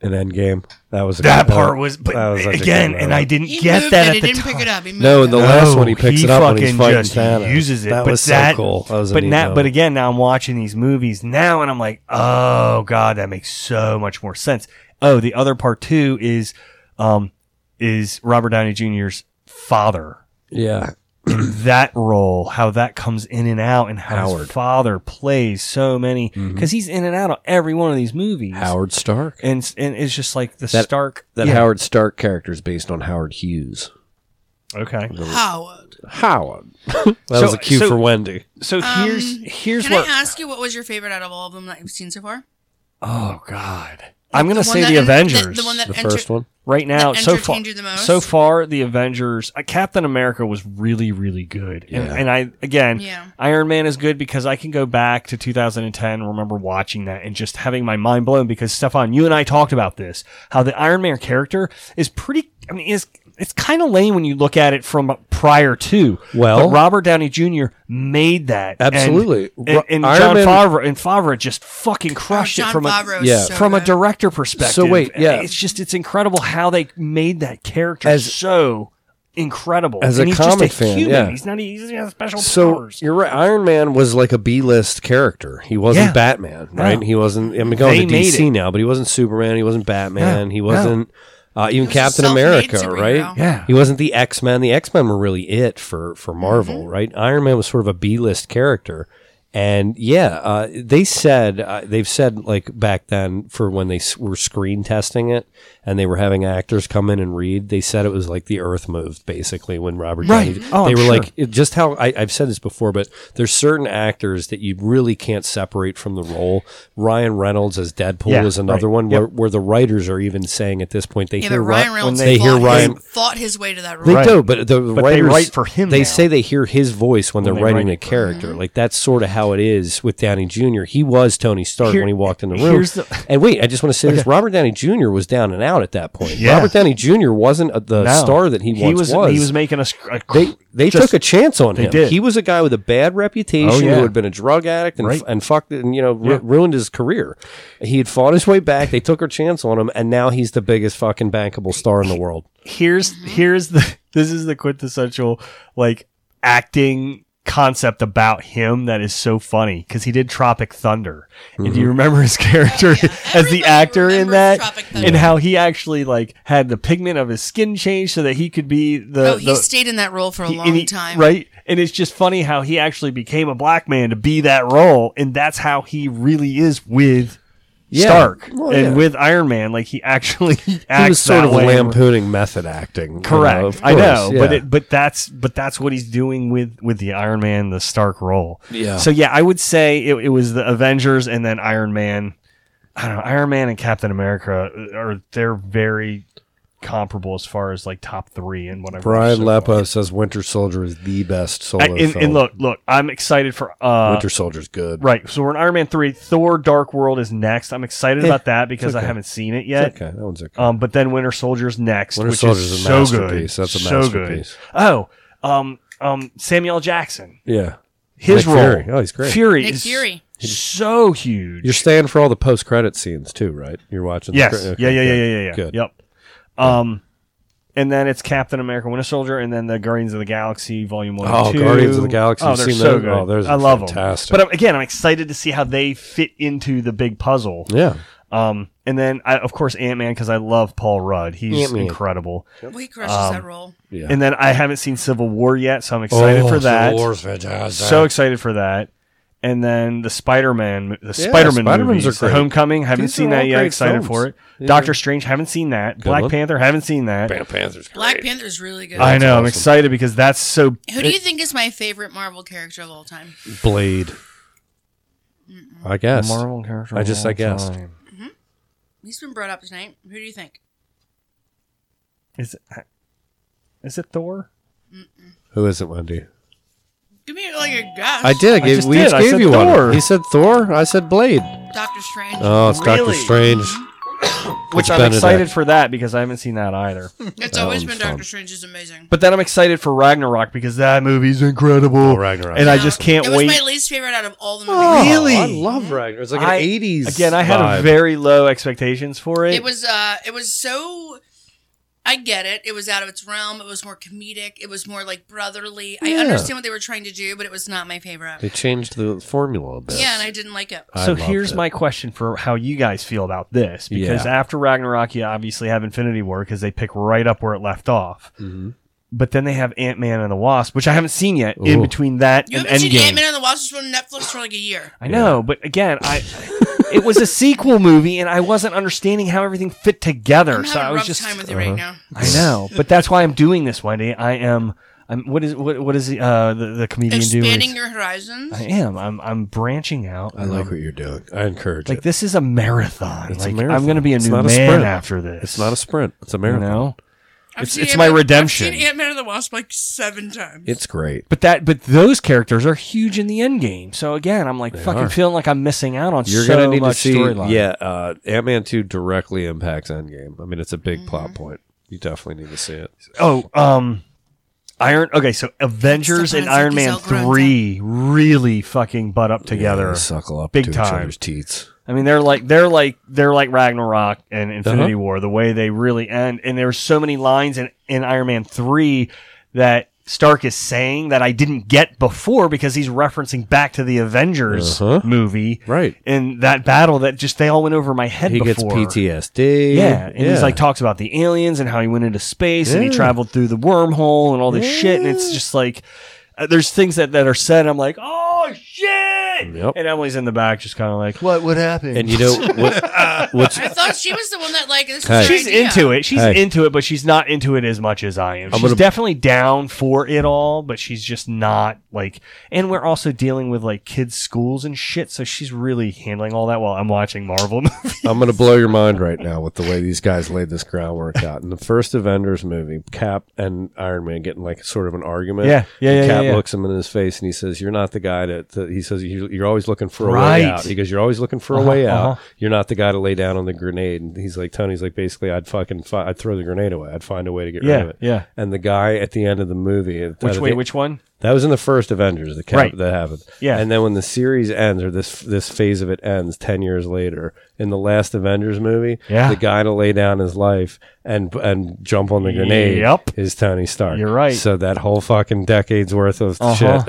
Speaker 7: in Endgame. That was a
Speaker 6: that
Speaker 7: good
Speaker 6: part
Speaker 7: moment.
Speaker 6: was, but
Speaker 7: That was such a good
Speaker 6: again,
Speaker 7: moment.
Speaker 6: and I didn't
Speaker 9: He
Speaker 6: get
Speaker 9: moved
Speaker 6: that
Speaker 9: it,
Speaker 6: at
Speaker 9: he
Speaker 6: the
Speaker 9: didn't
Speaker 6: time.
Speaker 9: pick it up. He moved
Speaker 7: No, in the
Speaker 9: it.
Speaker 7: last one he picks it up when
Speaker 6: Oh, fucking
Speaker 7: he's fighting
Speaker 6: just
Speaker 7: Thanos.
Speaker 6: uses it.
Speaker 7: That
Speaker 6: but
Speaker 7: was so
Speaker 6: that,
Speaker 7: cool. That was a
Speaker 6: but
Speaker 7: neat
Speaker 6: now, but
Speaker 7: moment.
Speaker 6: again, now I'm watching these movies now, and I'm like, oh god, that makes so much more sense. Oh, the other part too is, um, is Robert Downey Jr.'s father
Speaker 7: yeah.
Speaker 6: that role, how that comes in and out, and how
Speaker 7: Howard. Mm-hmm.
Speaker 6: his father plays so many because he's in and out on every one of these movies.
Speaker 7: Howard Stark.
Speaker 6: And, s- and it's just like the
Speaker 7: That-
Speaker 6: Stark
Speaker 7: That
Speaker 6: yeah.
Speaker 7: Howard Stark character is based on Howard Hughes.
Speaker 6: Okay,
Speaker 9: Howard.
Speaker 7: Howard. that
Speaker 6: So-
Speaker 7: was a cue
Speaker 6: so-
Speaker 7: for Wendy.
Speaker 6: so here's here's
Speaker 9: Um, Can
Speaker 6: what.
Speaker 9: I ask you what was your favorite out of all of them that you've seen so far?
Speaker 6: oh God, I'm gonna
Speaker 9: one
Speaker 6: say
Speaker 9: that
Speaker 6: the
Speaker 9: en- the-
Speaker 6: Avengers.
Speaker 9: the one that
Speaker 7: The
Speaker 9: Enter-
Speaker 7: first one.
Speaker 6: right now
Speaker 9: that
Speaker 6: so far
Speaker 9: entertained you the most?
Speaker 6: so far the avengers uh, captain america was really really good and,
Speaker 7: Yeah.
Speaker 6: and i again
Speaker 9: Yeah.
Speaker 6: iron man is good because i can go back to 2010 remember watching that and just having my mind blown because stefan you and i talked about this how the iron man character is pretty i mean is it's kind of lame when you look at it from prior to.
Speaker 7: Well-
Speaker 6: but Robert Downey Jr. made that and-
Speaker 7: Absolutely.
Speaker 6: and,
Speaker 7: Ro-
Speaker 6: and
Speaker 7: Iron
Speaker 6: John
Speaker 7: Man-
Speaker 6: Favreau and Favreau just fucking crushed
Speaker 9: Oh, John
Speaker 6: it from a
Speaker 9: Favreau is
Speaker 7: yeah.
Speaker 9: so
Speaker 6: from a
Speaker 9: good.
Speaker 6: director perspective.
Speaker 7: So wait, yeah.
Speaker 6: it's just it's incredible how they made that character
Speaker 7: As-
Speaker 6: so incredible.
Speaker 7: as a
Speaker 6: and he's just
Speaker 7: comic fan,
Speaker 6: human.
Speaker 7: yeah.
Speaker 6: he's not he doesn't have special
Speaker 7: So
Speaker 6: powers.
Speaker 7: you're right. Iron Man was like a B list character. He wasn't
Speaker 6: Yeah.
Speaker 7: Batman, right?
Speaker 6: No.
Speaker 7: He wasn't. I mean, going
Speaker 6: They
Speaker 7: to
Speaker 6: made
Speaker 7: DC
Speaker 6: it.
Speaker 7: now, but he wasn't Superman. He wasn't Batman.
Speaker 6: No,
Speaker 7: He wasn't uh, even
Speaker 9: was a
Speaker 7: Captain
Speaker 9: self-made
Speaker 7: America,
Speaker 9: superhero.
Speaker 7: right?
Speaker 6: Yeah. Mm-hmm.
Speaker 7: He wasn't the X Men. The X Men were really it for for Marvel, right? Iron Man was sort of a B list character. And yeah, uh, they said uh, they've said like back then for when they s- were screen testing it and they were having actors come in and read. They said it was like the Earth moved basically when Robert
Speaker 6: Right.
Speaker 7: Downey.
Speaker 6: Oh,
Speaker 7: they
Speaker 6: I'm
Speaker 7: were
Speaker 6: sure.
Speaker 7: like it, just how I, I've said this before, but there's certain actors that you really can't separate from the role. Ryan Reynolds as Deadpool
Speaker 6: Yeah,
Speaker 7: is another
Speaker 6: right.
Speaker 7: one
Speaker 6: Yep.
Speaker 7: where, where the writers are even saying at this point they
Speaker 9: Yeah, but
Speaker 7: hear Ry-
Speaker 9: Ryan Reynolds
Speaker 7: when they hear
Speaker 9: fought
Speaker 7: Ryan
Speaker 9: his, fought his way to that role.
Speaker 7: they
Speaker 6: Right.
Speaker 7: do, but the
Speaker 6: But they
Speaker 7: writers
Speaker 6: write for him
Speaker 7: They
Speaker 6: now.
Speaker 7: say they hear his voice when they're
Speaker 6: they
Speaker 7: writing the
Speaker 6: write
Speaker 7: character.
Speaker 9: Mm-hmm.
Speaker 7: Like that's sort of how it is with Downey Jr. He was Tony Stark
Speaker 6: Here-
Speaker 7: when he walked in the room.
Speaker 6: here's the-
Speaker 7: and wait, I just want to say this: Robert Downey Jr. was down and out at that point.
Speaker 6: Yeah.
Speaker 7: Robert Downey Jr. wasn't uh the
Speaker 6: No.
Speaker 7: star that he once
Speaker 6: he was, He was making a, sc- a cr-
Speaker 7: they they
Speaker 6: just-
Speaker 7: took a chance on
Speaker 6: they
Speaker 7: him.
Speaker 6: did.
Speaker 7: He was a guy with a bad reputation
Speaker 6: Oh, yeah.
Speaker 7: who had been a drug addict and
Speaker 6: Right.
Speaker 7: and fucked and you know ru-
Speaker 6: Yeah.
Speaker 7: ruined his career. He had fought his way back. They took a chance on him, and now he's the biggest fucking bankable star in the world.
Speaker 6: here's here's the this is the quintessential like acting concept about him that is so funny because he did Tropic Thunder and
Speaker 7: Mm-hmm.
Speaker 6: do you remember his character as the
Speaker 9: everybody
Speaker 6: actor in
Speaker 9: remembers
Speaker 6: that
Speaker 9: Tropic Thunder.
Speaker 6: and how he actually like had the pigment of his skin change so that he could be the,
Speaker 9: oh, he
Speaker 6: the-
Speaker 9: stayed in that role for a
Speaker 6: he-
Speaker 9: long
Speaker 6: and he-
Speaker 9: time.
Speaker 6: right and it's just funny how he actually became a black man to be that role and that's how he really is with
Speaker 7: Yeah.
Speaker 6: Stark
Speaker 7: Well,
Speaker 6: and
Speaker 7: yeah.
Speaker 6: with Iron Man like he actually acts
Speaker 7: He was sort
Speaker 6: that
Speaker 7: of
Speaker 6: way.
Speaker 7: lampooning method acting. you
Speaker 6: Correct.
Speaker 7: know, of
Speaker 6: I know,
Speaker 7: course,
Speaker 6: but
Speaker 7: yeah.
Speaker 6: it, but that's but that's what he's doing with with the Iron Man, the Stark role.
Speaker 7: Yeah.
Speaker 6: So yeah, I would say it, it was the Avengers and then Iron Man. I don't know. Iron Man and Captain America are they're uh, very comparable as far as like top three and whatever.
Speaker 7: Brian
Speaker 6: So-
Speaker 7: Lepo says Winter Soldier is the best solo
Speaker 6: I- and,
Speaker 7: film.
Speaker 6: and look, look, I'm excited for uh,
Speaker 7: Winter Soldier's good.
Speaker 6: Right. So we're in Iron Man 3. Thor Dark World is next. I'm excited
Speaker 7: Yeah,
Speaker 6: about that because I
Speaker 7: Eh, okay.
Speaker 6: haven't seen it
Speaker 7: It's
Speaker 6: yet.
Speaker 7: okay, that one's okay.
Speaker 6: Um, but then Winter Soldier's next,
Speaker 7: Winter
Speaker 6: which
Speaker 7: Soldier's
Speaker 6: is
Speaker 7: a
Speaker 6: so
Speaker 7: masterpiece.
Speaker 6: good.
Speaker 7: That's a
Speaker 6: so
Speaker 7: masterpiece.
Speaker 6: Good. Oh, um, um, Samuel L. Jackson.
Speaker 7: yeah.
Speaker 6: His
Speaker 7: Nick
Speaker 6: role.
Speaker 7: Fury. Oh, he's great.
Speaker 6: Fury
Speaker 9: Nick
Speaker 6: is
Speaker 9: Fury.
Speaker 6: so huge.
Speaker 7: You're staying for all the post credit scenes too, right? You're watching.
Speaker 6: yes.
Speaker 7: The cre- okay,
Speaker 6: yeah, yeah, yeah,
Speaker 7: good,
Speaker 6: yeah, yeah, yeah.
Speaker 7: Good.
Speaker 6: Yep. Um, and then it's Captain America, Winter Soldier, and then the Guardians of the Galaxy Volume One.
Speaker 7: Oh,
Speaker 6: and 2.
Speaker 7: Guardians of the Galaxy.
Speaker 6: Oh,
Speaker 7: You've
Speaker 6: they're
Speaker 7: seen
Speaker 6: so
Speaker 7: those?
Speaker 6: good.
Speaker 7: Oh, those
Speaker 6: I
Speaker 7: are
Speaker 6: love
Speaker 7: fantastic.
Speaker 6: them. But um, again, I'm excited to see how they fit into the big puzzle.
Speaker 7: Yeah.
Speaker 6: Um, and then I, of course Ant Man because I love Paul Rudd. He's
Speaker 7: Ant-Man.
Speaker 6: incredible.
Speaker 9: Well, he crushes
Speaker 6: Um,
Speaker 9: that role.
Speaker 7: Yeah.
Speaker 6: And then I haven't seen Civil War yet, so I'm
Speaker 7: Oh,
Speaker 6: excited for that.
Speaker 7: fantastic.
Speaker 6: So excited for that. And then the Spider Man, the
Speaker 7: Yeah,
Speaker 6: Spider Man
Speaker 7: Spider-Mans
Speaker 6: movies,
Speaker 7: are
Speaker 6: The
Speaker 7: great.
Speaker 6: Homecoming, haven't
Speaker 7: These are
Speaker 6: seen
Speaker 7: all
Speaker 6: that yet.
Speaker 7: great
Speaker 6: Excited
Speaker 7: films.
Speaker 6: for it.
Speaker 7: Yeah.
Speaker 6: Doctor Strange, haven't seen that. Black
Speaker 7: one.
Speaker 6: Panther, haven't seen that.
Speaker 7: Panther's great.
Speaker 9: Black Panther's really good.
Speaker 6: I know. I'm
Speaker 7: awesome.
Speaker 6: excited because that's so.
Speaker 9: Who do you think is my favorite Marvel character of all time?
Speaker 7: Blade. I guess.
Speaker 6: Marvel character.
Speaker 7: I just-
Speaker 6: of all
Speaker 7: I guessed.
Speaker 6: time.
Speaker 9: He's been brought up tonight. Who do you think?
Speaker 6: Is it, is it Thor?
Speaker 7: Who is it, Wendy?
Speaker 9: Give me like a guess.
Speaker 7: I did. I
Speaker 6: I
Speaker 7: gave,
Speaker 6: just
Speaker 7: we
Speaker 6: did.
Speaker 7: just
Speaker 6: I
Speaker 7: gave
Speaker 6: said
Speaker 7: you
Speaker 6: Thor.
Speaker 7: one. He said Thor. I said Blade.
Speaker 9: Doctor Strange.
Speaker 6: Uh,
Speaker 7: Oh, it's Doctor Strange.
Speaker 6: Which
Speaker 7: It's
Speaker 6: I'm
Speaker 7: Benedict.
Speaker 6: excited for that because I haven't seen that either.
Speaker 9: it's always
Speaker 7: one's
Speaker 9: been
Speaker 7: fun.
Speaker 9: Doctor Strange. is amazing.
Speaker 6: um, But then I'm excited for Ragnarok because that movie's incredible.
Speaker 7: Oh, Ragnarok.
Speaker 6: And I just can't
Speaker 9: it was
Speaker 6: wait. Oh,
Speaker 9: my least favorite out of all the movies.
Speaker 7: really? Oh, I love Ragnarok. It's like an
Speaker 6: I-
Speaker 7: 80s.
Speaker 6: Again, I had
Speaker 7: vibe.
Speaker 6: very low expectations for it.
Speaker 9: It was uh it was so I get it. It was out of its realm. It was more comedic. It was more like brotherly. I
Speaker 7: Yeah.
Speaker 9: understand what they were trying to do, but it was not my favorite.
Speaker 7: They changed the formula a bit.
Speaker 9: Yeah, and I didn't like it.
Speaker 7: I
Speaker 6: so
Speaker 7: loved
Speaker 6: here's
Speaker 7: it.
Speaker 6: my question for how you guys feel about this because
Speaker 7: Yeah.
Speaker 6: after Ragnarok, you obviously have Infinity War because they pick right up where it left off.
Speaker 7: Mm-hmm.
Speaker 6: But then they have Ant Man and the Wasp, which I haven't seen yet. In
Speaker 7: Ooh.
Speaker 6: between that
Speaker 9: You
Speaker 6: and
Speaker 9: haven't seen Ant Man
Speaker 6: Endgame,
Speaker 9: and the Wasp on Netflix for like a year.
Speaker 6: I know, but again, I it was a sequel movie, and I wasn't understanding how everything fit together.
Speaker 9: I'm having
Speaker 6: so I
Speaker 9: a
Speaker 6: was
Speaker 9: rough
Speaker 6: just uh-huh.
Speaker 9: time with you
Speaker 7: Uh-huh.
Speaker 9: right now.
Speaker 6: I know, but that's why I'm doing this, Wendy. I am. I'm. What is what? What is the uh, the, the comedian
Speaker 9: Expanding
Speaker 6: doing?
Speaker 9: your horizons.
Speaker 6: I am. I'm. I'm branching out.
Speaker 7: I like what you're doing. I encourage
Speaker 6: Like
Speaker 7: it.
Speaker 6: this is a marathon.
Speaker 7: It's a
Speaker 6: like I'm
Speaker 7: marathon.
Speaker 6: going to be a
Speaker 7: It's
Speaker 6: new
Speaker 7: not a
Speaker 6: man
Speaker 7: sprint.
Speaker 6: after this.
Speaker 7: It's not a sprint. It's a
Speaker 6: you
Speaker 7: marathon.
Speaker 6: know.
Speaker 9: I've
Speaker 6: It's-
Speaker 9: seen
Speaker 6: it's
Speaker 9: Ant-Man-
Speaker 6: my
Speaker 9: I've
Speaker 6: redemption.
Speaker 9: seen Ant Man and the Wasp like seven times.
Speaker 7: It's great.
Speaker 6: But that. But those characters are huge in the end game. So again, I'm like fucking
Speaker 7: are.
Speaker 6: feeling like I'm missing out on
Speaker 7: You're
Speaker 6: so
Speaker 7: gonna need to
Speaker 6: much
Speaker 7: see.
Speaker 6: storyline.
Speaker 7: Yeah, uh, Ant Man two directly impacts Endgame. I mean, it's a big
Speaker 9: Mm-hmm.
Speaker 7: plot point. You definitely need to see it.
Speaker 6: Oh. Um. Iron. Okay. So Avengers
Speaker 9: Stefan
Speaker 6: and Iron Man
Speaker 9: Ziggy's outgrown
Speaker 6: three really fucking butt up together.
Speaker 7: They suckle up
Speaker 6: Big
Speaker 7: to each
Speaker 6: time.
Speaker 7: other's teats.
Speaker 6: I mean, they're like they're like they're like Ragnarok
Speaker 7: Uh-huh.
Speaker 6: and Infinity War. The way they really end, and there's so many lines in in Iron Man three that Stark is saying that I didn't get before because he's referencing back to the Avengers
Speaker 7: Uh-huh.
Speaker 6: movie,
Speaker 7: Right.
Speaker 6: And that battle that just they all went over my head.
Speaker 7: He gets
Speaker 6: before.
Speaker 7: PTSD.
Speaker 6: Yeah, and he's like talks about the aliens and how he went into space and he
Speaker 7: Yeah.
Speaker 6: traveled through the wormhole and all this shit, and it's just like uh, there's things that that are said. I'm like, oh shit!
Speaker 7: Yep.
Speaker 6: And Emily's in the back, just kind of like, what? What happened?
Speaker 7: and you know what? What's
Speaker 9: I thought she was the one that like this.
Speaker 7: Hey.
Speaker 9: Was her
Speaker 6: she's
Speaker 9: idea.
Speaker 6: into it. She's
Speaker 7: Hey.
Speaker 6: into it, but she's not into it as much as I am. She's
Speaker 7: gonna-
Speaker 6: definitely down for it all, but she's just not like. And we're also dealing with like kids' schools and shit, so she's really handling all that while I'm watching Marvel movies.
Speaker 7: I'm going to blow your mind right now with the way these guys laid this groundwork out. In the first Avengers movie, Cap and Iron Man getting like sort of an argument.
Speaker 6: Yeah, yeah,
Speaker 7: And
Speaker 6: yeah,
Speaker 7: Cap
Speaker 6: yeah, yeah.
Speaker 7: looks him in his face and he says, "You're not the guy that." that- he says, "You- "You're always looking for a
Speaker 6: Right. Uh-huh,
Speaker 7: way out." He goes, "You're always looking for a way out. You're not the guy to lay down on the grenade." And he's like, "Tony's like, basically, I'd fucking, fi- I'd throw the grenade away. I'd find a way to get rid
Speaker 6: Yeah,
Speaker 7: of it."
Speaker 6: yeah.
Speaker 7: And the guy at the end of the movie,
Speaker 6: Which
Speaker 7: uh,
Speaker 6: way?
Speaker 7: the-
Speaker 6: Which one?
Speaker 7: that was in the first Avengers, the cap
Speaker 6: Right.
Speaker 7: that happened.
Speaker 6: Yeah.
Speaker 7: And then when the series ends, or this this phase of it ends, ten years later, in the last Avengers movie,
Speaker 6: Yeah.
Speaker 7: the guy to lay down his life and and jump on the grenade
Speaker 6: Yep.
Speaker 7: is Tony Stark.
Speaker 6: You're right.
Speaker 7: So that whole fucking decades worth of
Speaker 6: Uh-huh.
Speaker 7: shit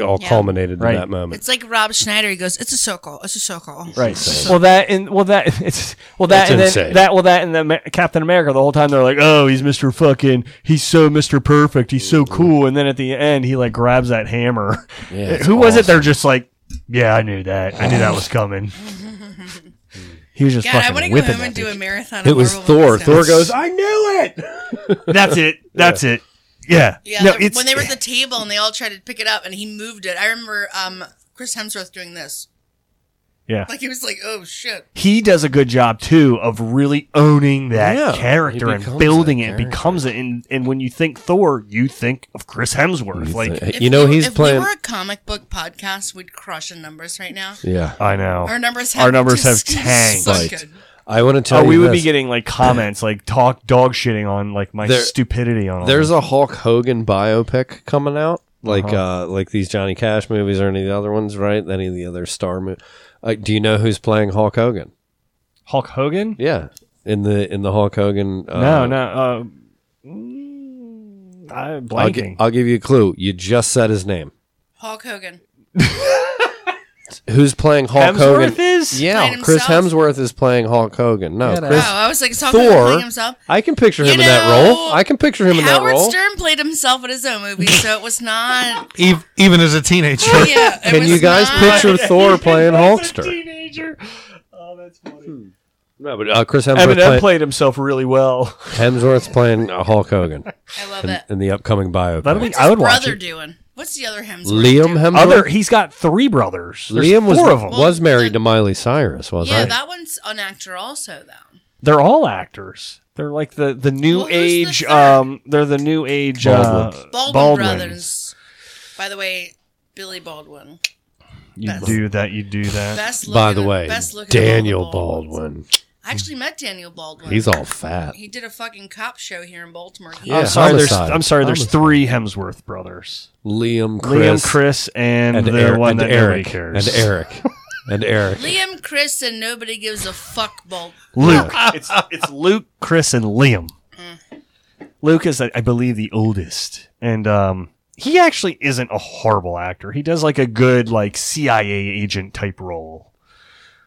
Speaker 7: uh, uh, all
Speaker 9: Yeah.
Speaker 7: culminated
Speaker 6: Right.
Speaker 7: in that moment.
Speaker 9: It's like Rob Schneider. He goes, "It's a circle. It's a circle."
Speaker 6: Right. Well, that and well that it's well that
Speaker 7: It's
Speaker 6: and then
Speaker 7: insane.
Speaker 6: that well that and then Ma- Captain America the whole time they're like, oh, he's Mister fucking, he's so Mister Perfect, he's
Speaker 7: Mm-hmm.
Speaker 6: so cool, and then at the end he like grabs that hammer.
Speaker 7: it's
Speaker 6: Who was it? They're just like, yeah, I knew that, I knew that was coming. he was just
Speaker 9: God, I
Speaker 6: fucking
Speaker 9: want to go
Speaker 6: whipping
Speaker 9: home
Speaker 6: that
Speaker 9: and do
Speaker 6: bitch.
Speaker 9: a marathon.
Speaker 7: it
Speaker 9: of
Speaker 7: was
Speaker 9: Marvel
Speaker 7: Thor.
Speaker 9: movies now.
Speaker 7: Thor goes, I knew it.
Speaker 6: That's it. That's it. Yeah.
Speaker 9: Yeah,
Speaker 6: No,
Speaker 9: the-
Speaker 6: it's
Speaker 9: when they were at the table and they all tried to pick it up and he moved it. I remember um, Chris Hemsworth doing this.
Speaker 6: Yeah.
Speaker 9: Like he was like, oh shit.
Speaker 6: he does a good job too of really owning that
Speaker 7: Yeah,
Speaker 6: character
Speaker 7: he
Speaker 6: and
Speaker 7: becomes
Speaker 6: building
Speaker 7: that
Speaker 6: it, becomes it. And and when you think Thor, you think of Chris Hemsworth. Like
Speaker 7: you know
Speaker 9: we-
Speaker 7: he's
Speaker 9: if
Speaker 7: playing.
Speaker 9: we were a comic book podcast, we'd crush in numbers right now.
Speaker 7: yeah,
Speaker 6: I know
Speaker 9: Our numbers have
Speaker 6: Our numbers have
Speaker 9: just-
Speaker 6: tanked.
Speaker 9: so
Speaker 7: Right.
Speaker 9: good.
Speaker 7: I want to tell
Speaker 6: Oh,
Speaker 7: you.
Speaker 6: we would be
Speaker 7: this.
Speaker 6: getting like comments, like talk dog shitting on like my
Speaker 7: There-
Speaker 6: stupidity on. all
Speaker 7: There's
Speaker 6: this.
Speaker 7: a Hulk Hogan biopic coming out, like
Speaker 6: Uh-huh.
Speaker 7: uh like these Johnny Cash movies or any of the other ones, right? Any of the other star movies. Uh, do you know who's playing Hulk Hogan?
Speaker 6: Hulk Hogan.
Speaker 7: Yeah, in the in the Hulk Hogan. Uh,
Speaker 6: no, no. Uh, mm, I'm
Speaker 7: I'll, uh, gi-
Speaker 6: blanking.
Speaker 7: I'll give you a clue. You just said his name.
Speaker 9: Hulk Hogan.
Speaker 7: Who's playing Hulk
Speaker 6: Hemsworth
Speaker 7: Hogan?
Speaker 6: is.
Speaker 7: yeah,
Speaker 9: Playing
Speaker 7: Chris
Speaker 9: himself?
Speaker 7: Hemsworth is playing Hulk Hogan. No,
Speaker 9: Oh,
Speaker 7: Chris
Speaker 9: I was like, Thor
Speaker 7: Thor.
Speaker 9: playing himself.
Speaker 7: I can picture him
Speaker 9: You
Speaker 7: in that
Speaker 9: know,
Speaker 7: role. I can picture him in that
Speaker 9: Howard
Speaker 7: role.
Speaker 9: Stern played himself in his own movie, so it was not.
Speaker 4: Ev- even as a teenager.
Speaker 9: Yeah, it
Speaker 7: Can
Speaker 9: was
Speaker 7: you guys
Speaker 9: not-
Speaker 7: picture Thor playing
Speaker 6: That's a
Speaker 7: Hulkster?
Speaker 6: Teenager. Oh, that's funny.
Speaker 7: No, but uh, Chris Hemsworth
Speaker 6: Eminem
Speaker 7: play-
Speaker 6: played himself really well.
Speaker 7: Hemsworth's playing uh, Hulk Hogan
Speaker 9: I love
Speaker 7: in,
Speaker 9: it.
Speaker 7: in the upcoming biopic.
Speaker 6: That'll be.
Speaker 9: What's
Speaker 6: I
Speaker 9: his
Speaker 6: would watch
Speaker 9: brother
Speaker 6: it.
Speaker 9: doing? What's the other Hemsworth?
Speaker 7: Liam
Speaker 9: doing?
Speaker 7: Hemsworth.
Speaker 6: Other, he's got three brothers. There's
Speaker 7: Liam was
Speaker 6: four of them.
Speaker 7: was married
Speaker 9: the-
Speaker 7: to Miley Cyrus, wasn't
Speaker 9: Yeah,
Speaker 7: he?
Speaker 9: that one's an actor also though.
Speaker 6: They're all actors. They're like the the new
Speaker 9: Well, who's the
Speaker 6: age.
Speaker 9: third?
Speaker 6: um, they're the new age. Uh,
Speaker 7: Baldwins.
Speaker 9: Baldwin
Speaker 6: Baldwins.
Speaker 9: brothers. By the way, Billy Baldwin.
Speaker 6: You
Speaker 9: That's-
Speaker 6: do that. You do that.
Speaker 9: Best looking,
Speaker 7: By the way,
Speaker 9: best looking of all the
Speaker 7: Daniel
Speaker 9: Baldwins.
Speaker 7: Baldwin.
Speaker 9: I actually met Daniel Baldwin.
Speaker 7: He's all fat.
Speaker 9: He did a fucking cop show here in Baltimore. He-
Speaker 7: Yeah,
Speaker 6: I'm sorry. There's,
Speaker 7: homicide.
Speaker 6: I'm sorry. There's
Speaker 7: Homicide.
Speaker 6: three Hemsworth brothers.
Speaker 7: Liam, Chris,
Speaker 6: Liam, Chris, and,
Speaker 7: and,
Speaker 6: the
Speaker 7: Eric,
Speaker 6: one
Speaker 7: and
Speaker 6: that nobody
Speaker 7: Eric,
Speaker 6: cares.
Speaker 7: and Eric, and Eric.
Speaker 9: Liam, Chris, and nobody gives a fuck. Bald.
Speaker 6: Luke. it's it's Luke, Chris, and Liam. Luke is, I I believe, the oldest, and um, he actually isn't a horrible actor. He does like a good like CIA agent type role.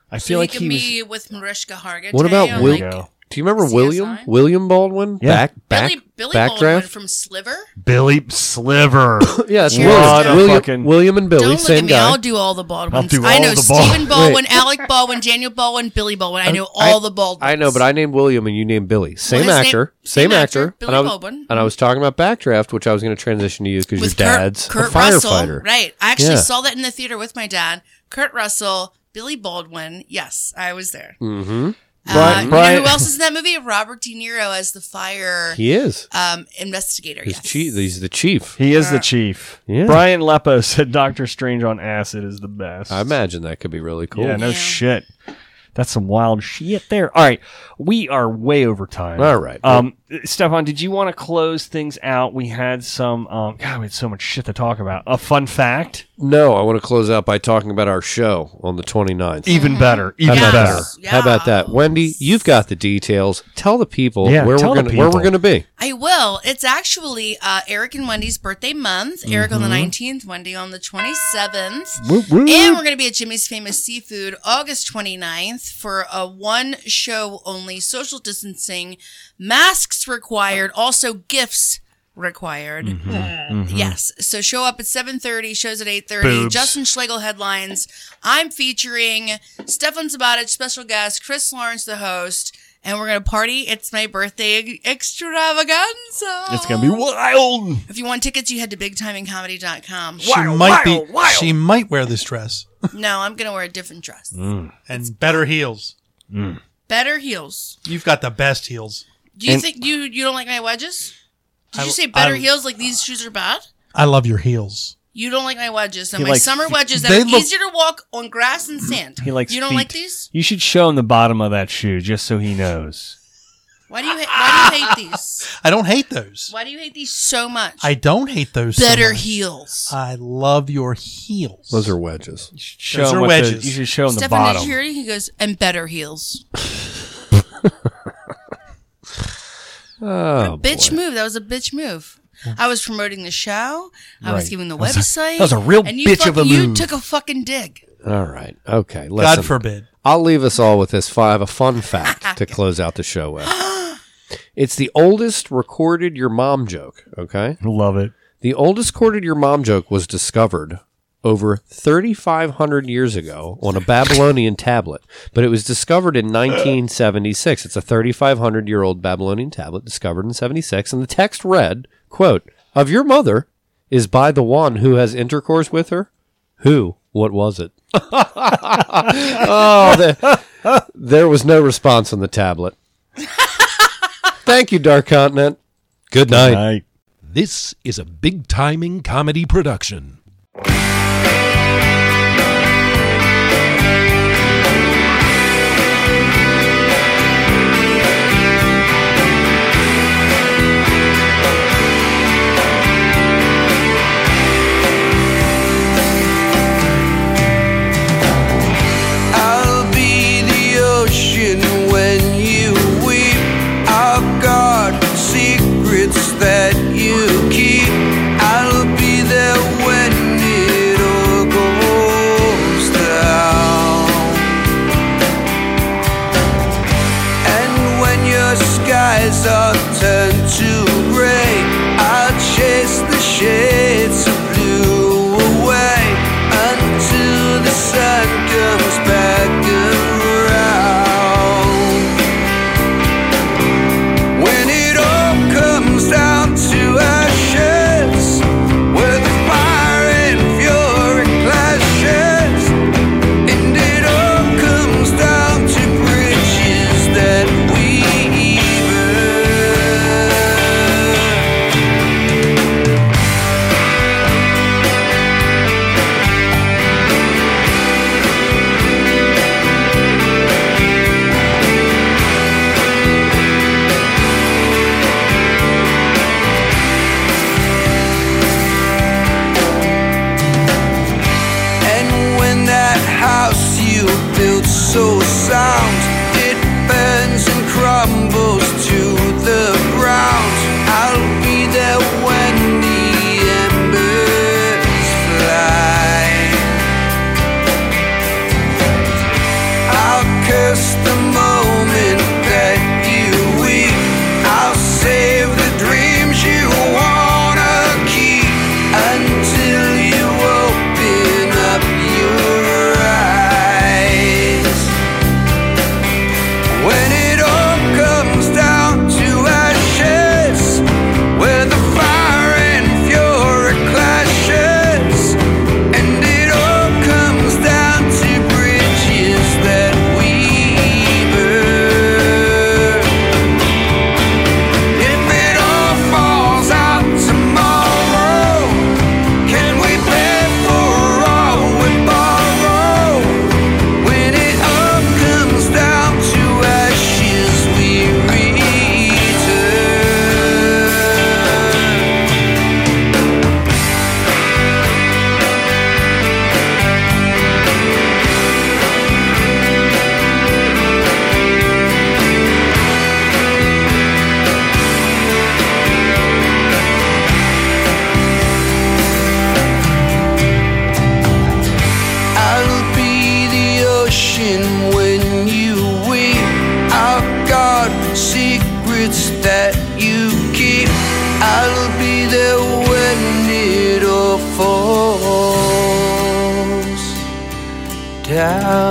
Speaker 6: I
Speaker 9: So
Speaker 6: feel like
Speaker 9: he
Speaker 6: he
Speaker 9: could
Speaker 6: was.
Speaker 9: be with Mariska Hargitay.
Speaker 7: What about
Speaker 9: on,
Speaker 7: Will-
Speaker 9: like,
Speaker 6: Go.
Speaker 7: Do you remember
Speaker 9: CSI?
Speaker 7: William? William Baldwin?
Speaker 6: Yeah.
Speaker 7: Back, back,
Speaker 9: Billy, Billy Baldwin
Speaker 7: backdraft.
Speaker 9: from Sliver?
Speaker 6: Billy Sliver.
Speaker 7: yeah, it's
Speaker 6: Cheers. What a
Speaker 7: William. William,
Speaker 6: fucking-
Speaker 7: William and Billy,
Speaker 9: Don't look
Speaker 7: same
Speaker 9: at me.
Speaker 7: guy.
Speaker 9: I'll do all the Baldwins.
Speaker 6: I'll do
Speaker 9: I
Speaker 6: all
Speaker 9: know
Speaker 6: the Bald-
Speaker 9: Stephen Baldwin, Alec Baldwin, Daniel Baldwin, Billy Baldwin. I know all the Baldwins.
Speaker 7: I know, but I named William and you named Billy. Same
Speaker 9: his name-
Speaker 7: actor, same,
Speaker 9: same actor,
Speaker 7: actor.
Speaker 9: Billy
Speaker 7: and, I was,
Speaker 9: Baldwin.
Speaker 7: and I was talking about Backdraft, which I was going to transition to you because your
Speaker 9: with Kurt-
Speaker 7: dad's a
Speaker 9: Kurt, Russell.
Speaker 7: firefighter.
Speaker 9: Right. I actually
Speaker 7: Yeah.
Speaker 9: saw that in the theater with my dad. Kurt Russell, Billy Baldwin. Yes, I was there.
Speaker 7: Mm-hmm.
Speaker 9: Uh,
Speaker 7: Brian-
Speaker 9: you know
Speaker 7: Brian-
Speaker 9: who else is in that movie? Robert De Niro as the fire
Speaker 7: He is.
Speaker 9: um, investigator.
Speaker 7: He's,
Speaker 9: yes.
Speaker 7: chief, he's the chief.
Speaker 6: He is the chief.
Speaker 7: Yeah.
Speaker 6: Brian Leppo said Doctor Strange on acid is the best.
Speaker 7: I imagine that could be really cool.
Speaker 6: Yeah, no
Speaker 9: Yeah.
Speaker 6: shit. That's some wild shit there. All right. We are way over time.
Speaker 7: All right.
Speaker 6: Um Stefan, did you want to close things out? We had some um God, we had so much shit to talk about. A fun fact.
Speaker 7: No, I want to close out by talking about our show on the 29th.
Speaker 6: Even better. Even
Speaker 9: Yes.
Speaker 6: better.
Speaker 7: How about that?
Speaker 9: Yes.
Speaker 7: Wendy, you've got the details. Tell the people
Speaker 6: Yeah,
Speaker 7: where
Speaker 6: tell
Speaker 7: we're
Speaker 6: the
Speaker 7: gonna where
Speaker 6: people.
Speaker 7: we're gonna be.
Speaker 9: I will. It's actually uh, Eric and Wendy's birthday month. Eric on the 19th, Wendy on the 27th.
Speaker 6: Woo, woo.
Speaker 9: And we're going to be at Jimmy's Famous Seafood August 29th for a one show only social distancing, masks required, also gifts required. Yes. So show up at 7:30, shows at 8:30.
Speaker 6: Mm-hmm. Boobs.
Speaker 9: Justin Schlegel headlines. I'm featuring Stefan Sabatic, special guest, Chris Lawrence the host, and we're going to party. It's my birthday e-, extravaganza.
Speaker 6: It's gonna be wild.
Speaker 9: If you want tickets, you head to bigtimingcomedy.com.
Speaker 4: She might be. She might wear this dress
Speaker 9: No, I'm going to wear a different dress.
Speaker 6: Mm.
Speaker 4: and better heels.
Speaker 9: Better heels.
Speaker 4: You've got the best heels.
Speaker 9: Do you
Speaker 6: And-
Speaker 9: think you you don't like my wedges? Did
Speaker 4: I-
Speaker 9: you say better
Speaker 4: I-
Speaker 9: heels like these shoes are bad?
Speaker 4: I love your heels.
Speaker 9: You don't like my wedges. And
Speaker 6: He
Speaker 9: my
Speaker 6: likes
Speaker 9: summer
Speaker 6: fe-
Speaker 9: wedges that
Speaker 4: they
Speaker 9: are
Speaker 4: look-
Speaker 9: easier to walk on grass and sand.
Speaker 6: He likes
Speaker 9: You don't
Speaker 6: feet.
Speaker 9: like these?
Speaker 6: You should show him the bottom of that shoe just so he knows.
Speaker 9: Why do you hate, why do you hate these?
Speaker 4: I don't hate those.
Speaker 9: Why do you hate these so much?
Speaker 4: I don't hate those. so
Speaker 9: better
Speaker 4: much.
Speaker 9: heels.
Speaker 4: I love your heels.
Speaker 7: Those are wedges.
Speaker 6: You should show
Speaker 4: are
Speaker 6: him what the-
Speaker 4: wedges.
Speaker 6: you should show him the
Speaker 9: Stefan, did
Speaker 6: bottom.
Speaker 9: you hear it? He goes, and better heels.
Speaker 7: Oh,
Speaker 9: bitch move. That was a bitch move. I was promoting the show. I was
Speaker 6: Right.
Speaker 9: giving the
Speaker 6: That was a-
Speaker 9: website.
Speaker 6: that was a real
Speaker 9: and you
Speaker 6: bitch of
Speaker 9: fucking-
Speaker 6: a
Speaker 9: You
Speaker 6: move.
Speaker 9: took a fucking dig.
Speaker 7: all right. Okay. Listen,
Speaker 4: God forbid.
Speaker 7: I'll leave us all with this five a fun fact to close out the show with. It's the oldest recorded your mom joke, okay?
Speaker 6: Love it.
Speaker 7: The oldest recorded your mom joke was discovered over 3,500 years ago on a Babylonian tablet, but it was discovered in 1976. It's a 3,500 year old Babylonian tablet discovered in 76, and the text read, quote, of your mother is by the one who has intercourse with her. Who? What was it? Oh, the, there was no response on the tablet. Thank you, Dark Continent. Good night.
Speaker 6: I,
Speaker 1: This is a big timing comedy production.
Speaker 4: I'll be the ocean when you weep. I've got secrets that you keep. I'll be there when it all goes down. And when your skies are turned to gray, I'll chase the shades of blue away until the sun comes back around. When it all comes down to ashes, where the fire and fury clashes, and it all comes down to bridges that we burn. And when that house you built so sound, it burns and crumbles to the ground. I'll be there when the embers fly. I'll curse the moment that you weep. I'll save the dreams you wanna keep until you open up your eyes. When it all comes down to ashes, where the fire and fury clashes, and it all comes down to bridges that we burn. If it all falls out tomorrow, can we pay for all we borrow? When it all comes down to ashes, we return. I'll be the ocean when you weep. I've got secrets that you keep. I'll be there when it all falls down.